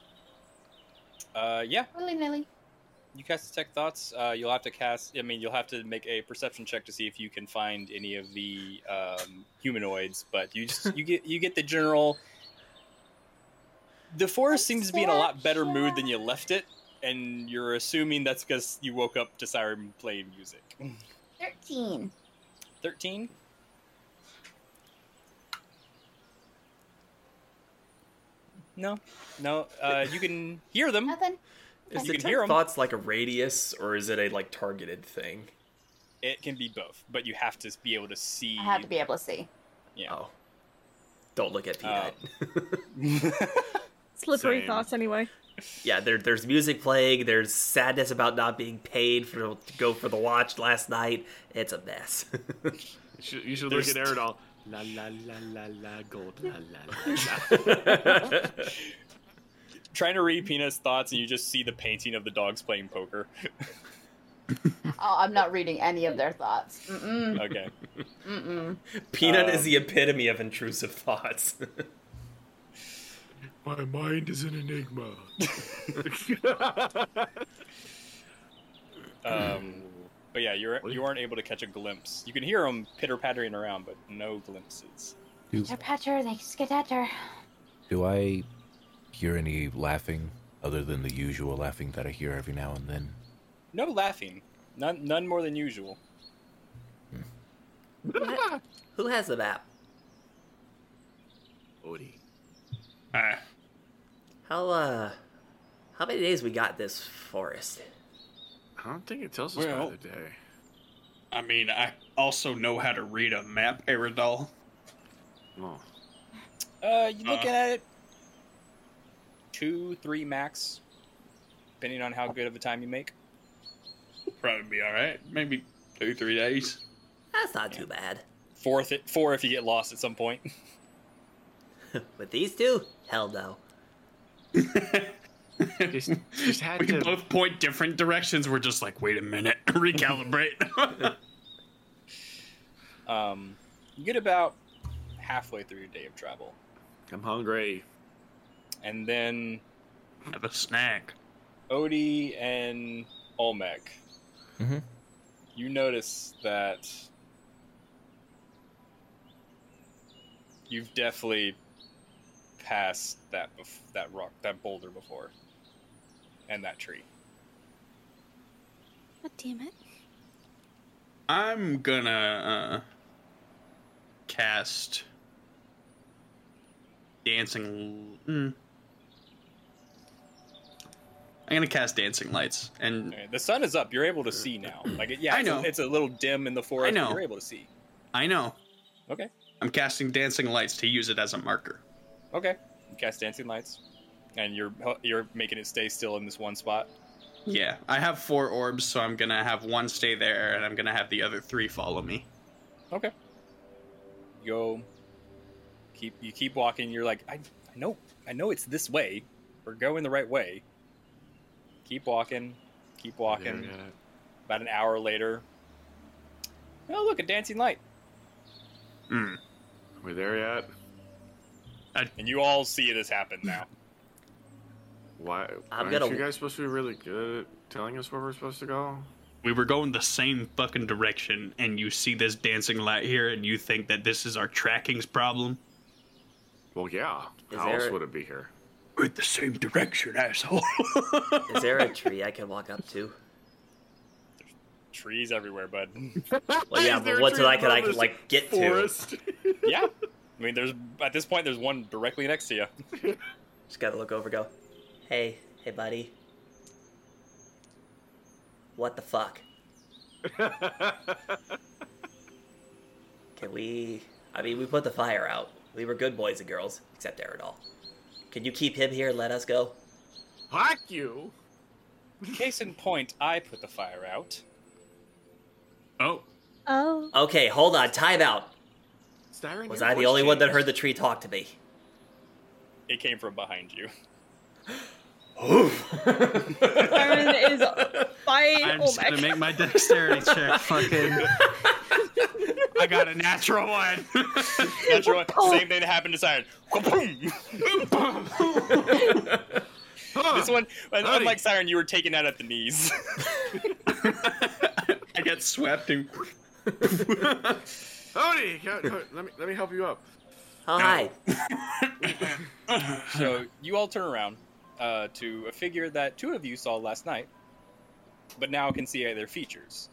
Speaker 7: Uh, yeah,
Speaker 2: willy nilly.
Speaker 7: you cast detect thoughts. Uh, you'll have to cast. I mean, you'll have to make a perception check to see if you can find any of the um, humanoids. But you just you get you get the general. The forest seems to be in a lot better mood than you left it, and you're assuming that's because you woke up to siren playing music.
Speaker 2: Thirteen.
Speaker 7: Thirteen. No, no. Uh, you can hear them.
Speaker 2: Nothing.
Speaker 5: Is
Speaker 7: You
Speaker 5: the
Speaker 7: can hear 'em.
Speaker 5: thoughts like a radius, or is it a like targeted thing?
Speaker 7: It can be both, but you have to be able to see.
Speaker 2: I have to be able to see.
Speaker 7: Yeah.
Speaker 5: Oh. Don't look at Peanut.
Speaker 8: [laughs]
Speaker 7: Oh.
Speaker 8: Slippery
Speaker 5: Same.
Speaker 8: thoughts, anyway.
Speaker 5: [laughs] yeah, there, there's music playing. There's
Speaker 7: [laughs]
Speaker 5: sadness about not being paid for to go for the watch last night. It's a mess.
Speaker 1: [laughs]
Speaker 6: You should, you should look at
Speaker 5: There's-
Speaker 6: Aerodol. La la la la la gold la la la. la.
Speaker 7: [laughs] Trying to read Peanut's thoughts, and you just see the painting of the dogs playing poker.
Speaker 2: Oh, I'm not reading any of their thoughts. Mm-mm.
Speaker 7: [laughs] okay.
Speaker 2: Mm-mm.
Speaker 7: Um.
Speaker 5: Peanut is the epitome of intrusive thoughts. [laughs]
Speaker 6: My mind is an enigma.
Speaker 7: Um, but yeah, you're you aren't able to catch a glimpse. You can hear them pitter pattering around, but no glimpses.
Speaker 9: Do,
Speaker 2: They're Patcher, they skedatter.
Speaker 9: do I hear any laughing other than the usual laughing that I hear every now and then?
Speaker 7: No laughing. None none more than usual.
Speaker 1: Who has the map?
Speaker 6: [laughs] Odie.
Speaker 4: Alright.
Speaker 1: How uh, how many days we got this forest?
Speaker 6: I don't think it tells
Speaker 4: us by Well- the
Speaker 6: day.
Speaker 4: I mean, I also know how to read a map, Aerodol.
Speaker 6: Oh.
Speaker 7: Uh, you looking
Speaker 4: Uh.
Speaker 7: at it? Two, three max, depending on how good of a time you make.
Speaker 4: Probably be all right. Maybe two, three days.
Speaker 1: That's not too bad.
Speaker 7: Four, th- four if you get lost at some point. [laughs]
Speaker 1: With these two? Hell no.
Speaker 6: [laughs] just, just had
Speaker 4: we
Speaker 6: to.
Speaker 4: both point different directions. We're just like, wait a minute, [laughs] recalibrate.
Speaker 7: Um, you get about halfway through your day of travel,
Speaker 6: I'm hungry.
Speaker 7: and then
Speaker 4: have a snack.
Speaker 7: Odie and Olmec,
Speaker 9: Mm-hmm.
Speaker 7: you notice that you've definitely passed that bef- that rock, that boulder before, and that tree.
Speaker 8: God damn it.
Speaker 4: I'm gonna uh, cast dancing. L- mm. I'm gonna cast dancing lights, and
Speaker 7: Okay, The sun is up. You're able to see now. Like, it- yeah,
Speaker 4: I
Speaker 7: it's a-
Speaker 4: know.
Speaker 7: it's a little dim in the forest. but
Speaker 4: know.
Speaker 7: You're able to see.
Speaker 4: I know
Speaker 7: Okay.
Speaker 4: I'm casting dancing lights to use it as a marker.
Speaker 7: Okay. You cast dancing lights, and you're you're making it stay still in this one spot.
Speaker 4: Yeah, I have four orbs, so I'm gonna have one stay there, and I'm gonna have the other three follow me.
Speaker 7: Okay. You go. Keep you keep walking. You're like I, I know I know it's this way. We're going the right way. Keep walking. Keep walking. About an hour later. Oh look, a dancing light.
Speaker 4: Hmm.
Speaker 6: we there yet?
Speaker 7: And you all see this happen now.
Speaker 6: Why?
Speaker 7: I'm
Speaker 6: aren't
Speaker 7: gonna-
Speaker 6: you guys supposed to be really good at telling us where we're supposed to go?
Speaker 4: We were going the same fucking direction, and you see this dancing light here, and you think that this is our tracking's problem.
Speaker 6: Well, yeah.
Speaker 4: Is
Speaker 6: How else
Speaker 4: there-
Speaker 6: would it be [laughs] here?
Speaker 4: We're in the same direction, asshole. [laughs]
Speaker 1: Is there a tree I can walk up to?
Speaker 7: Trees everywhere, bud.
Speaker 1: Well, yeah, but what's I can I can like get to?
Speaker 7: yeah. I mean, there's at this point there's one directly next to you.
Speaker 1: Just gotta look over, go, hey, hey, buddy. What the fuck? Can we? I mean, we put the fire out. We were good boys and girls, except Aerodol. Can you keep him here and let us go?
Speaker 6: Fuck you.
Speaker 7: Case in point, I put the fire out.
Speaker 4: Oh.
Speaker 8: Oh.
Speaker 1: Okay, hold on. Time out.
Speaker 6: Siren,
Speaker 1: Was
Speaker 6: your
Speaker 1: I the
Speaker 6: voice
Speaker 1: only one that
Speaker 6: changed.
Speaker 1: heard the tree talk to me?
Speaker 7: It came from behind you.
Speaker 8: Aaron is by
Speaker 4: I'm
Speaker 8: oh
Speaker 4: just
Speaker 8: my
Speaker 4: gonna make my dexterity
Speaker 8: [laughs]
Speaker 4: check. Fucking. I got a natural one.
Speaker 7: Natural, same thing that happened to Siren. Kaboom! [laughs] this one, unlike Siren, you were taken out at the knees.
Speaker 4: [laughs]
Speaker 7: [laughs]
Speaker 4: I got swept and.
Speaker 6: Odie, go- go- [laughs] let me let me help you up.
Speaker 1: Hi.
Speaker 7: so you all turn around uh, to a figure that two of you saw last night, but now can see their features.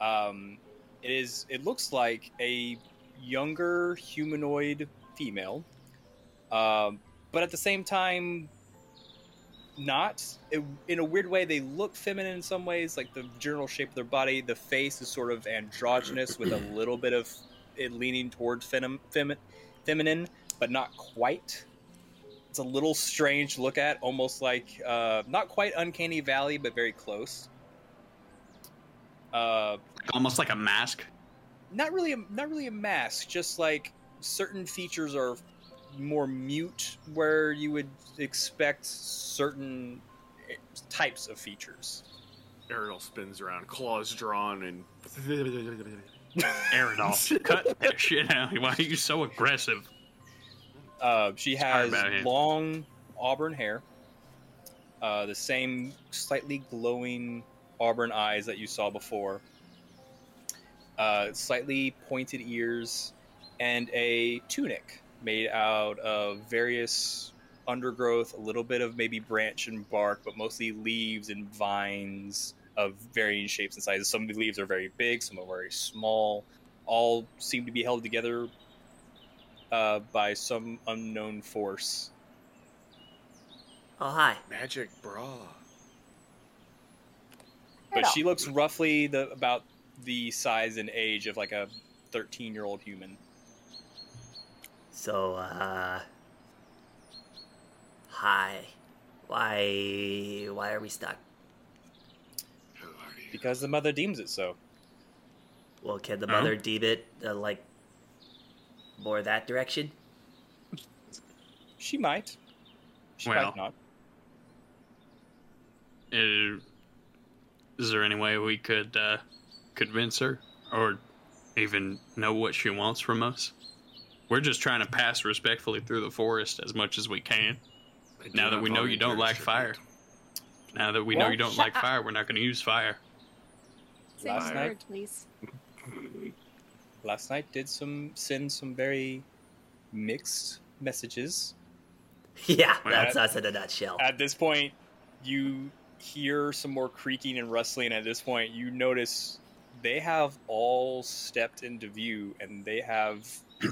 Speaker 7: Um, it is. It looks like a younger humanoid female, um, but at the same time, not. It, in a weird way, they look feminine in some ways. Like the general shape of their body, the face is sort of androgynous with a little bit of it leaning towards fem- fem- feminine, but not quite it's a little strange to look at, almost like uh, not quite uncanny valley, but very close. Uh,
Speaker 4: Almost like a mask.
Speaker 7: not really, a, not really a mask. Just like certain features are more mute, where you would expect certain eh, types of features.
Speaker 6: Ariel spins around, claws drawn, and
Speaker 4: [laughs] Aerodol, cut that shit out. Why are you so aggressive?
Speaker 7: Uh, she
Speaker 4: Sorry
Speaker 7: has
Speaker 4: about it.
Speaker 7: long auburn hair, uh, the same slightly glowing auburn eyes that you saw before, uh, slightly pointed ears, and a tunic made out of various undergrowth, a little bit of maybe branch and bark, but mostly leaves and vines of varying shapes and sizes. Some of the leaves are very big, some are very small. All seem to be held together uh, by some unknown force.
Speaker 1: Oh, hi.
Speaker 6: [laughs] Magic bra.
Speaker 7: But she looks roughly the about the size and age of like a 13 year old human.
Speaker 1: So, uh. Hi. Why. Why are we stuck?
Speaker 7: Because the mother deems it so.
Speaker 1: Well, can the
Speaker 4: Uh-huh.
Speaker 7: Oh.
Speaker 1: mother deem it, uh, like, more that direction? [laughs]
Speaker 7: She might. She
Speaker 4: Well.
Speaker 7: might not.
Speaker 4: Is, Uh, is there any way we could uh, convince her or even know what she wants from us? We're just trying to pass respectfully through the forest as much as we can. Now that
Speaker 6: not
Speaker 4: we know you don't
Speaker 6: volunteer
Speaker 4: like
Speaker 6: to
Speaker 4: fire. Now that we know
Speaker 6: Well,
Speaker 4: you don't
Speaker 6: shut
Speaker 4: like
Speaker 6: up.
Speaker 4: fire, we're not going to use fire.
Speaker 8: Say
Speaker 7: Last
Speaker 8: your
Speaker 7: night.
Speaker 8: word, please.
Speaker 7: Last night did some send some very mixed messages.
Speaker 1: Yeah, that's
Speaker 7: At-
Speaker 1: us in a nutshell.
Speaker 7: At this point, you hear some more creaking and rustling. At this point, you notice they have all stepped into view and they have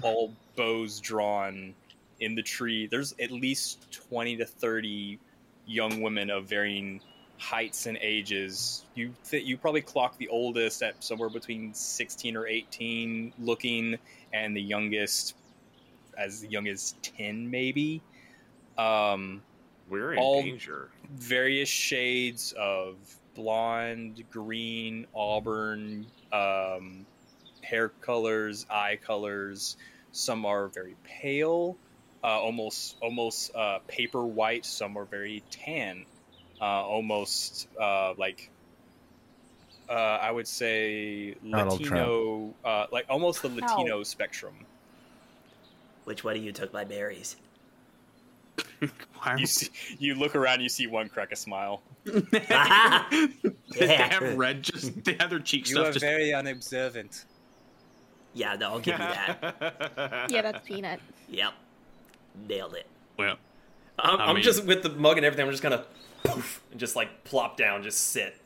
Speaker 7: all bows drawn in the tree. There's at least 20 to 30 young women of varying heights and ages. You th- you probably clock the oldest at somewhere between 16 or 18 looking and the youngest as young as 10 maybe. Um
Speaker 6: we're in danger.
Speaker 7: Various shades of blonde, green, auburn, um, hair colors, eye colors. Some are very pale, uh, almost almost uh, paper white. Some are very tan, uh, almost uh, like uh, I would say
Speaker 9: Donald
Speaker 7: Latino, uh, like almost the Latino
Speaker 1: Ow.
Speaker 7: spectrum.
Speaker 1: Which one of you took my
Speaker 4: [laughs]
Speaker 1: berries? [laughs]
Speaker 7: You see, you look around, you see one crack a smile.
Speaker 4: They have
Speaker 1: [laughs]
Speaker 4: red, just the other cheek stuff. Just,
Speaker 7: very unobservant.
Speaker 1: Yeah, no, I'll give you [laughs]
Speaker 4: [laughs]
Speaker 1: that.
Speaker 8: Yeah, that's peanut.
Speaker 1: Yep. Nailed it.
Speaker 4: well,
Speaker 5: I'm,
Speaker 1: I
Speaker 5: I'm
Speaker 1: mean-
Speaker 5: just with the mug and everything. I'm just gonna poof and just like plop down, just sit.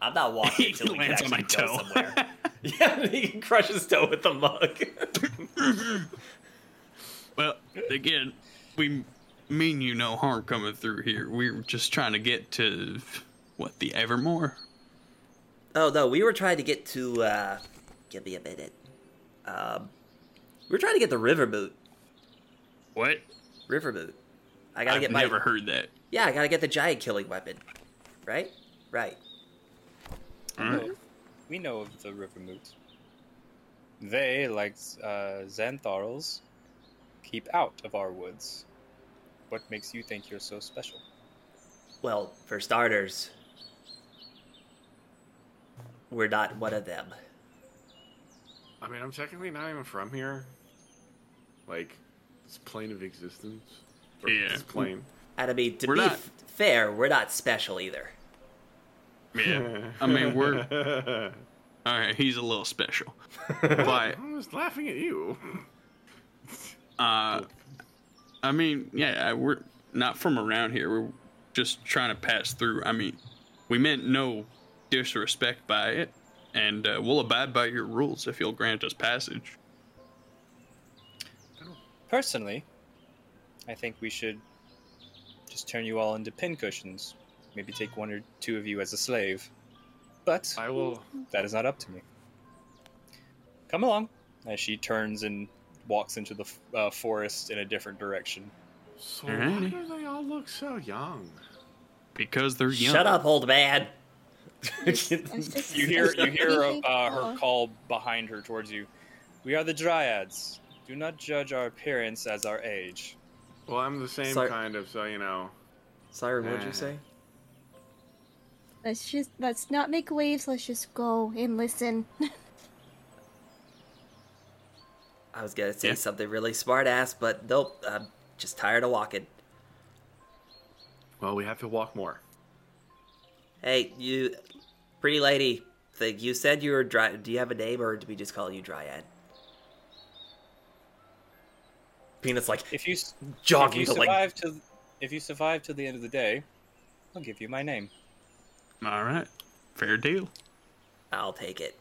Speaker 1: I'm not
Speaker 4: [laughs]
Speaker 1: walking until we can
Speaker 5: lands
Speaker 1: actually
Speaker 5: on
Speaker 1: my
Speaker 5: my
Speaker 1: go
Speaker 5: toe.
Speaker 1: somewhere.
Speaker 5: [laughs] yeah, he can crush his toe with the mug. [laughs]
Speaker 4: well, again, we mean you no harm coming through here. We're just trying to get to what the Evermore.
Speaker 1: Oh no, we were trying to get to. uh Give me a minute. Um, we were trying to get the river boot.
Speaker 4: What?
Speaker 1: River boot. I gotta
Speaker 4: I've
Speaker 1: get my.
Speaker 4: never heard that.
Speaker 1: Yeah, I gotta get the giant killing weapon. Right. Right.
Speaker 7: We know of the river moot. They, like uh, Xantharls, keep out of our woods. What makes you think you're so special?
Speaker 1: Well, for starters, we're not one of them.
Speaker 6: I mean, I'm technically not even from here. Like, this plane of existence. Or This plane. [laughs]
Speaker 1: And I mean, to
Speaker 6: We're
Speaker 1: be
Speaker 6: not-
Speaker 1: f- fair, we're not special either.
Speaker 4: Yeah. I mean,
Speaker 1: [laughs]
Speaker 4: we're. All right, he's a little special. But,
Speaker 6: I was laughing at you.
Speaker 4: uh, I mean, yeah, I- we're not from around here. We're just trying to pass through. I mean, we meant no disrespect by it, and uh, we'll abide by your rules if you'll grant us passage.
Speaker 7: Personally, I think we should just turn you all into pincushions. Maybe take one or two of you as a slave. But I will. That is not up to me. Come along. As she turns and walks into the f- uh, forest in a different direction.
Speaker 6: So why do they all look so young?
Speaker 4: Because they're young.
Speaker 1: Shut up, old man.
Speaker 7: You hear you hear
Speaker 8: [laughs]
Speaker 7: uh,
Speaker 8: Oh,
Speaker 7: her call behind her towards you. We are the dryads. Do not judge our appearance as our age.
Speaker 6: Well, I'm the same
Speaker 7: Sir-
Speaker 6: kind of, so you know.
Speaker 5: Siren,
Speaker 6: what'd you say?
Speaker 8: Let's just let's not make waves. Let's just go and listen. [laughs]
Speaker 1: I was gonna say something really smart ass, but nope. I'm just tired of walking.
Speaker 6: Well, we have to walk more.
Speaker 1: Hey, you, pretty lady thing. You said you were dry. Do you have a name, or do we just call you Dryad?
Speaker 5: Peanut's like
Speaker 7: if you s-
Speaker 5: jogging
Speaker 7: if you
Speaker 5: to like
Speaker 7: survive to if you survive to the end of the day, I'll give you my name.
Speaker 4: All right. Fair deal.
Speaker 1: I'll take it.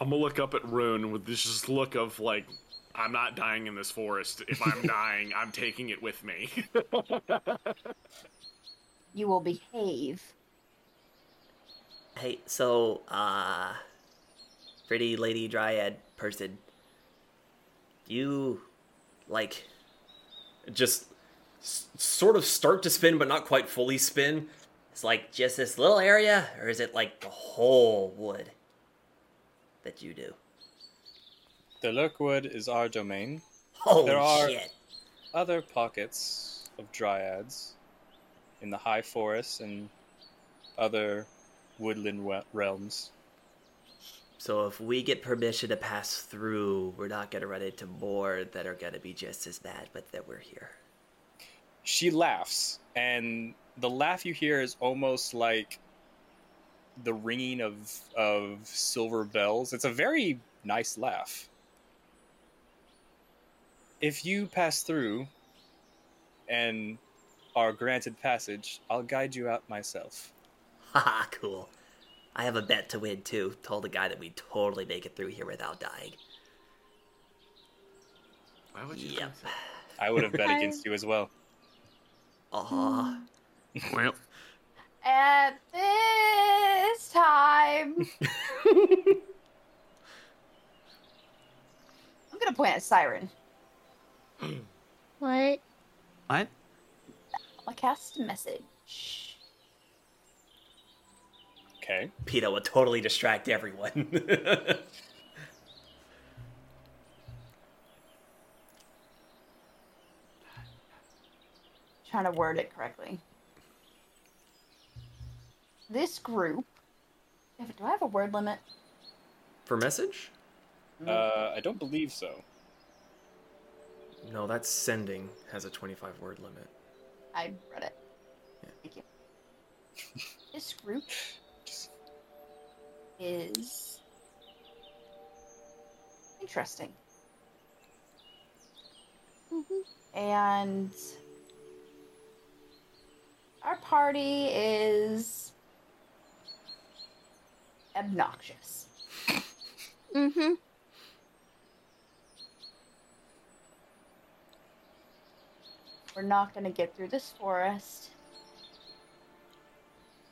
Speaker 6: I'm gonna look up at Rune with this just look of like I'm not dying in this forest. If I'm dying, I'm taking it with me. [laughs]
Speaker 2: You will behave.
Speaker 1: Hey, so, uh, pretty lady dryad person, you, like,
Speaker 5: Just s- sort of start to spin, but not quite fully spin.
Speaker 1: it's like just this little area, or is it like the whole wood that you do?
Speaker 7: The Lurkwood is our domain.
Speaker 1: Holy
Speaker 7: there are
Speaker 1: shit.
Speaker 7: other pockets of dryads in the high forests and other woodland we- realms.
Speaker 1: So if we get permission to pass through, we're not gonna run into more that are gonna be just as bad, but that we're here. [laughs]
Speaker 7: She laughs, and the laugh you hear is almost like the ringing of of silver bells. It's a very nice laugh. If you pass through and are granted passage, I'll guide you out myself.
Speaker 1: Haha, cool. I have a bet to win too. Told the guy that we totally make it through here without dying.
Speaker 6: Why would you?
Speaker 1: Yep.
Speaker 7: I would have bet
Speaker 2: I-
Speaker 7: against you as well.
Speaker 1: Aw.
Speaker 4: Well,
Speaker 2: At this
Speaker 7: [laughs]
Speaker 2: time, I'm gonna point at Siren.
Speaker 8: What?
Speaker 4: what?
Speaker 2: I'll cast a message.
Speaker 7: Okay.
Speaker 1: Peter would totally distract everyone. [laughs]
Speaker 2: trying to word it correctly. This group. if- Do I have a word limit?
Speaker 5: For message?
Speaker 2: Mm-hmm.
Speaker 7: Uh, I don't believe so.
Speaker 5: No, that's sending has a 25 word limit.
Speaker 2: I read it. Thank you. This group is interesting.
Speaker 8: Mm-hmm.
Speaker 2: And our party is obnoxious.
Speaker 8: Mm-hmm.
Speaker 2: We're not going to get through this forest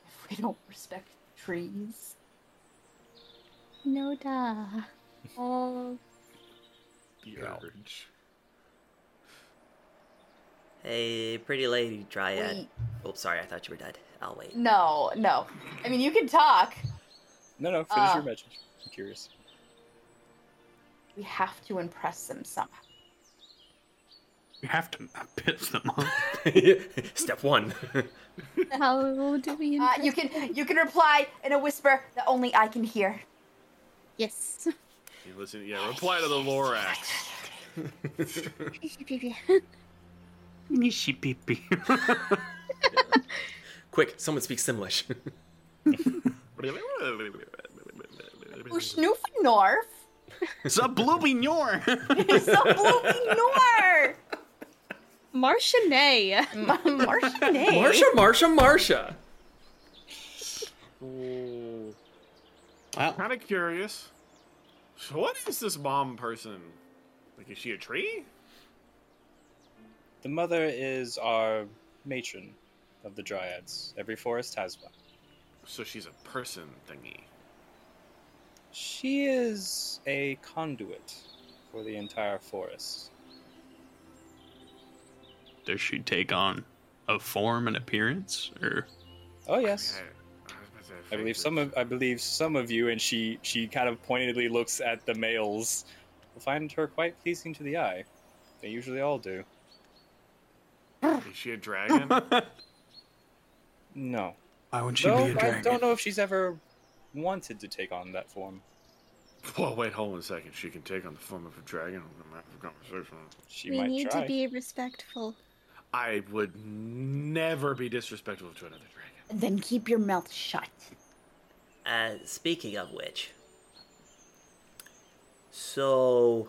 Speaker 2: if we don't respect the trees.
Speaker 8: No da. [laughs] Oh.
Speaker 6: Yarge.
Speaker 1: hey, pretty lady dryad.
Speaker 2: Wait.
Speaker 1: Oh, sorry, I thought you were dead. I'll wait.
Speaker 2: No, no. I mean, you can talk.
Speaker 7: No, no, finish
Speaker 2: Ah.
Speaker 7: your message. I'm curious.
Speaker 2: We have to impress them somehow.
Speaker 4: You have to not piss them off.
Speaker 5: [laughs] Step one.
Speaker 8: How do we?
Speaker 2: Uh, you can you can reply in a whisper that only I can hear.
Speaker 8: [laughs] Yes.
Speaker 6: You listen. Yeah. Reply to the Lorax.
Speaker 4: Nishi pee
Speaker 5: Quick, someone speaks Simlish. [laughs]
Speaker 2: Ushnoofenorf.
Speaker 4: Zablubinor.
Speaker 2: [laughs] Zablubinor.
Speaker 8: Marchionay.
Speaker 2: Mm, Marchionay.
Speaker 5: Marsha, Marsha, Marsha.
Speaker 4: Wow.
Speaker 6: Kind of curious. So what is this mom person? Like, is she a tree?
Speaker 7: The mother is our matron of the dryads. Every forest has one.
Speaker 6: So she's a person thingy.
Speaker 7: She is a conduit for the entire forest.
Speaker 4: [laughs] Does she take on a form and appearance, or
Speaker 7: Oh yes,
Speaker 6: I was about to say,
Speaker 7: I believe some of I believe some of you, and she she kind of pointedly looks at the males. Will find her quite pleasing to the eye. They usually all do.
Speaker 6: Is she a
Speaker 7: [laughs]
Speaker 6: dragon?
Speaker 7: No.
Speaker 4: Why would
Speaker 7: Though I don't know if she's ever wanted to take on that form.
Speaker 6: Whoa, wait, hold on a second. She can take on the form of a dragon. I'm gonna have a conversation.
Speaker 7: She
Speaker 8: we need to be respectful.
Speaker 6: I would never be disrespectful to another dragon.
Speaker 2: Then keep your mouth shut.
Speaker 1: [laughs] Uh, speaking of which, so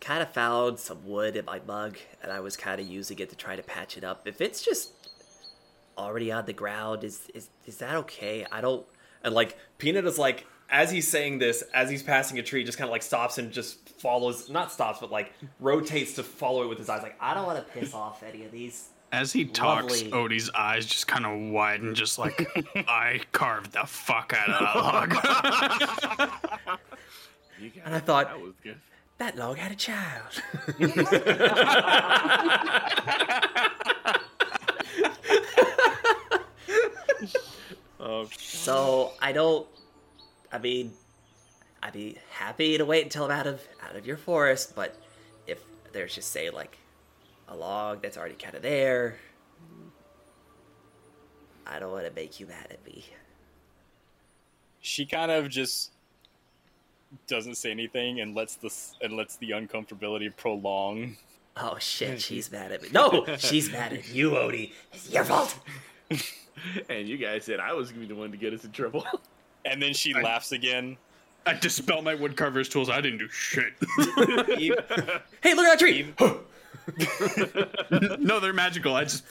Speaker 1: kind of found some wood in my mug, and I was kind of using it to try to patch it up. If it's just already on the ground, is is is that okay? I don't.
Speaker 5: And like Peanut is like as he's saying this, as he's passing a tree, just kind of like stops and just follows, not stops, but like rotates to follow it with his eyes. Like,
Speaker 1: I don't want to piss off any of these.
Speaker 4: As he talks,
Speaker 1: lovely-
Speaker 4: Odie's eyes just kind of widen, just
Speaker 5: [laughs]
Speaker 4: like I carved the fuck out of that log.
Speaker 5: [laughs]
Speaker 1: And I thought, that,
Speaker 6: was good.
Speaker 1: log had a child. so I don't. I mean, I'd be happy to wait until I'm out of out of your forest, but if there's just say like a log that's already kind of there, I don't want to make you mad at me.
Speaker 7: She kind of just doesn't say anything and lets the s- and lets the uncomfortability prolong.
Speaker 1: Oh shit, she's mad at me. No, she's mad at you, Odie. It's your fault.
Speaker 6: [laughs] and you guys said I was going to be the one to get us in trouble.
Speaker 7: And then she laughs again.
Speaker 4: I dispel my woodcarver's tools. I didn't do shit.
Speaker 5: [laughs]
Speaker 4: [laughs]
Speaker 5: hey, look at that tree.
Speaker 4: no, they're magical. I just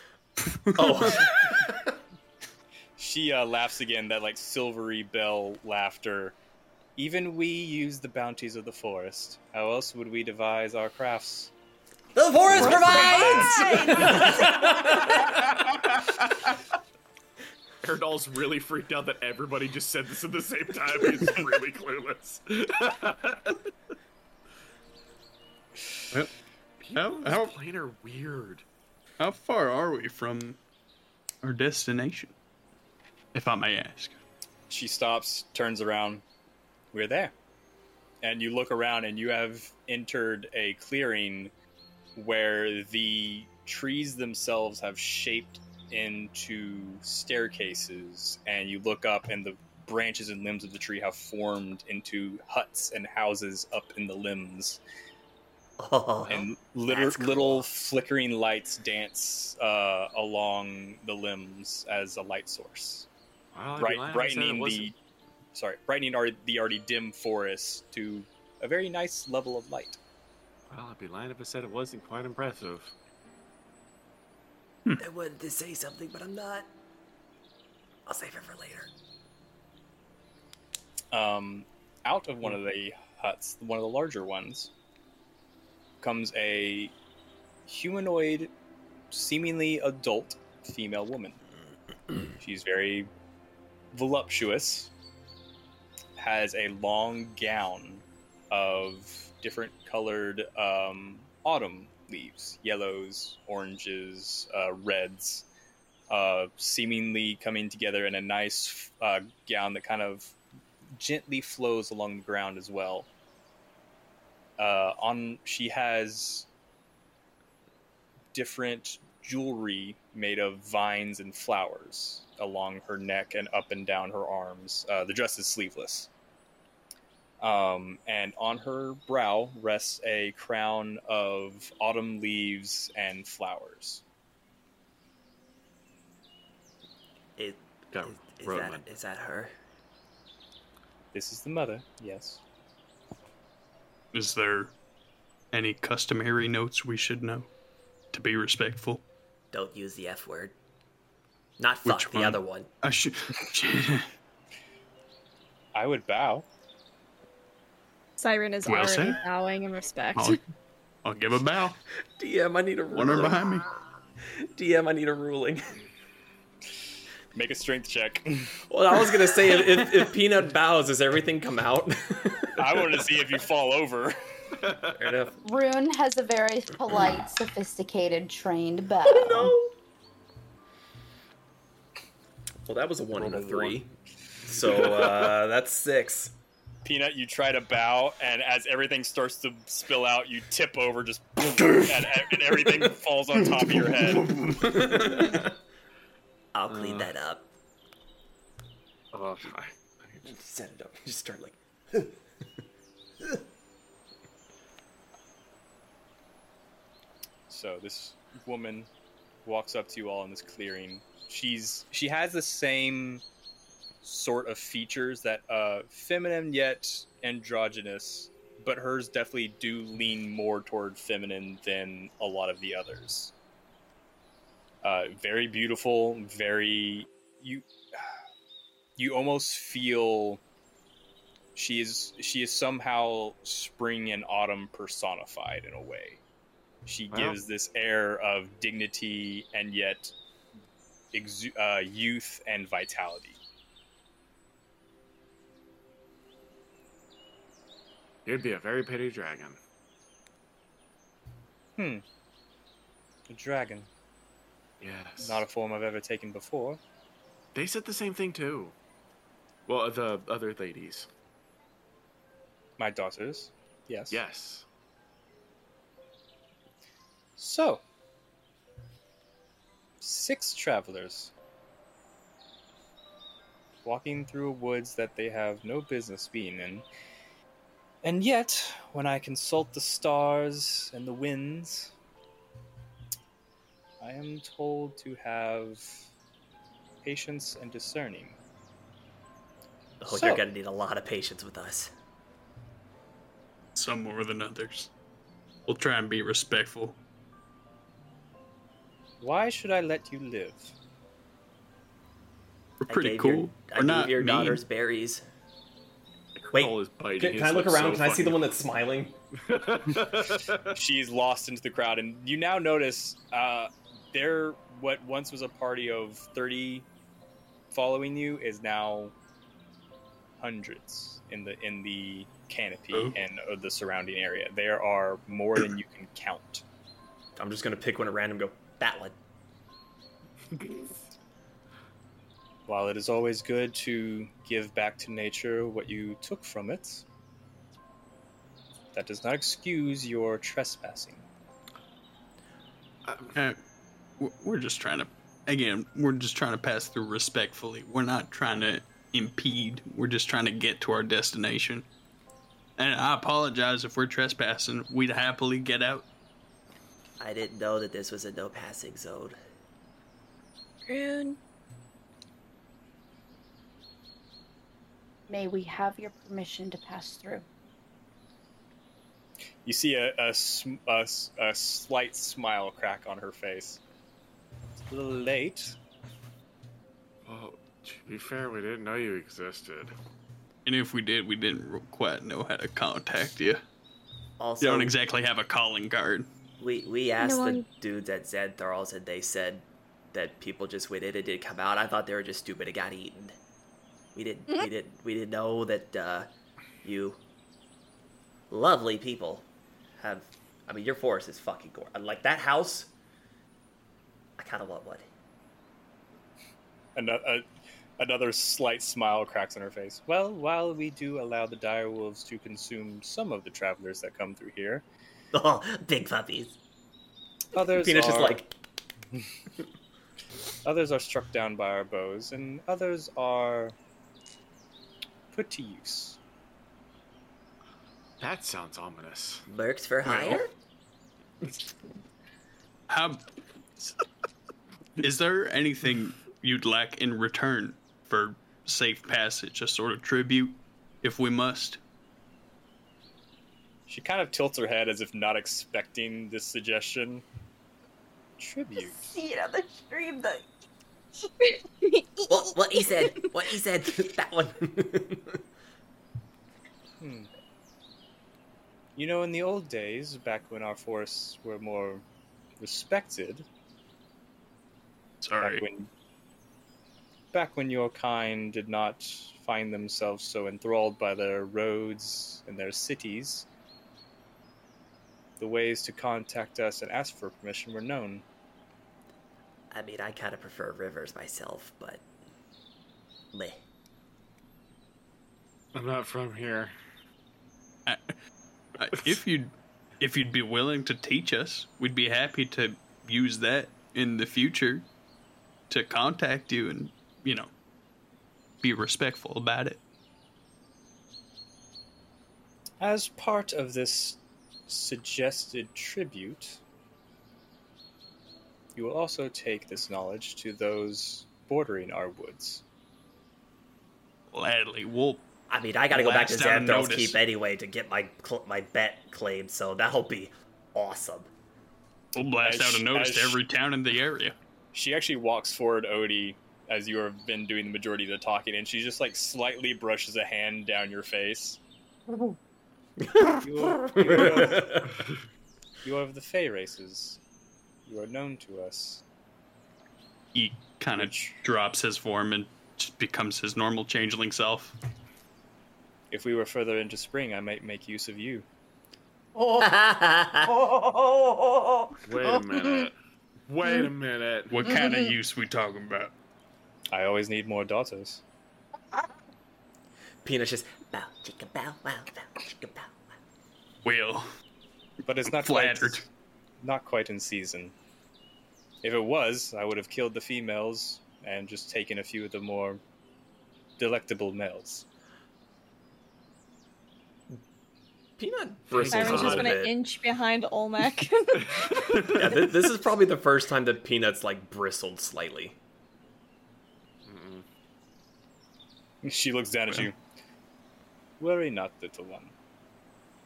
Speaker 7: She uh, laughs again, that like silvery bell laughter. Even we use the bounties of the forest. How else would we devise our crafts?
Speaker 1: The forest
Speaker 6: Erdal's really freaked out that everybody just said this at the same time. He's really clueless.
Speaker 4: Well, how, how,
Speaker 6: Plane are weird.
Speaker 4: how far are we from our destination? If I may ask.
Speaker 7: She stops, turns around. We're there. And you look around and you have entered a clearing where the trees themselves have shaped into staircases. And you look up and the branches and limbs of the tree have formed into huts and houses up in the limbs.
Speaker 1: Oh,
Speaker 7: and litter, little flickering lights dance uh, along the limbs as a light source
Speaker 6: Wow, I'd be
Speaker 7: bright,
Speaker 6: lying if I said it
Speaker 7: brightening the
Speaker 6: wasn't.
Speaker 7: sorry brightening our, the already dim forest to a very nice level of light
Speaker 6: Well, I'd be lying if I said it wasn't quite impressive.
Speaker 1: I wanted to say something, but I'm not. I'll save it for later.
Speaker 7: um, out of one of the huts one of the larger ones comes a humanoid seemingly adult female woman she's very voluptuous has a long gown of different colored um, autumn leaves yellows, oranges, uh, reds, uh, seemingly coming together in a nice uh, gown that kind of gently flows along the ground as well. Uh, on she has different jewelry made of vines and flowers along her neck and up and down her arms. Uh, the dress is sleeveless. Um, and on her brow rests a crown of autumn leaves and flowers.
Speaker 1: It,
Speaker 4: Oh,
Speaker 6: Got
Speaker 1: is,
Speaker 7: road
Speaker 1: that,
Speaker 7: went.
Speaker 1: is that her?
Speaker 7: This is the mother, yes.
Speaker 4: Is there any customary notes we should know to be respectful?
Speaker 1: Don't use the F word. Not fuck,
Speaker 4: Which
Speaker 1: the
Speaker 4: one?
Speaker 1: other one.
Speaker 4: I should.
Speaker 7: I would bow.
Speaker 8: Siren is
Speaker 4: Well
Speaker 8: already
Speaker 4: said.
Speaker 8: bowing in respect.
Speaker 4: I'll, [laughs] I'll give a bow.
Speaker 5: DM, "Ah, I need a
Speaker 4: One
Speaker 5: ruling.
Speaker 4: are behind me.
Speaker 5: DM, I need a ruling. [laughs]
Speaker 7: Make a strength [laughs] check.
Speaker 5: Well, I was gonna say if, if, if Peanut bows, does everything come out? [laughs]
Speaker 7: I want to see if you fall over.
Speaker 5: Fair enough.
Speaker 2: Rune has a very polite, sophisticated, trained bow.
Speaker 5: Well, that was a one and a three. So uh, that's six.
Speaker 7: Peanut, you try to bow, and as everything starts to spill out, you tip over, just [laughs] and, and everything falls on top of your head.
Speaker 1: I'll
Speaker 4: Uh,
Speaker 1: clean that up.
Speaker 6: Oh,
Speaker 5: Set it up. [laughs] Just start like.
Speaker 7: So this woman walks up to you all in this clearing. She's she has the same sort of features that uh, feminine yet androgynous, but hers definitely do lean more toward feminine than a lot of the others. Uh, very beautiful, very you you almost feel She is she is somehow spring and autumn personified in a way. She
Speaker 6: Wow.
Speaker 7: gives this air of dignity and yet exu- uh, youth and vitality.
Speaker 6: You'd be a very petty dragon.
Speaker 7: Hmm. A dragon.
Speaker 6: Yes.
Speaker 7: Not a form I've ever taken before.
Speaker 6: They said the same thing too. Well, the other ladies.
Speaker 7: My daughters. Yes.
Speaker 6: Yes.
Speaker 7: So, six travelers walking through woods that they have no business being in. And yet, when I consult the stars and the winds, I am told to have patience and discerning.
Speaker 1: Oh,
Speaker 7: So-
Speaker 1: you're gonna need a lot of patience with us.
Speaker 4: Some more than others. We'll try and be respectful.
Speaker 7: Why should I let you live?
Speaker 4: We're
Speaker 1: I
Speaker 4: pretty
Speaker 1: gave your-
Speaker 4: cool.
Speaker 1: I
Speaker 4: We're
Speaker 1: gave
Speaker 4: not
Speaker 1: your
Speaker 4: mean.
Speaker 1: daughter's berries.
Speaker 5: Wait,
Speaker 6: biting
Speaker 5: can,
Speaker 6: his
Speaker 5: can I look
Speaker 6: lips
Speaker 5: around?
Speaker 6: so
Speaker 5: can I see the one
Speaker 6: fucking-
Speaker 5: that's smiling?
Speaker 7: she's lost into the crowd, and you now notice uh, there what once was a party of thirty following you is now hundreds in the in the canopy
Speaker 5: Oh.
Speaker 7: and uh, the surrounding area. There are more than you can count.
Speaker 5: I'm just gonna pick one at random. and Go that one.
Speaker 7: While it is always good to give back to nature what you took from it, that does not excuse your trespassing.
Speaker 4: Uh, w- we're just trying to, again, we're just trying to pass through respectfully. We're not trying to impede. We're just trying to get to our destination. And I apologize if we're trespassing. We'd happily get out.
Speaker 1: I didn't know that this was a no passing zone.
Speaker 8: Rude.
Speaker 2: May we have your permission to pass through?
Speaker 7: You see a, a, sm- a s- a slight smile crack on her face. It's a little late.
Speaker 6: Well, to be fair, we didn't know you existed.
Speaker 4: And if we did, we didn't real- quite know how to contact you.
Speaker 1: Also-
Speaker 4: you don't exactly have a calling card.
Speaker 1: We we asked
Speaker 4: No,
Speaker 1: the
Speaker 4: I'm-
Speaker 1: dudes at Xantharals and they said that people just went in and didn't come out. I thought they were just stupid and got eaten. We didn't we didn't we didn't know that uh, you lovely people have I mean your forest is fucking gorgeous. Like that house I kinda want one. [laughs]
Speaker 7: Another, uh, another slight smile cracks on her face. Well, while we do allow the dire wolves to consume some of the travelers that come through here,
Speaker 1: oh, big puppies.
Speaker 7: Others
Speaker 1: Peanut's
Speaker 7: are,
Speaker 1: just like-
Speaker 7: others are struck down by our bows, and others are put to use.
Speaker 6: That sounds ominous.
Speaker 1: Mercs for hire?
Speaker 4: How is there anything you'd like in return for safe passage? A sort of tribute, if we must.
Speaker 7: She kind of tilts her head as if not expecting this suggestion. Tribute.
Speaker 2: See it on the stream, though.
Speaker 1: what, what he said. What he said. [laughs] That one.
Speaker 7: Hmm. You know, in the old days, back when our forests were more respected.
Speaker 4: Sorry.
Speaker 7: Back when, back when your kind did not find themselves so enthralled by their roads and their cities, the ways to contact us and ask for permission were known.
Speaker 1: I mean I kinda prefer rivers myself, but meh.
Speaker 6: I'm not from here.
Speaker 4: Uh, if you if you'd be willing to teach us, we'd be happy to use that in the future to contact you and you know be respectful about it.
Speaker 7: As part of this suggested tribute, you will also take this knowledge to those bordering our woods.
Speaker 4: Gladly, we'll.
Speaker 1: I mean, I gotta go back to
Speaker 7: Blast out a
Speaker 1: Xanthar's
Speaker 7: notice.
Speaker 1: Keep anyway to get my cl- my bet claim, so that'll be awesome.
Speaker 4: We'll blast
Speaker 7: As-
Speaker 4: out a notice to
Speaker 7: as-
Speaker 4: every town in the area.
Speaker 7: She actually walks forward, Odie, as you have been doing the majority of the talking, and she just like slightly brushes a hand down your face. You are, you are- you are of the Fey races. You are known to us.
Speaker 4: He kind of drops his form and just becomes his normal changeling self.
Speaker 7: If we were further into spring, I might make use of you. Oh.
Speaker 1: [laughs]
Speaker 6: Wait a minute. Wait a minute.
Speaker 4: What kind of use we talking about?
Speaker 7: I always need more daughters.
Speaker 1: Peanut just bow, chicka bow, wow, bow, chicka bow.
Speaker 4: Will.
Speaker 7: But it's not quite not quite in season. If it was, I would have killed the females and just taken a few of the more delectable males.
Speaker 5: Peanut
Speaker 8: Siren's just gonna inch behind Olmec.
Speaker 5: yeah, th- this is probably the first time that Peanut's like bristled [laughs] slightly.
Speaker 7: She looks down at you. Worry not, little one.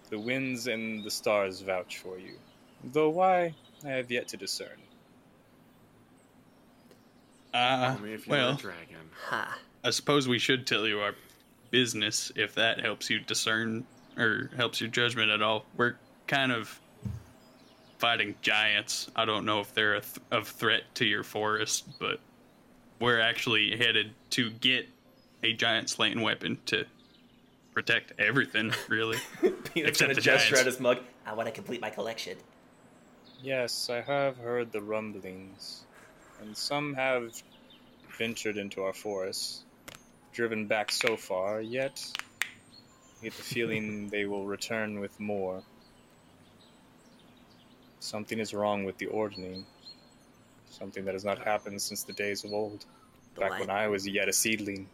Speaker 7: The winds and the stars vouch for you, though why I have yet to discern.
Speaker 4: Uh,
Speaker 7: Only if you were a
Speaker 4: well,
Speaker 6: dragon.
Speaker 1: Ha.
Speaker 4: I suppose we should tell you our business if that helps you discern or helps your judgment at all. We're kind of fighting giants. I don't know if they're a th- of threat to your forest, but we're actually headed to get a giant slaying weapon to protect everything, [laughs] really.
Speaker 1: Peanut's
Speaker 4: Except
Speaker 1: gonna
Speaker 4: the
Speaker 1: gesture
Speaker 4: giants.
Speaker 1: at his mug. I want to complete my collection.
Speaker 7: Yes, I have heard the rumblings, and some have ventured into our forests, driven back so far, yet I get the feeling they will return with more. Something is wrong with the Ordany, something that has not happened since the days of old, back when I was yet a seedling.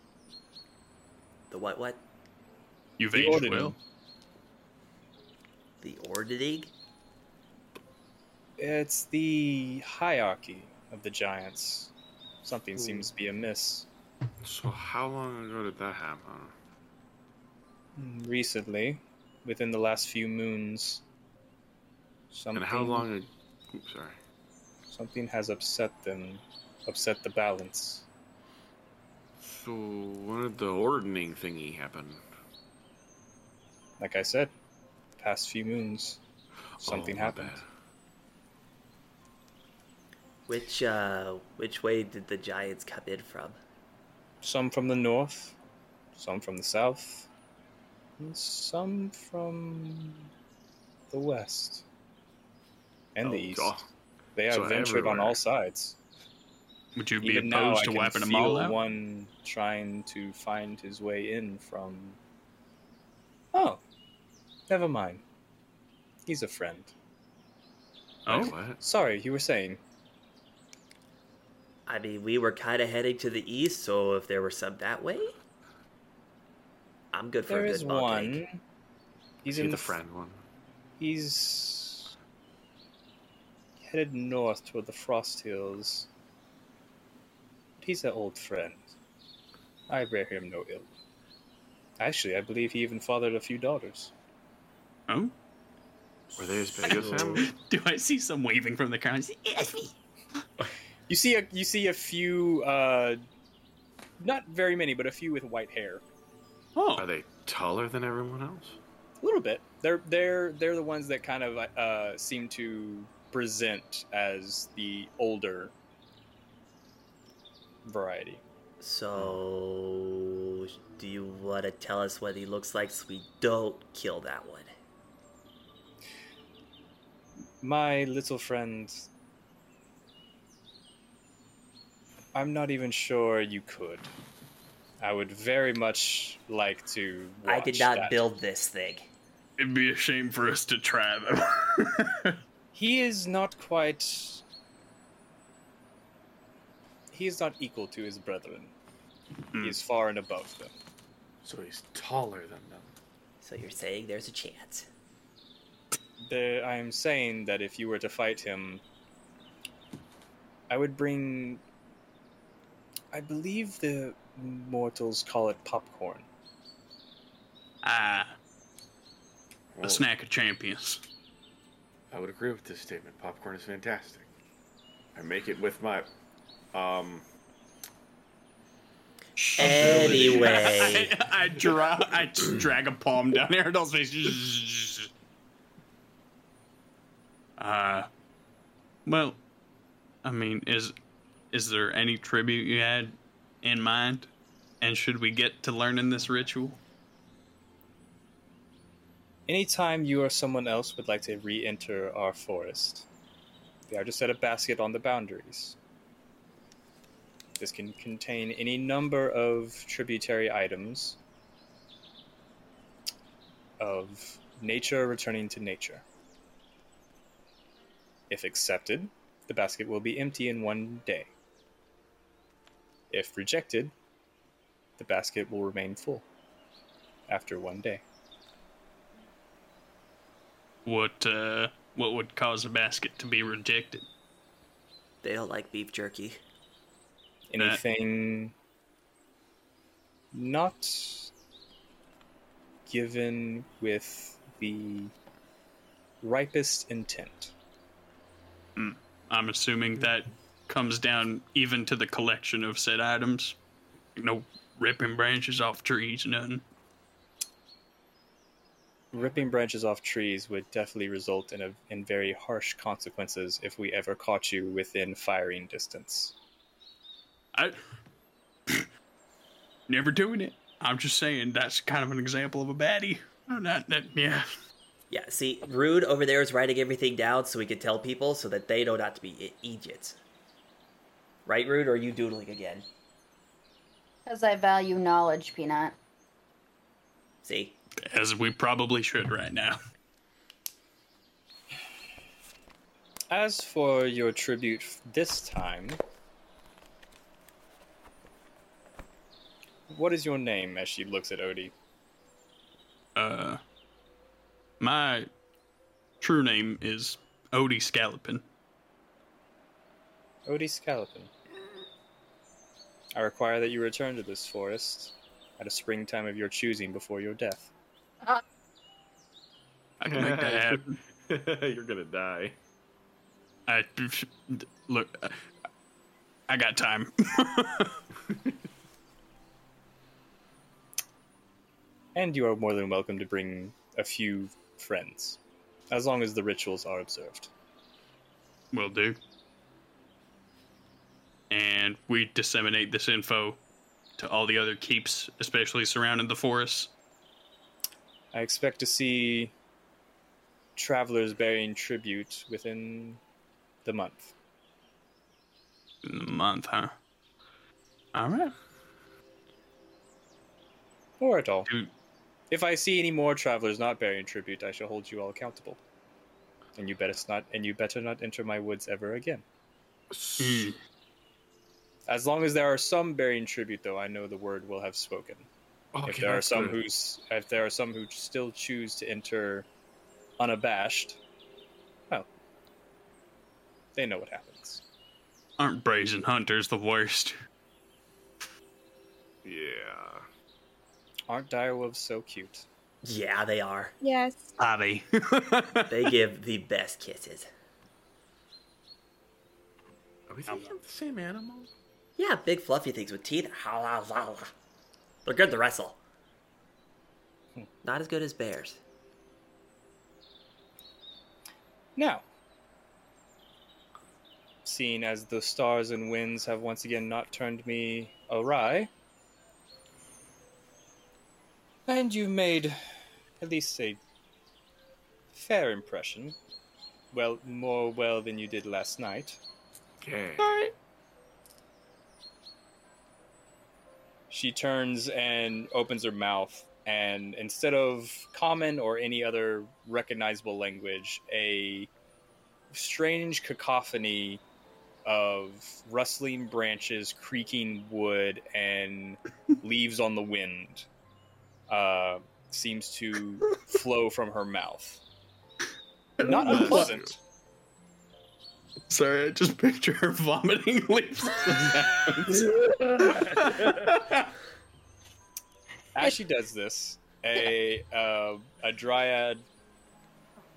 Speaker 1: The what? What?
Speaker 4: You've
Speaker 7: The
Speaker 4: aged
Speaker 7: Ordany.
Speaker 4: well.
Speaker 1: The Ordering?
Speaker 7: It's the hierarchy of the giants. Something
Speaker 6: Ooh.
Speaker 7: seems to be amiss.
Speaker 6: So how long ago did that happen?
Speaker 7: Mm, Recently, within the last few moons, something.
Speaker 6: And how long? Ag- Oops, sorry.
Speaker 7: Something has upset them, upset the balance.
Speaker 6: So when did the ordaining thingy happen?
Speaker 7: Like I said, past few moons, something
Speaker 6: Oh, my
Speaker 7: happened.
Speaker 1: Which uh, which way did the giants come in from?
Speaker 7: Some from the north, some from the south, and some from the west and the
Speaker 6: Oh,
Speaker 7: east.
Speaker 6: God.
Speaker 7: They have
Speaker 6: So
Speaker 7: ventured on
Speaker 6: everywhere.
Speaker 7: all sides.
Speaker 4: Would you be
Speaker 7: Even now,
Speaker 4: opposed
Speaker 7: I
Speaker 4: to
Speaker 7: can
Speaker 4: wiping them
Speaker 7: feel
Speaker 4: all out?
Speaker 7: One trying to find his way in from. Oh, never mind. He's a friend.
Speaker 1: Oh?
Speaker 7: sorry, you were saying.
Speaker 1: I mean, we were kind of heading to the east, so if there were some that way, I'm good for
Speaker 7: There
Speaker 1: a good
Speaker 7: is
Speaker 1: ball
Speaker 7: one.
Speaker 1: cake.
Speaker 7: He's
Speaker 6: Is he
Speaker 7: in
Speaker 6: the
Speaker 7: f-
Speaker 6: friend one?
Speaker 7: He's headed north toward the Frost Hills. But he's an old friend. I bear him no ill. Actually, I believe he even fathered a few daughters.
Speaker 4: Oh? [laughs]
Speaker 6: Were they as big as him?
Speaker 4: Do I see some waving from the crowd? Yes, me.
Speaker 7: You see a you see a few, uh, not very many, but a few with white hair.
Speaker 4: Oh.
Speaker 6: Are they taller than everyone else?
Speaker 7: A little bit. They're they're they're the ones that kind of uh, seem to present as the older variety.
Speaker 1: So, do you want to tell us what he looks like so we don't kill that one?
Speaker 7: My little friend, I'm not even sure you could. I would very much like to.
Speaker 1: I did
Speaker 7: watch
Speaker 1: not
Speaker 7: that.
Speaker 1: build this thing.
Speaker 4: It'd be a shame for us to try them. [laughs]
Speaker 7: He is not quite. He is not equal to his brethren. He is far and above them.
Speaker 6: So he's taller than them.
Speaker 1: So you're saying there's a chance?
Speaker 7: There, I am saying that if you were to fight him, I would bring. I believe the mortals call it popcorn.
Speaker 4: Ah.
Speaker 6: Oh.
Speaker 4: A snack of champions.
Speaker 6: I would agree with this statement. Popcorn is fantastic. I make it with my, um,
Speaker 1: [laughs] Anyway.
Speaker 4: [laughs] I, I draw. I just drag a palm down Aerodol's face. Uh, well, I mean, is is there any tribute you had in mind? And should we get to learning this ritual?
Speaker 7: Anytime you or someone else would like to re enter our forest, they are to set a basket on the boundaries. This can contain any number of tributary items of nature returning to nature. If accepted, the basket will be empty in one day. If rejected, the basket will remain full after one day.
Speaker 4: What uh, what would cause a basket to be rejected?
Speaker 1: They don't like beef jerky.
Speaker 7: anything not given with the ripest intent.
Speaker 4: Mm, I'm assuming that comes down even to the collection of said items. No ripping branches off trees, nothing.
Speaker 7: Ripping branches off trees would definitely result in, a, in very harsh consequences if we ever caught you within firing distance.
Speaker 4: I [coughs] never doing it. I'm just saying that's kind of an example of a baddie. No, not that. Yeah.
Speaker 1: Yeah, see, Rude over there is writing everything down so we can tell people so that they know not to be i- idiots. Right, Rude, or are you doodling again?
Speaker 2: Because I value knowledge, Peanut.
Speaker 1: See?
Speaker 4: As we probably should right now.
Speaker 7: As for your tribute f- this time, what is your name? As she looks at Odie,
Speaker 4: Uh, my true name is Odie Scallopin.
Speaker 7: Odie Scallopin. I require that you return to this forest at a springtime of your choosing before your death.
Speaker 4: I can make that happen.
Speaker 6: [laughs] You're gonna die.
Speaker 7: Hmm.
Speaker 4: I look. I- I got time. [laughs]
Speaker 7: And you are more than welcome to bring a few friends, as long as the rituals are observed.
Speaker 4: Will do. And we disseminate this info to all the other keeps, especially surrounding the forest.
Speaker 7: I expect to see travelers bearing tribute within the month.
Speaker 4: In the month, huh? All right.
Speaker 7: Or at all. If I see any more travelers not bearing tribute, I shall hold you all accountable. And you better not and you better not enter my woods ever again.
Speaker 4: Hmm.
Speaker 7: As long as there are some bearing tribute though, I know the word will have spoken. if
Speaker 6: Okay,
Speaker 7: there are
Speaker 6: that's
Speaker 7: some
Speaker 6: good.
Speaker 7: who's if there are some who still choose to enter unabashed, well they know what happens.
Speaker 4: Aren't brazen hunters the worst?
Speaker 6: Yeah.
Speaker 7: Aren't direwolves so cute?
Speaker 1: Yeah, they are.
Speaker 8: [laughs] Yes.
Speaker 4: [laughs] Abby.
Speaker 1: they give the best kisses.
Speaker 6: Are we thinking of the same animal?
Speaker 1: Yeah, big fluffy things with teeth. Ha la la la. They're good to wrestle. Not as good as bears.
Speaker 7: Now, seeing as the stars and winds have once again not turned me awry, and you've made at least a fair impression, well, more well than you did last night.
Speaker 6: Okay.
Speaker 7: She turns and opens her mouth, and instead of common or any other recognizable language, a strange cacophony of rustling branches, creaking wood, and leaves on the wind uh, seems to flow from her mouth. Not unpleasant.
Speaker 4: Sorry, I just [laughs] picture her vomiting [laughs] leaves.
Speaker 7: As she does this, a uh, a dryad.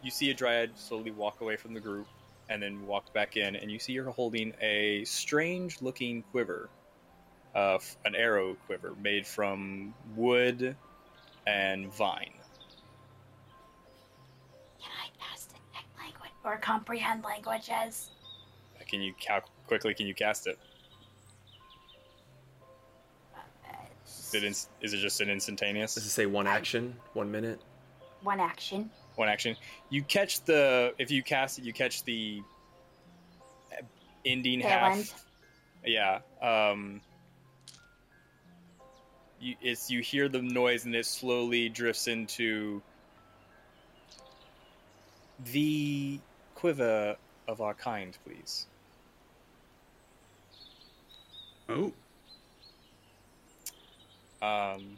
Speaker 7: You see a dryad slowly walk away from the group, and then walk back in, and you see her holding a strange-looking quiver uh, f- an arrow quiver made from wood and vine.
Speaker 2: language or comprehend languages.
Speaker 7: Can you how quickly can you cast it? Is it, inst- is it just an instantaneous?
Speaker 10: Does it say one action, one minute?
Speaker 2: One action.
Speaker 7: one action. You catch the if you cast it, you catch the ending
Speaker 2: Tail
Speaker 7: half.
Speaker 2: end.
Speaker 7: Yeah. Um, you it's you hear the noise and it slowly drifts into the quiver of our kind, please.
Speaker 4: Oh.
Speaker 7: Um,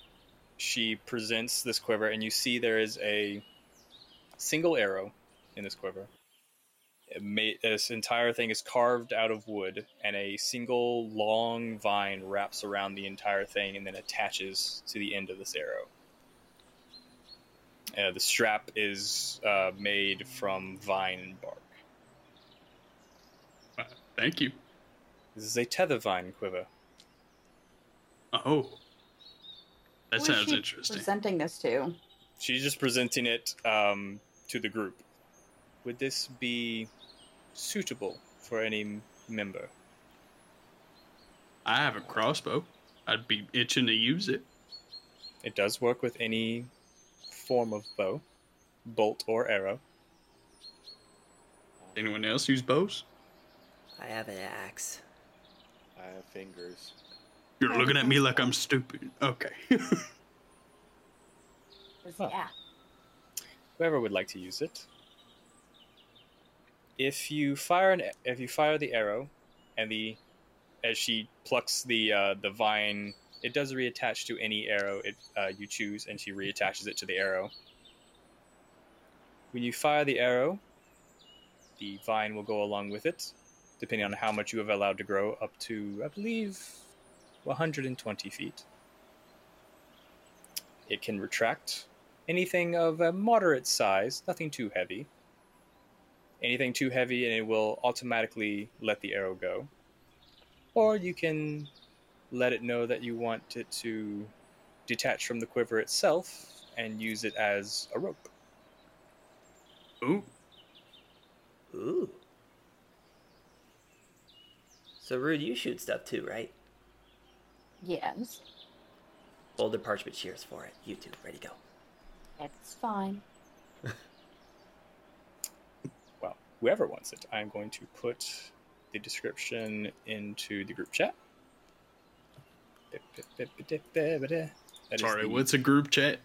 Speaker 7: she presents this quiver, and you see there is a single arrow in this quiver. It ma- this entire thing is carved out of wood, and a single long vine wraps around the entire thing and then attaches to the end of this arrow. Uh, the strap is uh, made from vine and bark.
Speaker 4: Thank you.
Speaker 7: This is a tether vine quiver.
Speaker 4: Oh.
Speaker 2: Who is she Presenting this to.
Speaker 7: She's just presenting it um, to the group. Would this be suitable for any member?
Speaker 4: I have a crossbow. I'd be itching to use it.
Speaker 7: It does work with any form of bow, bolt or arrow.
Speaker 4: Anyone else use bows?
Speaker 1: I have an axe.
Speaker 14: I have fingers.
Speaker 4: You're looking at me like I'm stupid. Okay. [laughs]
Speaker 2: Yeah.
Speaker 7: Whoever would like to use it. If you fire an if you fire the arrow, and the as she plucks the uh, the vine, it does reattach to any arrow it uh, you choose, and she reattaches it to the arrow. When you fire the arrow, the vine will go along with it, depending on how much you have allowed to grow, up to I believe 120 feet. It can retract anything of a moderate size, nothing too heavy. Anything too heavy, and it will automatically let the arrow go. Or you can let it know that you want it to detach from the quiver itself and use it as a rope.
Speaker 4: Ooh.
Speaker 1: Ooh. So, Rude, you shoot stuff too, right?
Speaker 2: Yes.
Speaker 1: Boulder Parchment Shears for it. You two, ready, go.
Speaker 2: It's fine.
Speaker 7: Well, whoever wants it, I'm going to put the description into the group chat. That is
Speaker 4: Sorry,
Speaker 7: the-
Speaker 4: what's a group chat?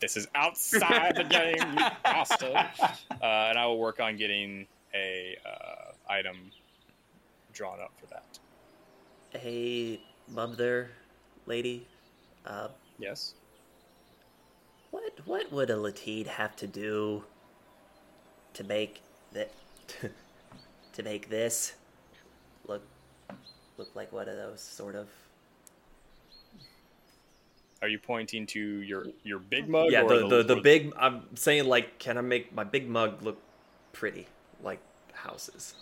Speaker 7: This is outside the game, you bastard. Uh, and I will work on getting a uh, item drawn up for that.
Speaker 1: Hey, mother, lady. Uh,
Speaker 7: yes.
Speaker 1: What what would a Latide have to do to make that [laughs] to make this look look like one of those sort of
Speaker 7: Are you pointing to your your big mug?
Speaker 5: yeah,
Speaker 7: or
Speaker 5: the, the, the
Speaker 7: or-
Speaker 5: big. I'm saying like, can I make my big mug look pretty, like houses?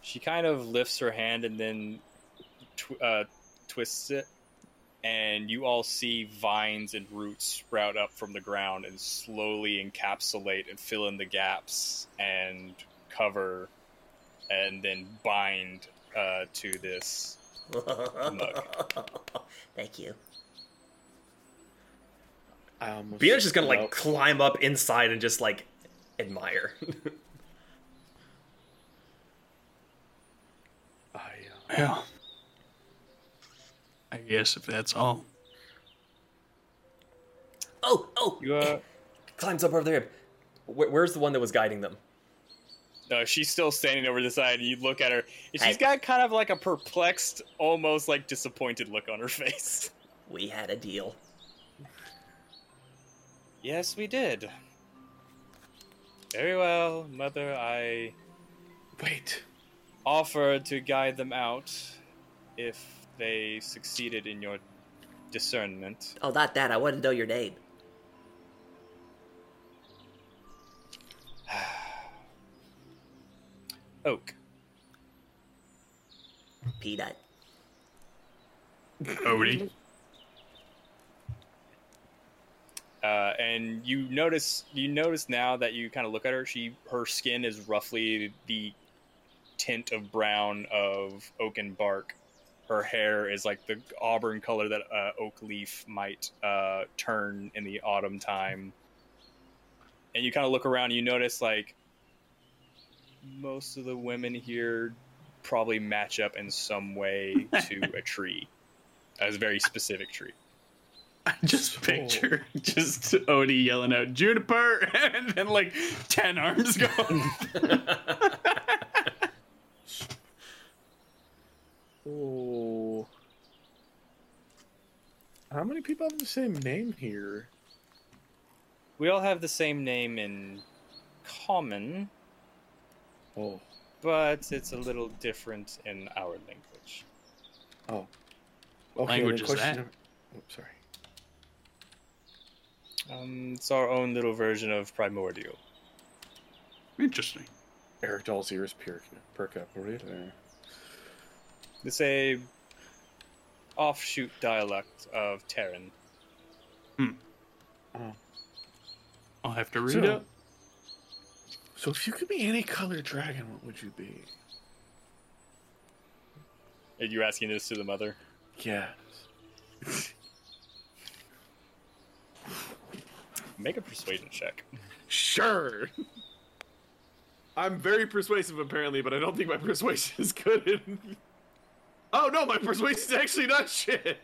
Speaker 7: She kind of lifts her hand and then tw- uh, twists it, and you all see vines and roots sprout up from the ground and slowly encapsulate and fill in the gaps and cover and then bind uh, to this mug.
Speaker 1: [laughs] Thank you.
Speaker 14: Um,
Speaker 5: Beanna's just gonna like climb up inside and just like admire.
Speaker 4: Yeah. I guess if that's all.
Speaker 5: oh, oh!
Speaker 7: You uh,
Speaker 5: [laughs] climbs up over there. Where, where's the one that was guiding them?
Speaker 7: No, she's still standing over the side, and you look at her, and she's got kind of like a perplexed, almost like disappointed look on her [laughs] face.
Speaker 1: We had a deal.
Speaker 7: Yes, we did. Very well, Mother. I.
Speaker 14: Wait.
Speaker 7: Offer to guide them out if they succeeded in your discernment.
Speaker 1: Oh, not that. I want to know your name.
Speaker 7: Oak.
Speaker 1: Peanut.
Speaker 4: Odie.
Speaker 7: Uh, and you notice you notice now that you kind of look at her, she her skin is roughly the tint of brown of oak and bark. Her hair is like the auburn color that uh, oak leaf might uh, turn in the autumn time. And you kind of look around, and you notice like most of the women here probably match up in some way to a tree, a very specific tree.
Speaker 4: I just picture [laughs] just Odie yelling out Juniper, [laughs] and then like ten arms going.
Speaker 14: Oh. How many people have the same name here?
Speaker 7: We all have the same name in common.
Speaker 14: Oh.
Speaker 7: But it's a little different in our language.
Speaker 14: Oh.
Speaker 7: What language
Speaker 14: the
Speaker 7: is
Speaker 14: question
Speaker 7: that?
Speaker 14: of- Oh, sorry.
Speaker 7: Um, it's our own little version of primordial.
Speaker 4: Interesting.
Speaker 14: Eric Dahl's ears perk, perk up right there.
Speaker 7: It's a offshoot dialect of Terran.
Speaker 14: Oh.
Speaker 4: I'll have to
Speaker 14: So-
Speaker 4: read it.
Speaker 14: So if you could be any color dragon, what would you be?
Speaker 7: Are you asking this to the mother?
Speaker 14: Yeah.
Speaker 7: Make a persuasion check.
Speaker 6: Sure. [laughs] I'm very persuasive apparently, but I don't think my [laughs] persuasion is good. in- Oh no, my persuasion's actually not shit.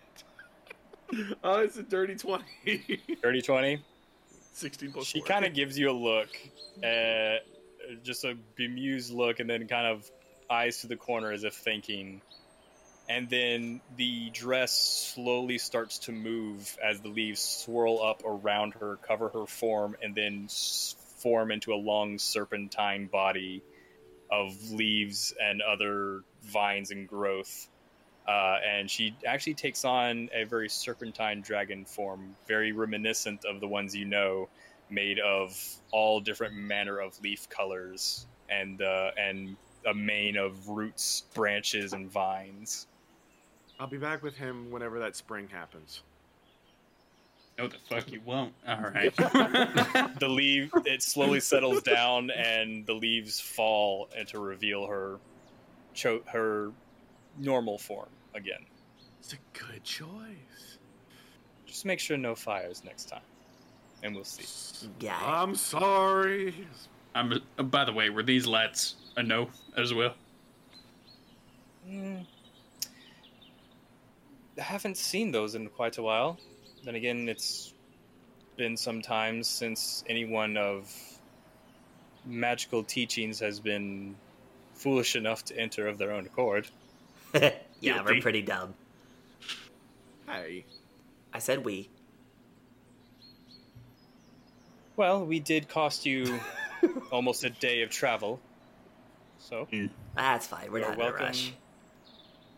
Speaker 6: [laughs] Oh, it's a dirty twenty. [laughs]
Speaker 7: Dirty 20?
Speaker 6: 16 plus
Speaker 7: She
Speaker 6: four.
Speaker 7: kind of gives you a look, uh, just a bemused look, and then kind of eyes to the corner as if thinking. And then the dress slowly starts to move as the leaves swirl up around her, cover her form, and then s- form into a long serpentine body of leaves and other vines and growth. Uh, and she actually takes on a very serpentine dragon form, very reminiscent of the ones you know, made of all different manner of leaf colors and uh, and a mane of roots, branches, and vines.
Speaker 6: I'll be back with him whenever that spring happens.
Speaker 4: No, the fuck you won't. All right. [laughs]
Speaker 7: the leaf it slowly settles down, and the leaves fall and to reveal her cho- her normal form again.
Speaker 14: It's a good choice.
Speaker 7: Just make sure no fires next time, and we'll see.
Speaker 6: I'm sorry.
Speaker 4: I'm. uh, by the way, were these lads a no as well?
Speaker 7: Mm. I haven't seen those in quite a while. Then again, it's been some time since anyone of magical teachings has been foolish enough to enter of their own accord.
Speaker 1: [laughs] yeah, we're pretty dumb.
Speaker 14: [gasps]
Speaker 6: Hey. [gasps]
Speaker 1: I said we.
Speaker 7: Well, we did cost you almost a day of travel. So
Speaker 1: That's fine. We're
Speaker 7: you're
Speaker 1: not in a
Speaker 7: welcome.
Speaker 1: rush.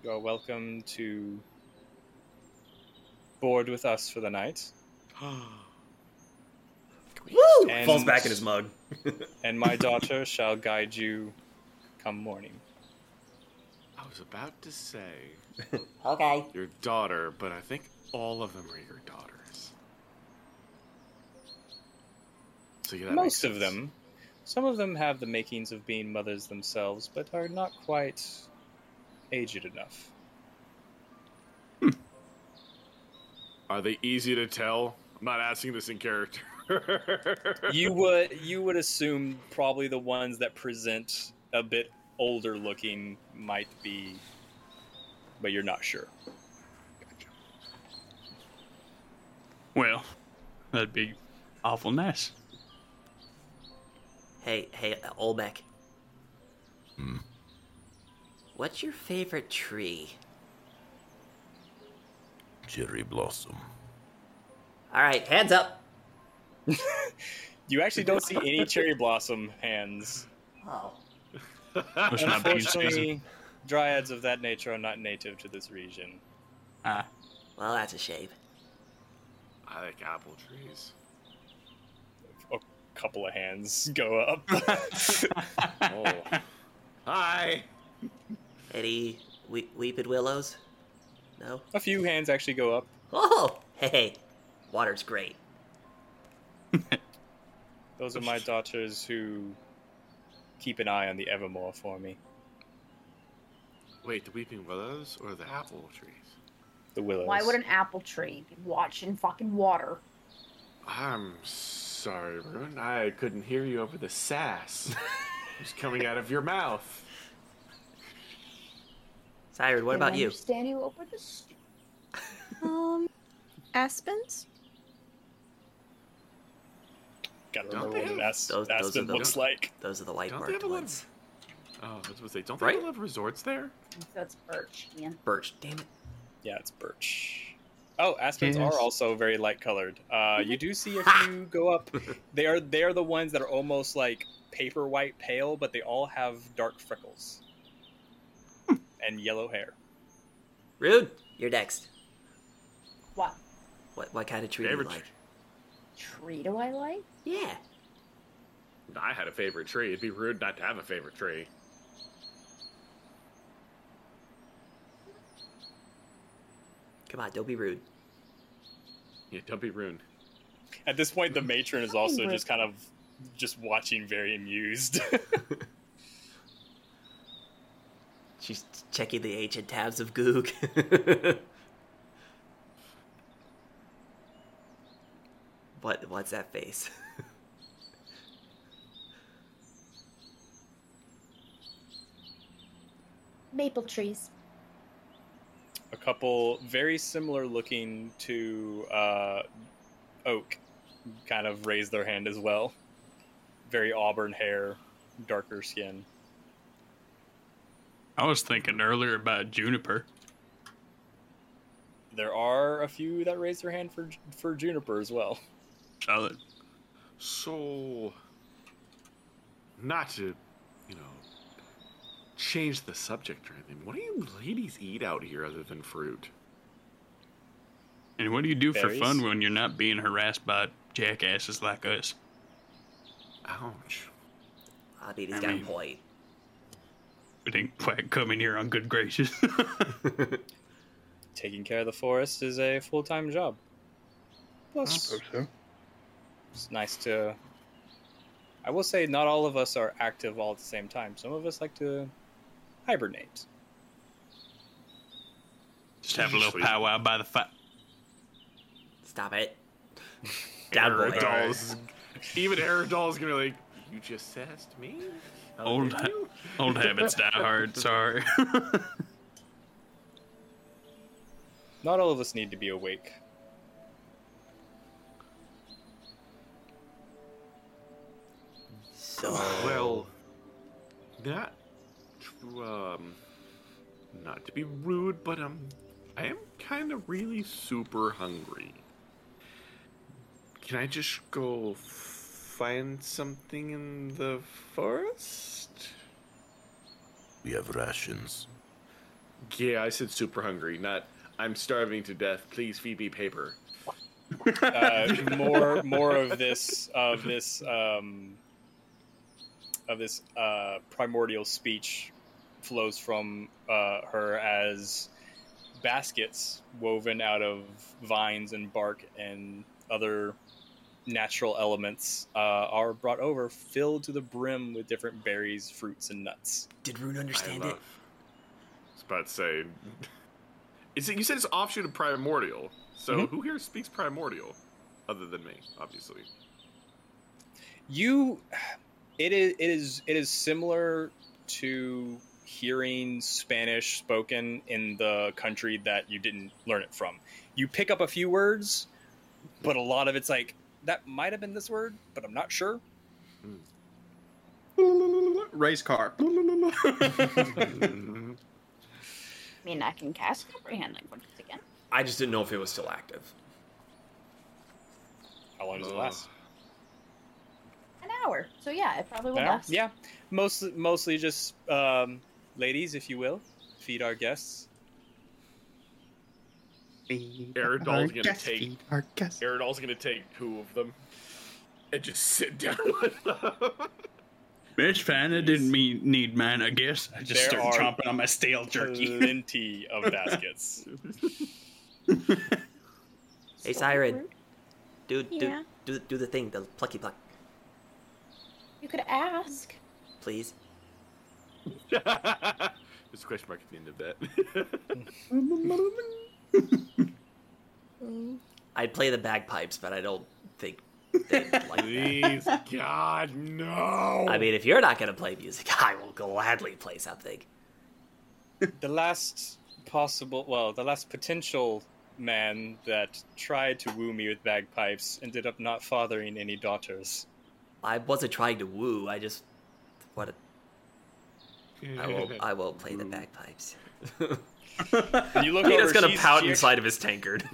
Speaker 7: You're welcome to board with us for the night.
Speaker 5: Woo!
Speaker 7: And-
Speaker 5: Falls back in his mug.
Speaker 7: and
Speaker 1: [laughs]
Speaker 7: my daughter shall guide you come morning.
Speaker 6: I was about to say
Speaker 1: Okay.
Speaker 6: your daughter, but I think all of them are your daughters. So yeah, that makes
Speaker 7: Most of
Speaker 6: sense.
Speaker 7: them. Some of them have the makings of being mothers themselves, but are not quite aged enough.
Speaker 6: Are they easy to tell? I'm not asking this in character.
Speaker 1: [laughs]
Speaker 6: [laughs]
Speaker 7: you would you would assume probably the ones that present a bit older looking might be but you're not sure.
Speaker 4: Well, that'd be awful nice.
Speaker 1: Hey, hey, uh, Olmec.
Speaker 7: Hmm.
Speaker 1: What's your favorite tree?
Speaker 9: Cherry blossom.
Speaker 1: All right, hands up.
Speaker 7: You actually don't see any
Speaker 1: [laughs]
Speaker 7: cherry blossom hands.
Speaker 1: Oh.
Speaker 4: Must not be in season.
Speaker 7: Unfortunately, dryads of that nature are not native to this region.
Speaker 4: Ah,
Speaker 1: Well, that's a shame.
Speaker 6: I like apple
Speaker 7: [laughs]
Speaker 6: trees.
Speaker 7: A couple of hands [laughs] go up.
Speaker 6: Oh. Hi.
Speaker 1: Any we- weeped willows? No.
Speaker 7: A few hands actually go up.
Speaker 1: Oh, hey, water's great.
Speaker 7: Those
Speaker 6: [laughs]
Speaker 7: are my daughters who keep an eye on the Evermore for me.
Speaker 6: Wait, the weeping willows or the apple trees?
Speaker 7: The willows.
Speaker 2: Why would an apple tree be watching fucking water?
Speaker 6: I'm sorry, Rune. I couldn't hear you over the
Speaker 7: [laughs]
Speaker 6: sass. it was coming out of your mouth.
Speaker 1: Siren, what
Speaker 8: Didn't
Speaker 1: about you?
Speaker 8: understand you opened a- um, aspens.
Speaker 7: Gotta
Speaker 6: Don't
Speaker 7: remember
Speaker 6: they
Speaker 7: what an
Speaker 6: have-
Speaker 7: as-
Speaker 6: those- those are
Speaker 7: aspen
Speaker 6: the-
Speaker 7: looks like.
Speaker 1: Those are the light
Speaker 6: Don't they have a lot of? Oh, I was gonna say, don't they have a lot of resorts there?
Speaker 2: That's birch, Ian.
Speaker 1: Birch, damn it.
Speaker 7: Yeah, it's birch. Oh, aspens
Speaker 6: Yes.
Speaker 7: are also very light colored. Uh, you do see a few go
Speaker 6: [laughs]
Speaker 7: up. They are they are the ones that are almost like paper white pale, but they all have dark freckles and yellow hair.
Speaker 1: Rude, you're next.
Speaker 2: What
Speaker 1: What what kind of tree do you
Speaker 6: Favorite
Speaker 1: like?
Speaker 2: tree do I like?
Speaker 1: Yeah.
Speaker 6: If I had a favorite tree. It'd be rude not to have a favorite tree.
Speaker 1: Come on, don't be rude.
Speaker 6: Yeah, don't be rude.
Speaker 7: At this point, the matron is also
Speaker 6: Hummingbird.
Speaker 7: just kind of just watching, very amused. [laughs]
Speaker 1: She's checking the ancient tabs of Goog. [laughs] what what's that face? [laughs]
Speaker 2: Maple trees.
Speaker 7: a couple very similar looking to uh, Oak kind of raise their hand as well. Very auburn hair, darker skin.
Speaker 4: I was thinking earlier about juniper.
Speaker 7: There are a few that raise their hand for for Juniper as well.
Speaker 4: Solid.
Speaker 6: So, not to, you know, change the subject or anything. What do you ladies eat out here other than fruit?
Speaker 4: And what do you do
Speaker 6: Berries?
Speaker 4: for fun when you're not being harassed by jackasses like us?
Speaker 6: Ouch.
Speaker 1: I mean, he's
Speaker 4: I
Speaker 1: got
Speaker 4: mean-
Speaker 1: a point.
Speaker 4: We didn't quite come in here on good graces. [laughs]
Speaker 7: Taking care of the forest is a full time job.
Speaker 4: suppose so.
Speaker 7: It's nice to. I will say, not all of us are active all at the same time. Some of us like to hibernate.
Speaker 4: Just have a little powwow by the fire.
Speaker 1: Stop
Speaker 6: [laughs]
Speaker 1: it. Down boy.
Speaker 6: Dolls. Even Aerodol's gonna be like, you just sassed me? How
Speaker 4: Old,
Speaker 6: dare
Speaker 4: ha-
Speaker 6: you?"
Speaker 4: old habits die hard. Sorry. [laughs]
Speaker 7: Not all of us need to be awake.
Speaker 1: So
Speaker 6: Well, not to, um, not to be rude, but um, I am kind of really super hungry. Can I just go find something in the forest?
Speaker 9: We have rations.
Speaker 6: Yeah, I said super hungry, not I'm starving to death. Please feed me paper.
Speaker 7: uh, more more of this of this um, of this uh, primordial speech flows from uh, her as baskets woven out of vines and bark and other natural elements uh, are brought over filled to the brim with different berries fruits and nuts
Speaker 1: Did Rune understand
Speaker 6: I
Speaker 1: it?
Speaker 6: was about to say, [laughs] it's, you said it's offshoot of primordial. So
Speaker 1: Mm-hmm.
Speaker 7: Mhm.
Speaker 6: who here speaks primordial, other than me,
Speaker 1: [laughs]
Speaker 6: obviously?
Speaker 7: you it is it is it is similar to hearing spanish spoken in the country that you didn't learn it from you pick up a few words but a lot of it's like that might have been this word but i'm not sure
Speaker 4: Race car.
Speaker 1: Mm-hmm.
Speaker 2: I mean, I can cast comprehend languages again.
Speaker 5: I just didn't know if it was still active.
Speaker 7: how long does it
Speaker 5: Ugh.
Speaker 7: last
Speaker 2: An hour. So yeah, it probably will
Speaker 7: An hour?
Speaker 2: last.
Speaker 7: yeah mostly mostly just um, ladies if you will feed our guests
Speaker 6: Aerodol's
Speaker 7: our
Speaker 6: gonna
Speaker 7: guest
Speaker 6: take.
Speaker 7: feed,
Speaker 6: [laughs] Aerodol's gonna take two of them, and just sit down with them.
Speaker 4: It's fine. I didn't mean need mine. I guess I just
Speaker 7: There
Speaker 4: started
Speaker 7: are
Speaker 4: chomping on my stale jerky.
Speaker 7: [laughs] Plenty of baskets.
Speaker 1: Hey, Siren. Do, do,
Speaker 2: Yeah.
Speaker 1: do, do the thing, the plucky pluck,
Speaker 2: You could ask.
Speaker 1: please.
Speaker 6: There's a question mark at the end of that.
Speaker 1: I'd play the bagpipes, but I don't think they'd like
Speaker 6: [laughs] Please,
Speaker 1: that.
Speaker 6: God, no.
Speaker 1: I mean, if you're not going to play music, [laughs] I will gladly play something.
Speaker 7: the last possible, well, the last potential man that tried to woo me with bagpipes ended up not fathering any daughters.
Speaker 1: I wasn't trying to woo, I just. What a. I [laughs] won't, I won't play the [laughs] bagpipes.
Speaker 7: And you look
Speaker 1: Peanut's
Speaker 7: over,
Speaker 1: gonna
Speaker 7: she's-
Speaker 1: pout
Speaker 7: she
Speaker 1: inside of his tankard.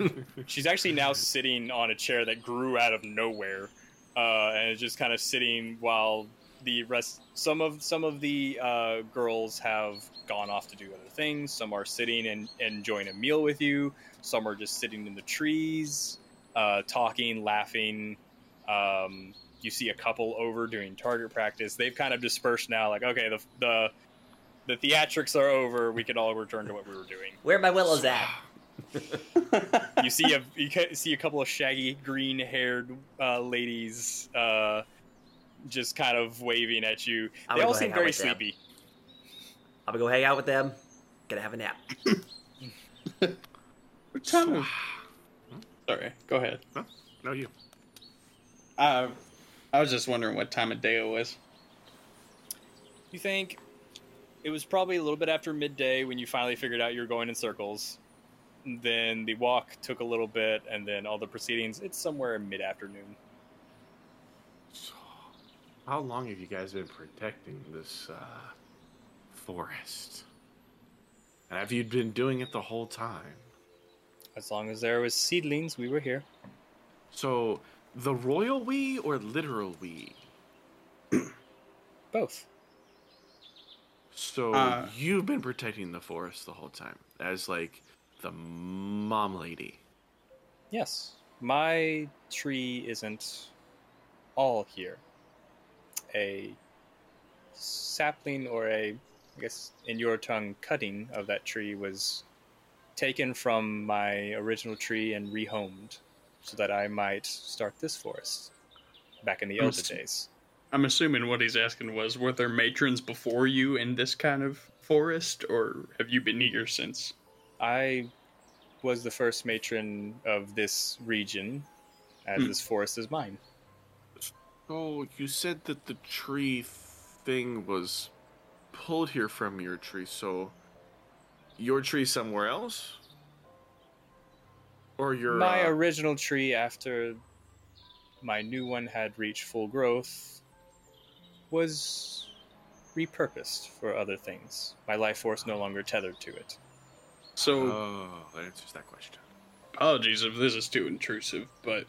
Speaker 7: She's actually now sitting on a chair that grew out of nowhere, uh, and is just kind of sitting while the rest. Some of some of the uh, girls have gone off to do other things. Some are sitting and and enjoying a meal with you. Some are just sitting in the trees, uh, talking, laughing. Um, you see a couple over doing target practice. They've kind of dispersed now. Like, okay, the the the theatrics are over. We can all return to what we were doing
Speaker 1: [laughs] Where my willows at?
Speaker 7: you see a you ca- see a couple of shaggy green haired uh, ladies uh, just kind of waving at you.
Speaker 1: I'm
Speaker 7: They
Speaker 1: gonna
Speaker 7: all
Speaker 1: go
Speaker 7: seem
Speaker 1: hang out
Speaker 7: very
Speaker 1: with them.
Speaker 7: sleepy.
Speaker 1: I'm gonna go hang out with them. Gonna have a nap. uh,
Speaker 4: Sorry. Go ahead.
Speaker 6: No, you.
Speaker 4: Uh, I was just wondering what time of day it was.
Speaker 7: You think it was probably a little bit after midday when you finally figured out you were going in circles. Then the walk took a little bit, and then all the proceedings. It's somewhere mid afternoon.
Speaker 6: How long have you guys been protecting this uh, forest? And have you been doing it the whole time?
Speaker 7: As long as there was seedlings, we were here.
Speaker 6: So, the royal we or literal we?
Speaker 7: Both.
Speaker 6: So
Speaker 4: Uh,
Speaker 6: you've been protecting the forest the whole time as like the mom lady.
Speaker 7: Yes, my tree isn't all here. A sapling or a, I guess in your tongue, cutting of that tree was taken from my original tree and rehomed so that I might start this forest back in the
Speaker 4: I'm
Speaker 7: elder
Speaker 4: ass-
Speaker 7: days.
Speaker 4: I'm assuming what he's asking was, were there matrons before you in this kind of forest, or have you been here since?
Speaker 7: I was the first matron of this region, as
Speaker 4: Hmm.
Speaker 7: this forest is mine.
Speaker 6: So you said that the tree thing was pulled here from your tree. So your tree somewhere else, or your
Speaker 7: my
Speaker 6: uh,
Speaker 7: original tree after my new one had reached full growth was repurposed for other things. My life force no longer tethered to it.
Speaker 4: So,
Speaker 6: oh, that answers that question.
Speaker 4: apologies if this is too intrusive, but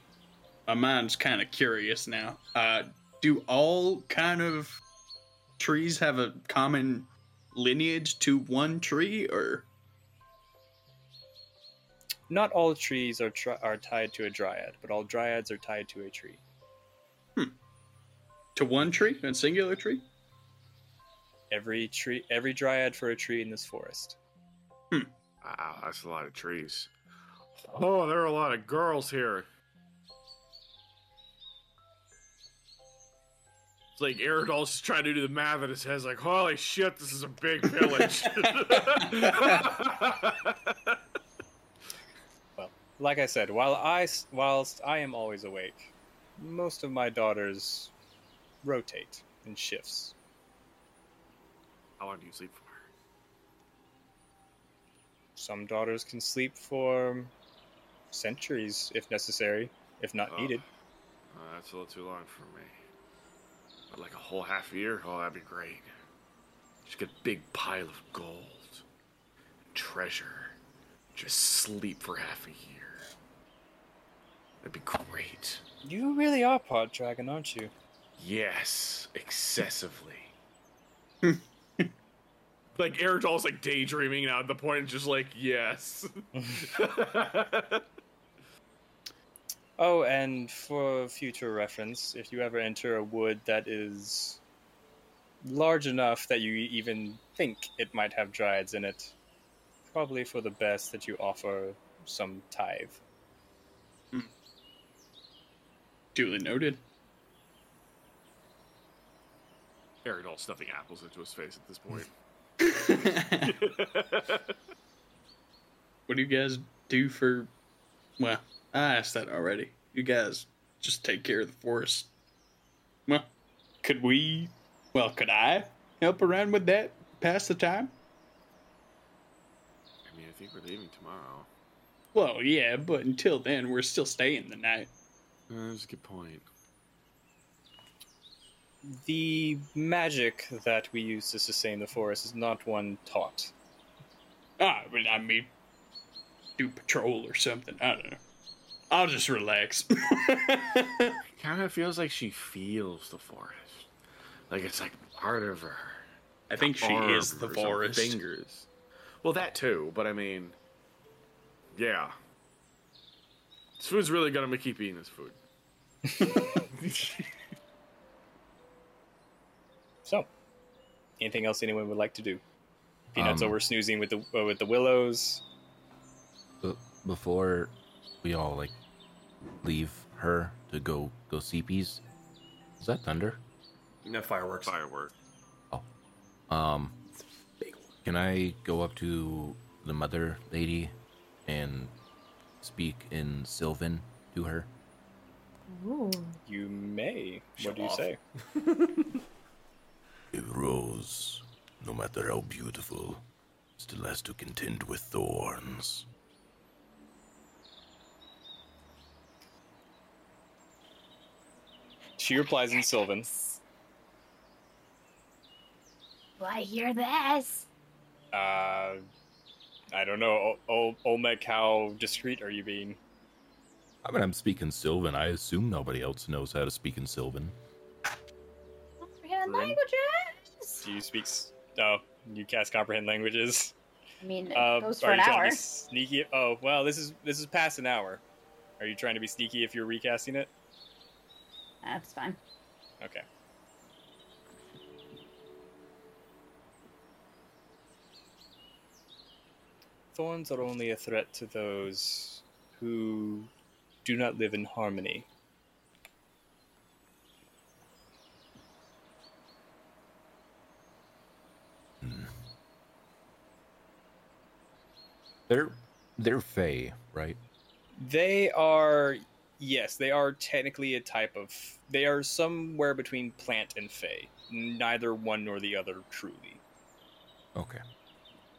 Speaker 4: my mind's kind of curious now. Uh, do all kind of trees have a common lineage to one tree, or
Speaker 7: Not all trees are tri- are tied to a dryad, but all dryads are tied to a tree.
Speaker 4: to one tree, a singular tree?
Speaker 7: Every tree, every dryad for a tree in this forest.
Speaker 6: Wow, that's a lot of trees. Oh, there are a lot of girls here. It's like Aerodol's just trying to do the math in his head. It's like, holy shit, this is a big village. [laughs]
Speaker 7: Like I said, while I s- whilst I am always awake, most of my daughters rotate in shifts.
Speaker 6: How long do you sleep for?
Speaker 7: Some daughters can sleep for centuries if necessary, if not
Speaker 6: Oh.
Speaker 7: needed.
Speaker 6: Uh, that's a little too long for me. But like a whole half year? Oh, that'd be great. Just get a big pile of gold, treasure. Just sleep for half a year. That'd be great.
Speaker 7: You really are part dragon, aren't you?
Speaker 6: Yes,
Speaker 14: [laughs]
Speaker 6: excessively. like Aerodol's like daydreaming now at the point, just like [laughs] yes.
Speaker 7: Oh, and for future reference, if you ever enter a wood that is large enough that you even think it might have dryads in it. Probably for the best that you offer some tithe.
Speaker 4: Duly [laughs] noted.
Speaker 14: Eric all stuffing apples into his face at this
Speaker 6: [laughs]
Speaker 14: point.
Speaker 4: What do you guys do for? Well, I asked that already. You guys just take care of the forest. Well, could we? Well, could I help around with that? Pass the time?
Speaker 14: I mean, I think we're leaving tomorrow.
Speaker 4: Well, yeah, but until then, we're still staying the night.
Speaker 14: That's a good point.
Speaker 7: The magic that we use to sustain the forest is not one taught.
Speaker 4: Ah, but I mean, do patrol or something. I don't know. I'll just relax. [laughs]
Speaker 14: Kind of feels like she feels the forest, like it's like part of her.
Speaker 4: I think she is the
Speaker 14: Arms or
Speaker 4: forest.
Speaker 14: Fingers. Well, that too, but I mean, yeah. This food's really gonna make keep eating this food.
Speaker 7: So, anything else anyone would like to do? Peanuts
Speaker 9: Um,
Speaker 7: over snoozing with the uh, with the willows.
Speaker 9: But before we all like leave her to go go see peas, is that thunder?
Speaker 5: No fireworks.
Speaker 14: Firework.
Speaker 9: Um, can I go up to the mother lady and speak in Sylvan to her?
Speaker 7: You may.
Speaker 9: Shut
Speaker 7: what do you
Speaker 9: off.
Speaker 7: say?
Speaker 16: A rose, no matter how beautiful, still has to contend with thorns.
Speaker 7: She replies in Sylvan.
Speaker 17: Do I hear this?
Speaker 7: Uh, I don't know, o- o- Olmec. How discreet are you being?
Speaker 9: I mean, I'm speaking Sylvan. I assume nobody else knows how to speak in Sylvan.
Speaker 2: Comprehend languages.
Speaker 7: Do you speak? s- Oh, you cast comprehend languages.
Speaker 2: I mean, it
Speaker 7: Uh,
Speaker 2: goes
Speaker 7: are
Speaker 2: for an
Speaker 7: you trying to
Speaker 2: hour.
Speaker 7: be sneaky? Oh, well, this is this is past an hour. Are you trying to be sneaky if you're recasting it?
Speaker 2: That's fine.
Speaker 7: Okay. Thorns are only a threat to those who do not live in harmony.
Speaker 9: They're they're Fey, right?
Speaker 7: They are, yes, they are technically a type of. They are somewhere between plant and fey. Neither one nor the other, truly.
Speaker 9: Okay.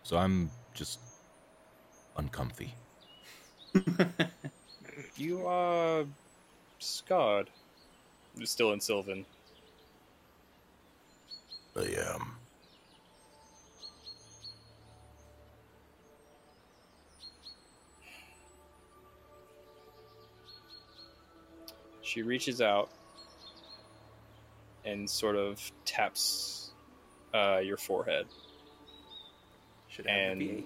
Speaker 9: So I'm just uncomfy.
Speaker 7: You are scarred. Still in Sylvan.
Speaker 16: I am.
Speaker 7: She reaches out and sort of taps uh, your forehead. Should and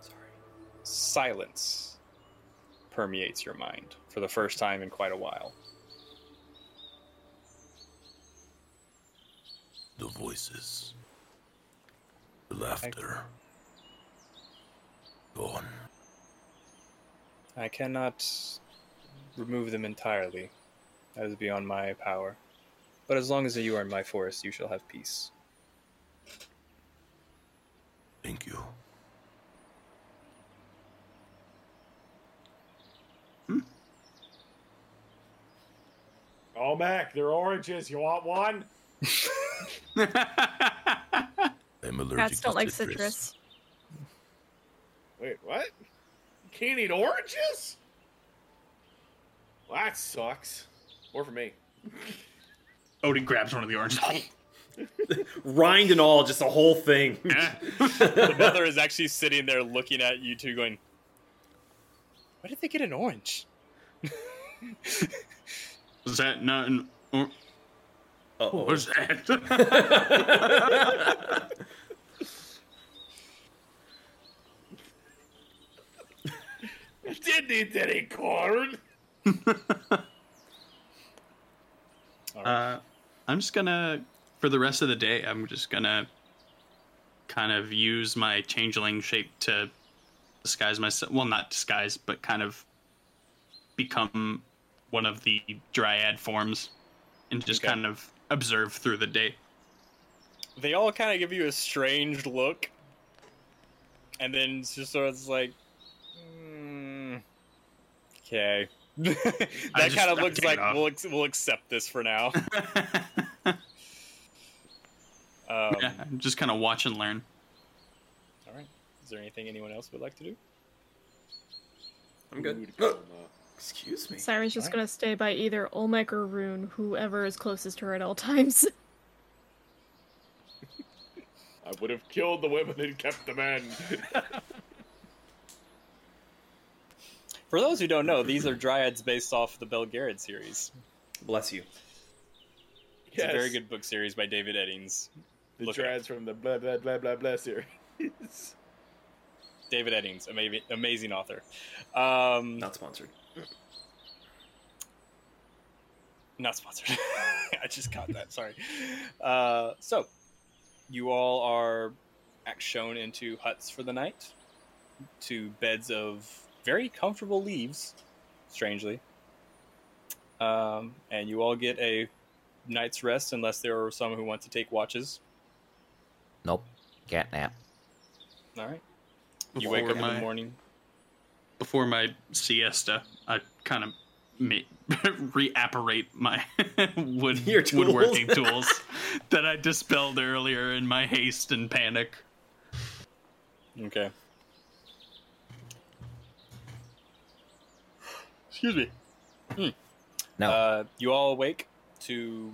Speaker 7: sorry, silence permeates your mind for the first time in quite a while.
Speaker 16: The voices. The laughter. Gone.
Speaker 7: I cannot remove them entirely; that is beyond my power. But as long as you are in my forest, you shall have peace.
Speaker 16: Thank you.
Speaker 15: Oh, Mac, they're oranges. You want one?
Speaker 16: I'm allergic
Speaker 8: Cats
Speaker 16: to
Speaker 8: don't like
Speaker 16: citrus.
Speaker 8: citrus.
Speaker 15: Wait, what? You can't eat oranges? Well, that sucks. More for me.
Speaker 4: Odin grabs one of the [laughs] oranges.
Speaker 5: Rind and all, just the whole thing.
Speaker 7: the mother is actually sitting there looking at you two, going, "Why did they get an orange?"
Speaker 4: Is that not an? Or- What was that? [laughs]
Speaker 15: I didn't eat any corn.
Speaker 4: Uh, I'm just gonna, for the rest of the day, I'm just gonna kind of use my changeling shape to disguise myself. Well, not disguise, but kind of become one of the dryad forms and just
Speaker 7: Okay.
Speaker 4: kind of observe through the day. [laughs]
Speaker 7: They all kind of give you a strange look, and then it's just sort of like, "Hmm, okay. [laughs] that
Speaker 4: I just-
Speaker 7: kind of
Speaker 4: I'm
Speaker 7: looks
Speaker 4: taking
Speaker 7: like
Speaker 4: off.
Speaker 7: we'll ex- we'll accept this
Speaker 4: [laughs]
Speaker 7: for now. um,
Speaker 4: yeah, just kind of watch and learn.
Speaker 7: All right. Is there anything anyone else would like to do?
Speaker 10: I'm good.
Speaker 5: Excuse me.
Speaker 8: Siren's just gonna stay by either Olmec or Rune, whoever is closest to her at all times. [laughs]
Speaker 15: I would have killed the women and kept the men.
Speaker 7: For those who don't know, these are dryads based off the Belgariad series.
Speaker 10: Bless you.
Speaker 7: It's a very
Speaker 15: Yes.
Speaker 7: good book series by David Eddings.
Speaker 15: the
Speaker 7: Look it
Speaker 15: dreads from the blah blah blah blah blah series.
Speaker 7: David Eddings, amazing, amazing author. Um,
Speaker 10: not sponsored.
Speaker 7: Not sponsored. [laughs] I just caught that. Sorry. Uh, so, you all are act- shown into huts for the night, to beds of very comfortable leaves, strangely. Um, and you all get a night's rest, unless there are some who want to take watches.
Speaker 13: Nope. Cat nap.
Speaker 7: All right. You wake up
Speaker 4: Before
Speaker 7: in
Speaker 4: my-
Speaker 7: the morning.
Speaker 4: Before my siesta, I kind of ma- [laughs] reapparate my [laughs] wood
Speaker 10: Your tools. [laughs]
Speaker 4: woodworking tools that I dispelled earlier in my haste and panic.
Speaker 7: Okay. Excuse me. Hmm.
Speaker 13: No.
Speaker 7: Uh, you all awake to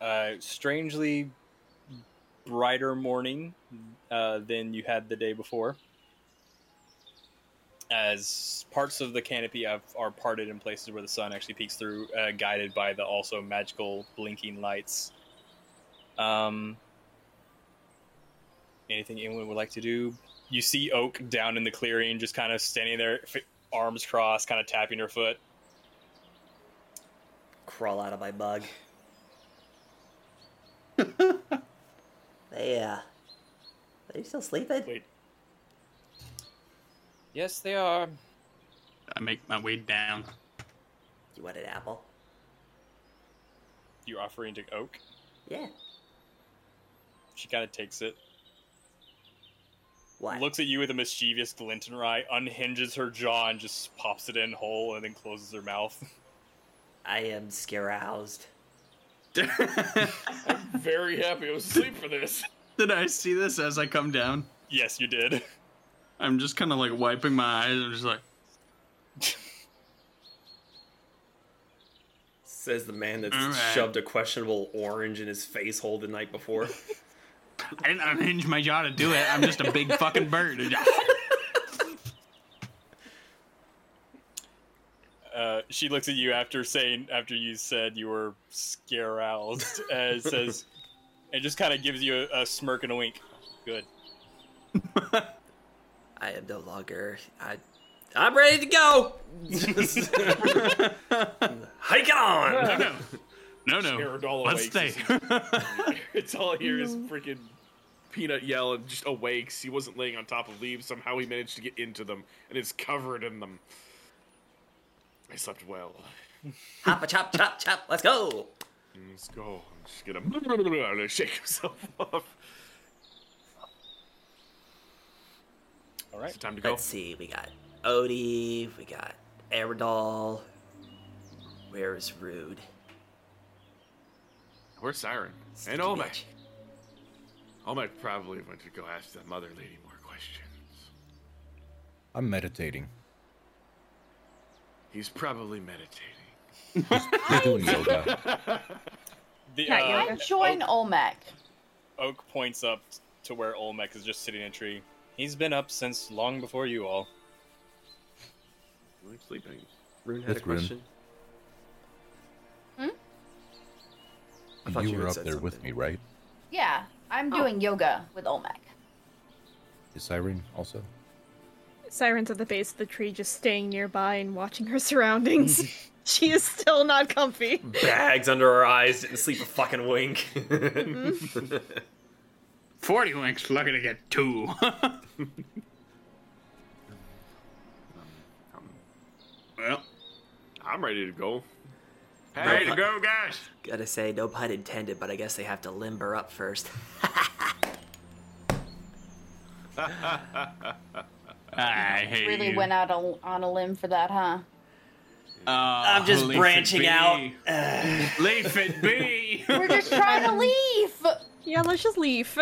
Speaker 7: a strangely brighter morning uh, than you had the day before, as parts of the canopy have, are parted in places where the sun actually peeks through, uh, guided by the also magical blinking lights. Um, anything anyone would like to do. You see Oak down in the clearing, just kind of standing there, f- arms crossed, kind of tapping her foot.
Speaker 1: Crawl out of my [laughs] bug. they, uh. Are you still sleeping?
Speaker 7: Wait. Yes, they are.
Speaker 4: I make my way down.
Speaker 1: You want an apple?
Speaker 7: You're offering to Oak.
Speaker 1: Yeah.
Speaker 7: She kind of takes it.
Speaker 1: What?
Speaker 7: Looks at you with a mischievous glint in her eye, unhinges her jaw, and just pops it in whole, and then closes her mouth. [laughs]
Speaker 1: I am scaroused.
Speaker 15: I'm very happy I was asleep for this.
Speaker 4: Did I see this as I come down?
Speaker 7: Yes, you did. [laughs]
Speaker 4: I'm just kind of like wiping my eyes. I'm just like,
Speaker 10: Says the man that's
Speaker 4: All right.
Speaker 10: shoved a questionable orange in his face hole the night
Speaker 5: [laughs]
Speaker 10: before.
Speaker 4: I didn't unhinge my jaw to do it. I'm just a big fucking bird. [laughs]
Speaker 7: Uh, she looks at you after saying after you said you were scaroused, and says, and just kind of gives you a, a smirk and a wink. Good.
Speaker 1: I am no longer. I, I'm ready to go. Hike it on.
Speaker 7: [laughs]
Speaker 4: No, no.
Speaker 15: Scaradol
Speaker 4: Let's
Speaker 15: awakes.
Speaker 4: stay.
Speaker 15: [laughs] it's all here is
Speaker 1: Mm-hmm.
Speaker 15: freaking peanut yell and just awakes. He wasn't laying on top of leaves. Somehow he managed to get into them and is covered in them. I slept well.
Speaker 1: Hop a chop chop chop. Let's go.
Speaker 15: Let's go. I'm just gonna [laughs] shake himself off.
Speaker 7: All right.
Speaker 15: time to
Speaker 1: go. Let's see. We got Odie. We got Aerodol. Where is Rude?
Speaker 15: Where's Siren? And Olmec. Olmec probably went to go ask that mother lady more questions.
Speaker 9: I'm
Speaker 16: [laughs]
Speaker 9: meditating.
Speaker 15: He's probably meditating.
Speaker 9: Doing yoga.
Speaker 7: The,
Speaker 2: Not
Speaker 7: uh,
Speaker 2: yoga. I join Olmec.
Speaker 7: Oak points up to where Olmec is just sitting in a tree. He's been up since long before you all.
Speaker 15: I'm sleeping.
Speaker 10: Rune
Speaker 9: had a With Rune. question.
Speaker 10: I thought
Speaker 9: you,
Speaker 10: you
Speaker 9: were
Speaker 10: had
Speaker 9: up
Speaker 10: said
Speaker 9: there with me, right?
Speaker 2: Yeah, I'm doing yoga with Olmec.
Speaker 9: Is Siren also?
Speaker 8: Siren's at the base of the tree, just staying nearby and watching her surroundings. [laughs] She is still not comfy.
Speaker 5: Hmm. Bags under her eyes, didn't sleep a fucking wink.
Speaker 4: 40 winks, lucky to get two. [laughs]
Speaker 15: Well, I'm ready to go.
Speaker 4: Ready to go, guys.
Speaker 1: Gotta say, no pun intended, but I guess they have to limber up first. [laughs]
Speaker 4: I hate
Speaker 2: Really went out on- on a limb for that, huh?
Speaker 4: I'm
Speaker 1: just branching out.
Speaker 4: [laughs] Leave it be. [laughs]
Speaker 2: We're just trying to leave.
Speaker 8: Yeah, let's just leave.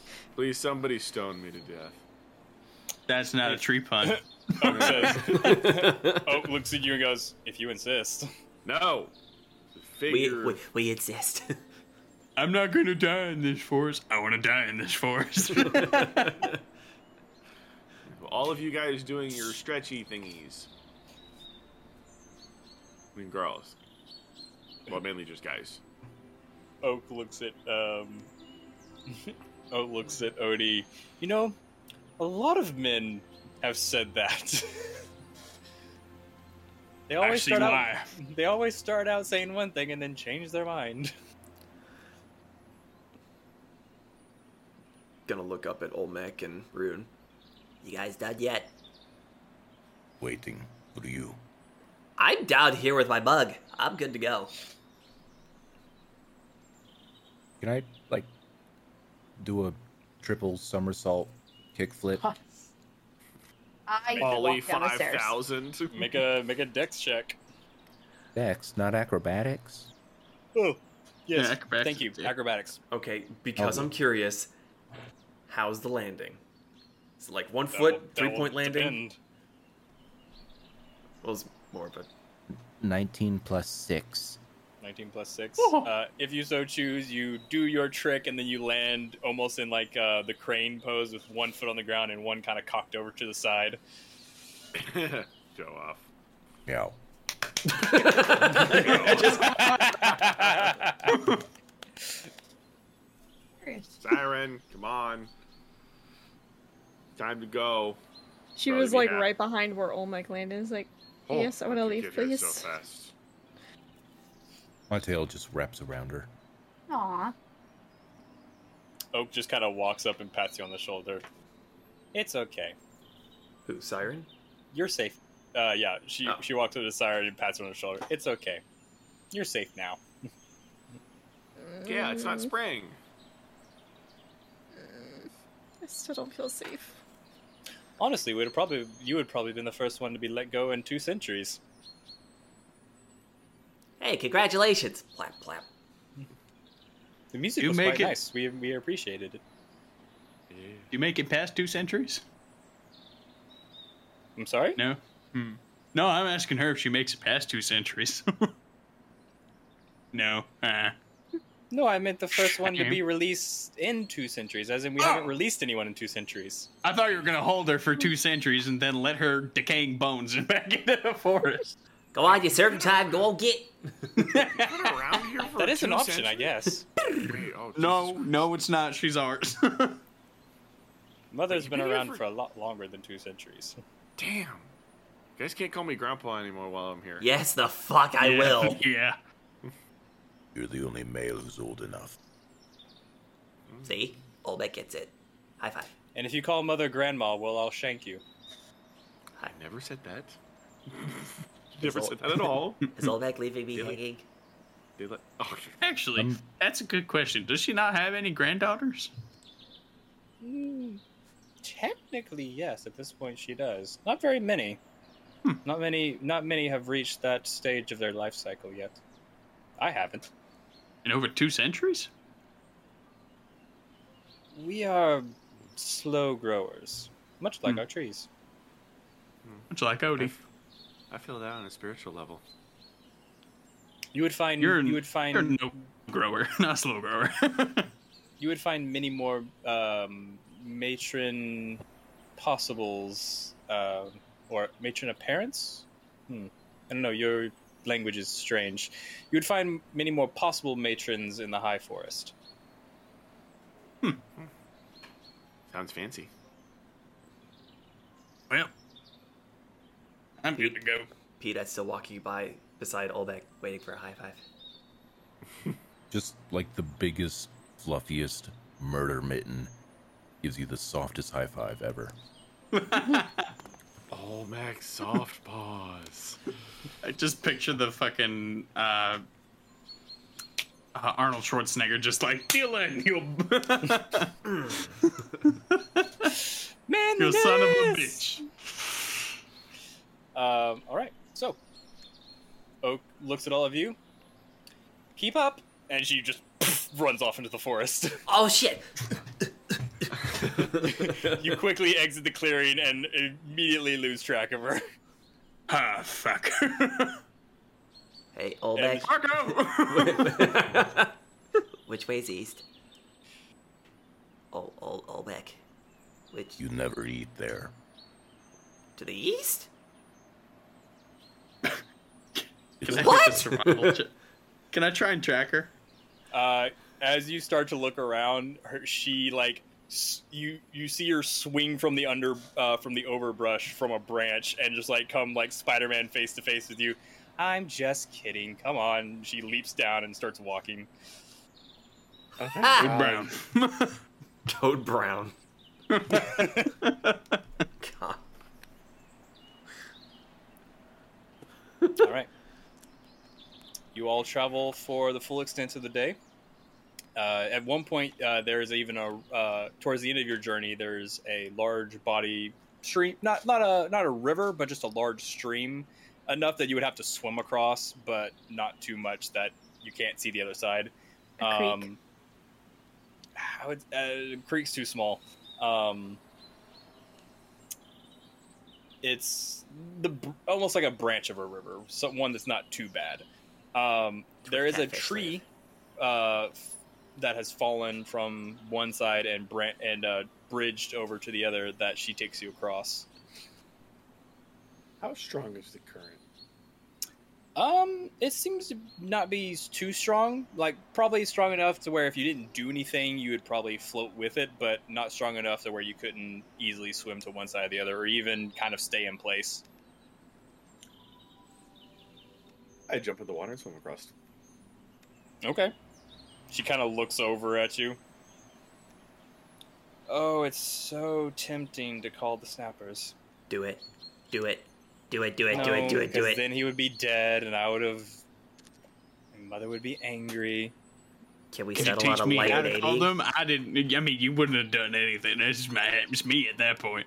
Speaker 8: [laughs]
Speaker 15: Please, somebody stone me to death.
Speaker 4: That's not a tree pun.
Speaker 7: Oak says. Oak looks at you and goes, "If you insist."
Speaker 15: No.
Speaker 4: figure-
Speaker 1: We, we, we insist.
Speaker 4: [laughs]
Speaker 1: [laughs]
Speaker 4: I'm not gonna die in this forest. I want to die in this [laughs] forest.
Speaker 15: All of you guys doing your stretchy thingies. I mean, girls. Well, mainly just guys.
Speaker 7: Oak looks at um, [laughs] Oak looks at Odie. You know, a lot of men have said that. [laughs] they
Speaker 4: I
Speaker 7: always
Speaker 4: see
Speaker 7: start
Speaker 4: why.
Speaker 7: out. [laughs] They always start out saying one thing and then change their mind. [laughs]
Speaker 5: Gonna look [laughs] up at Olmec and Rune.
Speaker 1: You guys done yet?
Speaker 16: Waiting for you.
Speaker 1: I'm down here with my mug. I'm good to go.
Speaker 9: Can I like do a triple somersault kickflip?
Speaker 2: I
Speaker 15: Ollie
Speaker 2: walked down the
Speaker 15: five
Speaker 2: stairs.
Speaker 15: thousand.
Speaker 7: Make a make a dex check.
Speaker 9: Dex, not acrobatics.
Speaker 7: Oh, yes.
Speaker 5: Yeah, acrobatics
Speaker 7: Thank you. Acrobatics.
Speaker 5: Okay, because
Speaker 9: Oh.
Speaker 5: I'm curious, how's the landing? Is it like one
Speaker 7: That
Speaker 5: foot,
Speaker 7: will- that
Speaker 5: three
Speaker 7: will
Speaker 5: point landing?
Speaker 7: depend.
Speaker 5: Well, it's more of a.
Speaker 9: 19 plus 6.
Speaker 7: 19 plus 6. Uh, if you so choose, you do your trick and then you land almost in like uh, the crane pose with one foot on the ground and one kind of cocked over to the side.
Speaker 15: [laughs] Show off.
Speaker 9: Yeah.
Speaker 15: Siren, come on. Time to go.
Speaker 8: She
Speaker 15: Probably
Speaker 8: was
Speaker 15: be
Speaker 8: like
Speaker 15: half.
Speaker 8: right behind where Olmec landed. Is like,
Speaker 15: Oh,
Speaker 8: yes, I want to
Speaker 15: you
Speaker 8: leave,
Speaker 15: get here
Speaker 8: please.
Speaker 15: so fast.
Speaker 9: My tail just wraps around her.
Speaker 2: Aw.
Speaker 7: Oak just kind of walks up and pats you on the shoulder. It's okay.
Speaker 5: Who, Siren?
Speaker 7: You're safe. Uh, yeah, she
Speaker 4: Oh.
Speaker 7: she walks up to Siren and pats her on the shoulder. It's okay. You're safe now.
Speaker 15: Yeah, it's not spring.
Speaker 8: I still don't feel safe.
Speaker 7: Honestly, would probably you would probably been the first one to be let go in two centuries.
Speaker 1: Hey, congratulations. Plap, plap.
Speaker 7: The music
Speaker 4: You
Speaker 7: was
Speaker 4: make
Speaker 7: quite
Speaker 4: it-
Speaker 7: nice. We we appreciated it.
Speaker 4: you make it past two centuries?
Speaker 7: I'm sorry?
Speaker 4: No. Hmm. No, I'm asking her if she makes it past two centuries. [laughs] no. Uh,
Speaker 7: No, I meant the first one to
Speaker 4: Shame.
Speaker 7: be released in two centuries, as in
Speaker 4: Ah.
Speaker 7: we haven't released anyone in two centuries.
Speaker 4: I thought you were gonna hold her for two centuries and then let her decaying bones [laughs] back into the forest.
Speaker 1: Go on, you serve time. Go on, get.
Speaker 15: around here for
Speaker 7: That is an
Speaker 4: two
Speaker 7: option, I
Speaker 4: [laughs]
Speaker 7: guess.
Speaker 15: Wait, oh,
Speaker 4: No, no, it's not. She's ours. [laughs]
Speaker 7: Mother's
Speaker 15: You've
Speaker 7: been
Speaker 15: been here
Speaker 7: around
Speaker 15: for-
Speaker 7: for a lot longer than two centuries.
Speaker 15: damn. You guys can't call me grandpa anymore while I'm here.
Speaker 1: Yes, the fuck I
Speaker 15: Yeah.
Speaker 1: will.
Speaker 4: yeah.
Speaker 16: You're the only male who's old enough.
Speaker 1: See? Olbeck gets it. High five.
Speaker 7: And if you call Mother Grandma, well, I'll shank you.
Speaker 15: I never said [laughs] that.
Speaker 1: Is
Speaker 15: never
Speaker 1: Ol-
Speaker 15: said that at [laughs] all.
Speaker 1: Is Olbeck leaving me hanging?
Speaker 15: They let. Oh,
Speaker 4: Actually, that's a good question. Does she not have any granddaughters?
Speaker 7: Technically, yes. At this point, she does. Not very many.
Speaker 4: Hmm.
Speaker 7: Not many. Not many have reached that stage of their life cycle yet. I haven't.
Speaker 4: In over two centuries?
Speaker 7: We are slow growers, much
Speaker 4: Hmm.
Speaker 7: like our trees.
Speaker 4: Much like Odie.
Speaker 15: I feel that on a spiritual level.
Speaker 7: You would find
Speaker 4: You're,
Speaker 7: you would find
Speaker 4: you're no grower, [laughs] not a slow grower.
Speaker 7: you would find many more um, matron possibles um or matron apparents. Hmm. I don't know. Your language is strange. You would find many more possible matrons in the high forest.
Speaker 15: Sounds fancy.
Speaker 4: Well, I'm good to go.
Speaker 5: Pete, I'm still walking by
Speaker 1: beside Olbeck, waiting for a high five.
Speaker 9: Just like the biggest, fluffiest murder mitten gives you the softest high five ever.
Speaker 15: Oh, [laughs] Max, soft paws.
Speaker 4: I just picture the fucking uh, uh, Arnold Schwarzenegger just like Dylan, you [laughs]
Speaker 7: Man,
Speaker 4: you son of a
Speaker 7: bitch. Um, all right, so Oak looks at all of you. Keep up, and she just [laughs] runs off into the [laughs] forest.
Speaker 1: Oh shit!
Speaker 7: you quickly exit the clearing and immediately lose track of her.
Speaker 4: Ah, fuck. [laughs]
Speaker 1: Hey, Olbeck. Which way's east? Ol Ol Olbeck. Which
Speaker 9: You never eat there.
Speaker 1: to the east?
Speaker 4: Can I
Speaker 1: What?
Speaker 4: get
Speaker 15: [laughs]
Speaker 4: the survival check? Can I try and track her?
Speaker 7: Uh, as you start to look around, her, she like s- you you see her swing from the under uh, from the overbrush from a branch and just like come like Spider-Man face to face with you. I'm just kidding. Come on. She leaps down and starts walking.
Speaker 4: Toad
Speaker 15: Uh,
Speaker 4: Brown.
Speaker 5: Toad Brown.
Speaker 7: all right. You all travel for the full extent of the day. Uh, at one point, uh, there is even a uh, towards the end of your journey. There's a large body stream, not not a not a river, but just a large stream, enough that you would have to swim across, but not too much that you can't see the other side. Um,
Speaker 8: A creek.
Speaker 7: I would, uh, creek's too small. Um, it's the br- almost like a branch of a river, so one that's not too bad. Um, there is a tree uh, f- that has fallen from one side and bran- and uh, bridged over to the other that she takes you across.
Speaker 15: How strong is the current?
Speaker 7: Um, it seems to not be s- too strong. Like probably strong enough to where if you didn't do anything, you would probably float with it, but not strong enough to where you couldn't easily swim to one side or the other, or even kind of stay in place.
Speaker 15: I jump in the water and swim across.
Speaker 7: Okay. She kind of looks over at you. Oh, it's so tempting to call the snappers.
Speaker 1: Do it. Do it. Do it, do it, do it, do it, do
Speaker 7: because
Speaker 1: it.
Speaker 7: Then he would be dead, and I would have. My mother would be angry.
Speaker 1: Can we
Speaker 4: Could you teach me how to call them? I didn't. I mean, you wouldn't have done anything. That's just my. It's me at that point.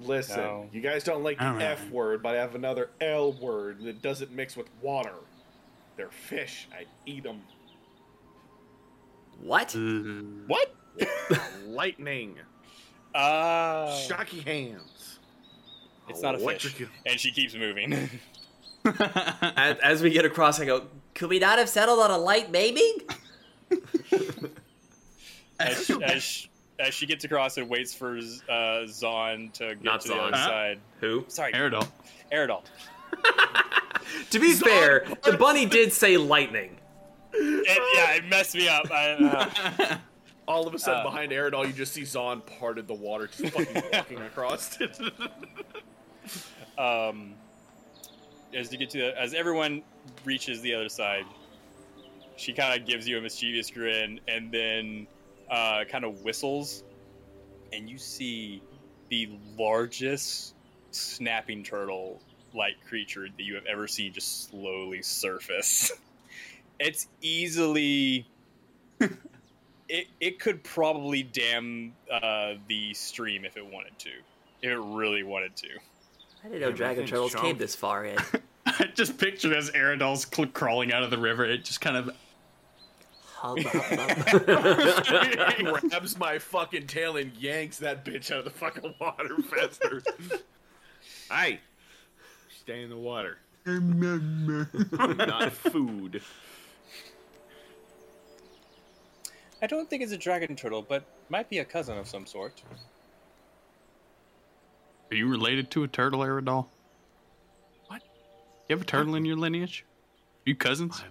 Speaker 15: Listen,
Speaker 4: No.
Speaker 15: you guys don't like the
Speaker 4: All right.
Speaker 15: F word, but I have another L word that doesn't mix with water. They're fish. I eat them.
Speaker 1: What?
Speaker 15: Mm-hmm. [laughs]
Speaker 7: What?
Speaker 15: Lightning.
Speaker 7: Uh,
Speaker 15: Shocky hands.
Speaker 7: It's not a fish.
Speaker 15: Electric-
Speaker 7: And she keeps [laughs] moving.
Speaker 5: as, as we get across, I go.
Speaker 1: Could we not have settled on a light maiming?
Speaker 7: as, as, as she gets across and waits for uh, Zahn to get
Speaker 5: Not
Speaker 7: to the
Speaker 5: Zahn.
Speaker 7: other
Speaker 5: Huh?
Speaker 7: side.
Speaker 5: Who?
Speaker 7: Sorry.
Speaker 4: Aerodol.
Speaker 7: Aerodol.
Speaker 5: To be fair, the bunny did say lightning.
Speaker 7: It- yeah, it messed me up. I, uh,
Speaker 15: All of a sudden,
Speaker 7: Uh,
Speaker 15: behind Aerodol, you just see Zahn parted the water, just
Speaker 4: [laughs]
Speaker 15: fucking walking across.
Speaker 7: um, as you get to the, as everyone reaches the other side, she kind of gives you a mischievous grin and then uh, kind of whistles, and you see the largest snapping turtle like creature that you have ever seen just slowly surface. [laughs] it's easily. It, it could probably dam uh, the stream if it wanted to, if it really wanted to.
Speaker 1: I didn't know Dragon Turtles came this far in.
Speaker 4: I just pictured as Aerodol's cl- crawling out of the river. It just kind of.
Speaker 15: [laughs]
Speaker 4: [laughs]
Speaker 15: grabs my fucking tail and yanks that bitch out of the fucking water faster. Hey, stay in the
Speaker 1: [laughs]
Speaker 15: water. Not food.
Speaker 7: I don't think it's a dragon turtle, but might be a cousin of some sort.
Speaker 4: Are you related to a turtle, Aerodol? What? You have a turtle in your lineage? You cousins?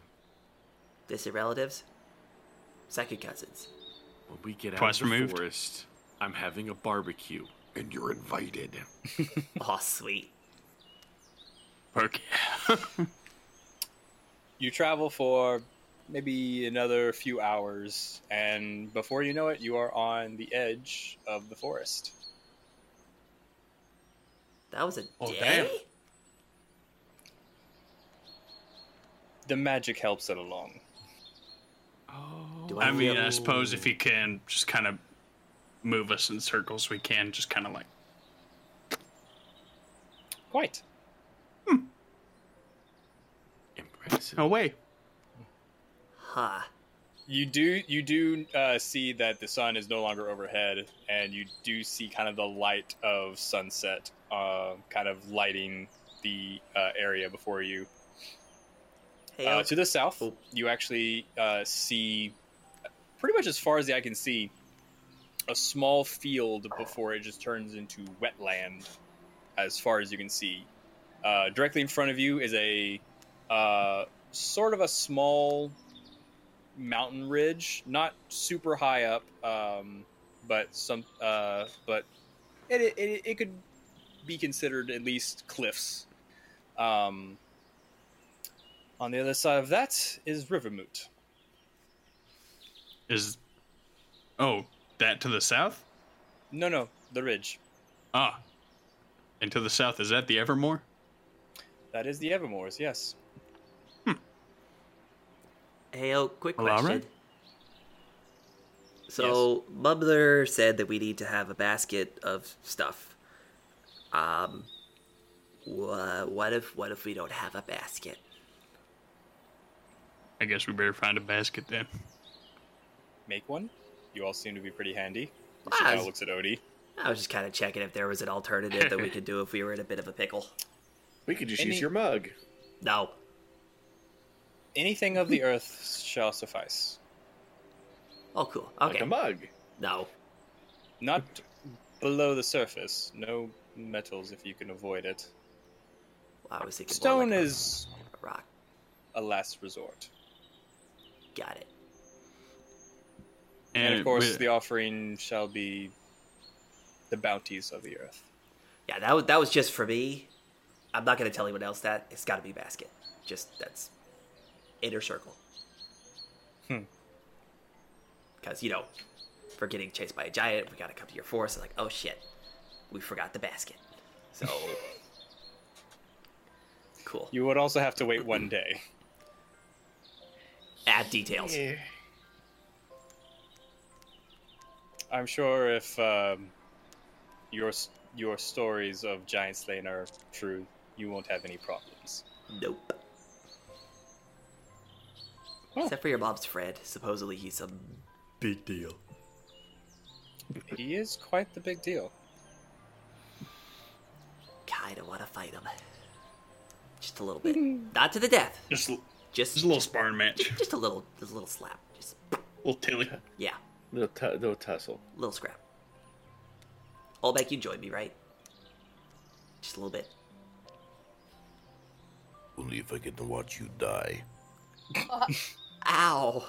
Speaker 1: Distant relatives? Second cousins.
Speaker 14: When we get
Speaker 4: Twice
Speaker 14: out of the
Speaker 4: removed.
Speaker 14: forest, I'm having a barbecue, and you're invited.
Speaker 1: Aw, sweet.
Speaker 4: Okay.
Speaker 7: You travel for maybe another few hours, and before you know it, you are on the edge of the forest.
Speaker 1: That was a
Speaker 7: Oh,
Speaker 1: day.
Speaker 7: The magic helps it along.
Speaker 1: Do
Speaker 4: I mean, I suppose if you can just kind of move us in circles, we can just kind of like.
Speaker 7: Quite.
Speaker 4: Impressive. Away.
Speaker 1: Ha.
Speaker 7: You do you do uh, see that the sun is no longer overhead, and you do see kind of the light of sunset, uh, kind of lighting the uh, area before you.
Speaker 1: Hey, oh,
Speaker 7: uh,
Speaker 1: Elf.
Speaker 7: to the south, you actually uh, see, pretty much as far as the eye can see, a small field before it just turns into wetland. As far as you can see, uh, directly in front of you is a uh, sort of a small mountain ridge, not super high up, um, but some, uh, but it, it it could be considered at least cliffs. Um, on the other side of that is Rivermoot.
Speaker 4: Is. Oh, that to the south?
Speaker 7: No, no, the ridge.
Speaker 4: Ah. And to the south, is that the Evermore?
Speaker 7: That is the Evermores. Yes.
Speaker 1: Hey, oh, quick
Speaker 4: Well, all
Speaker 1: question.
Speaker 4: right.
Speaker 1: So, Mumbler said that we need to have a basket of stuff. Um, wha what if what if we don't have a basket?
Speaker 4: I guess we better find a basket then.
Speaker 7: Make one. You all seem to be pretty handy.
Speaker 1: Wow.
Speaker 7: She now looks at Odie.
Speaker 1: I was just kind of checking if there was an alternative that we
Speaker 7: [laughs]
Speaker 1: could do if we were in a bit of a pickle.
Speaker 6: We could just
Speaker 7: Any-
Speaker 6: use your mug.
Speaker 1: No.
Speaker 7: Anything of [laughs] the earth shall suffice.
Speaker 1: Oh, cool.
Speaker 7: Like
Speaker 1: Okay.
Speaker 7: a
Speaker 6: mug.
Speaker 1: No.
Speaker 7: Not below the surface. No metals if you can avoid it.
Speaker 1: I was thinking more
Speaker 7: Stone
Speaker 1: like a-
Speaker 7: is
Speaker 1: a rock.
Speaker 7: A last resort.
Speaker 1: Got it.
Speaker 7: And,
Speaker 1: And
Speaker 7: of course,
Speaker 1: we-
Speaker 7: the offering shall be the bounties of the earth.
Speaker 1: Yeah, that was that was just for me. I'm not gonna tell anyone else that. It's gotta be basket. Just that's inner circle.
Speaker 7: Hmm.
Speaker 1: Because you know, if we're getting chased by a giant, we gotta come to your forest. Like, oh shit, we forgot the basket. So [laughs] cool.
Speaker 7: You would also have to wait one day.
Speaker 1: Add details.
Speaker 7: I'm sure if um, your s- your stories of giant slaying are true, you won't have any problems.
Speaker 1: Nope.
Speaker 7: Oh.
Speaker 1: Except for your mom's friend. Supposedly he's a big deal.
Speaker 7: He is quite the big deal.
Speaker 1: Kinda wanna fight him. Just a
Speaker 7: [laughs]
Speaker 1: little bit. Not to the death.
Speaker 4: Just,
Speaker 1: just,
Speaker 4: a little sparring match.
Speaker 1: Just a little just a little slap. Just
Speaker 4: Little Tilly.
Speaker 1: yeah.
Speaker 6: Little, tu- little tussle.
Speaker 1: little scrap. Olbeck, you joined me, right? Just a little bit.
Speaker 16: Only if I get to watch you die.
Speaker 1: Ow.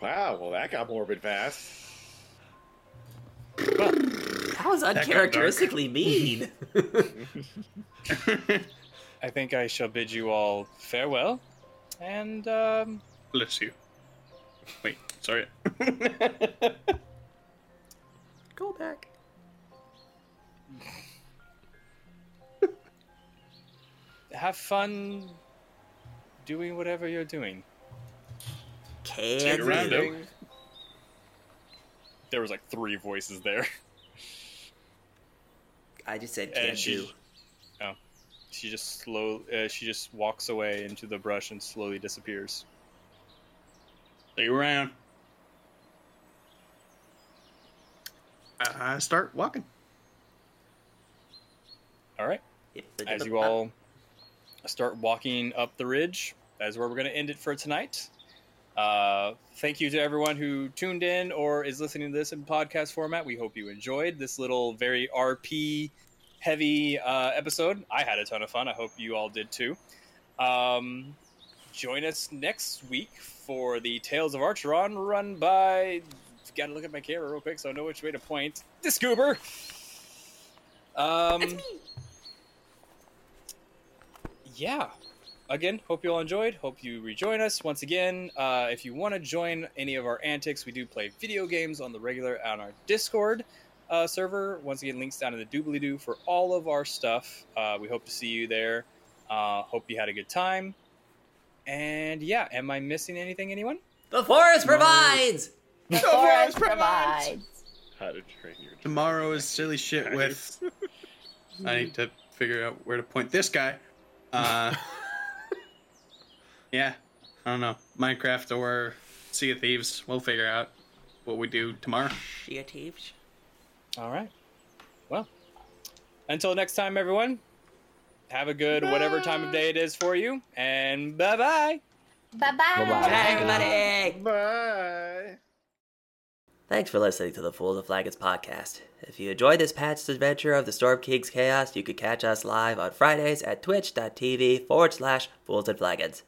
Speaker 6: Wow, well, that got morbid fast.
Speaker 1: That was
Speaker 7: That got dark.
Speaker 1: uncharacteristically
Speaker 7: [laughs]
Speaker 1: mean.
Speaker 7: I think I shall bid you all farewell, and um,
Speaker 4: Bless you. Wait, sorry.
Speaker 1: Go back.
Speaker 7: have fun doing whatever you're doing.
Speaker 1: Can do.
Speaker 7: There was like three voices there. [laughs]
Speaker 1: I just said
Speaker 7: And
Speaker 1: can
Speaker 7: she-
Speaker 1: do.
Speaker 7: Oh, she just slow. Uh, she just walks away into the brush and slowly disappears.
Speaker 4: Stay around. I I start walking.
Speaker 7: All right. As you all start walking up the ridge, that's where we're going to end it for tonight. Uh, thank you to everyone who tuned in or is listening to this in podcast format. We hope you enjoyed this little very RP heavy uh, episode. I had a ton of fun. I hope you all did too. Um, join us next week for the Tales of Archeron run by. Gotta look at my camera real quick so I know which way to point. Discoober! Um, Yeah. again, hope you all enjoyed. Hope you rejoin us once again. Uh, if you want to join any of our antics, we do play video games on the regular on our Discord uh, server. Once again, links down in the doobly doo for all of our stuff. Uh, we hope to see you there. Uh, hope you had a good time. And yeah, am I missing anything, anyone?
Speaker 1: The forest provides.
Speaker 2: The forest provides.
Speaker 15: How to train your
Speaker 4: Tomorrow is silly shit with. [laughs] I need to figure out where to point this guy. Uh, yeah, I don't know. Minecraft or Sea of Thieves. We'll figure out what we do tomorrow.
Speaker 1: She achieved.
Speaker 7: All right. Well, until next time, everyone, have a good whatever time of day it is for you, and bye bye.
Speaker 2: Bye bye.
Speaker 1: Bye-bye. Good night, everybody.
Speaker 15: Bye.
Speaker 1: Thanks for listening to the Fools of Flagons podcast. If you enjoyed this patched adventure of the Storm King's Chaos, you can catch us live on Fridays at twitch.tv forward slash Fools and Flagons.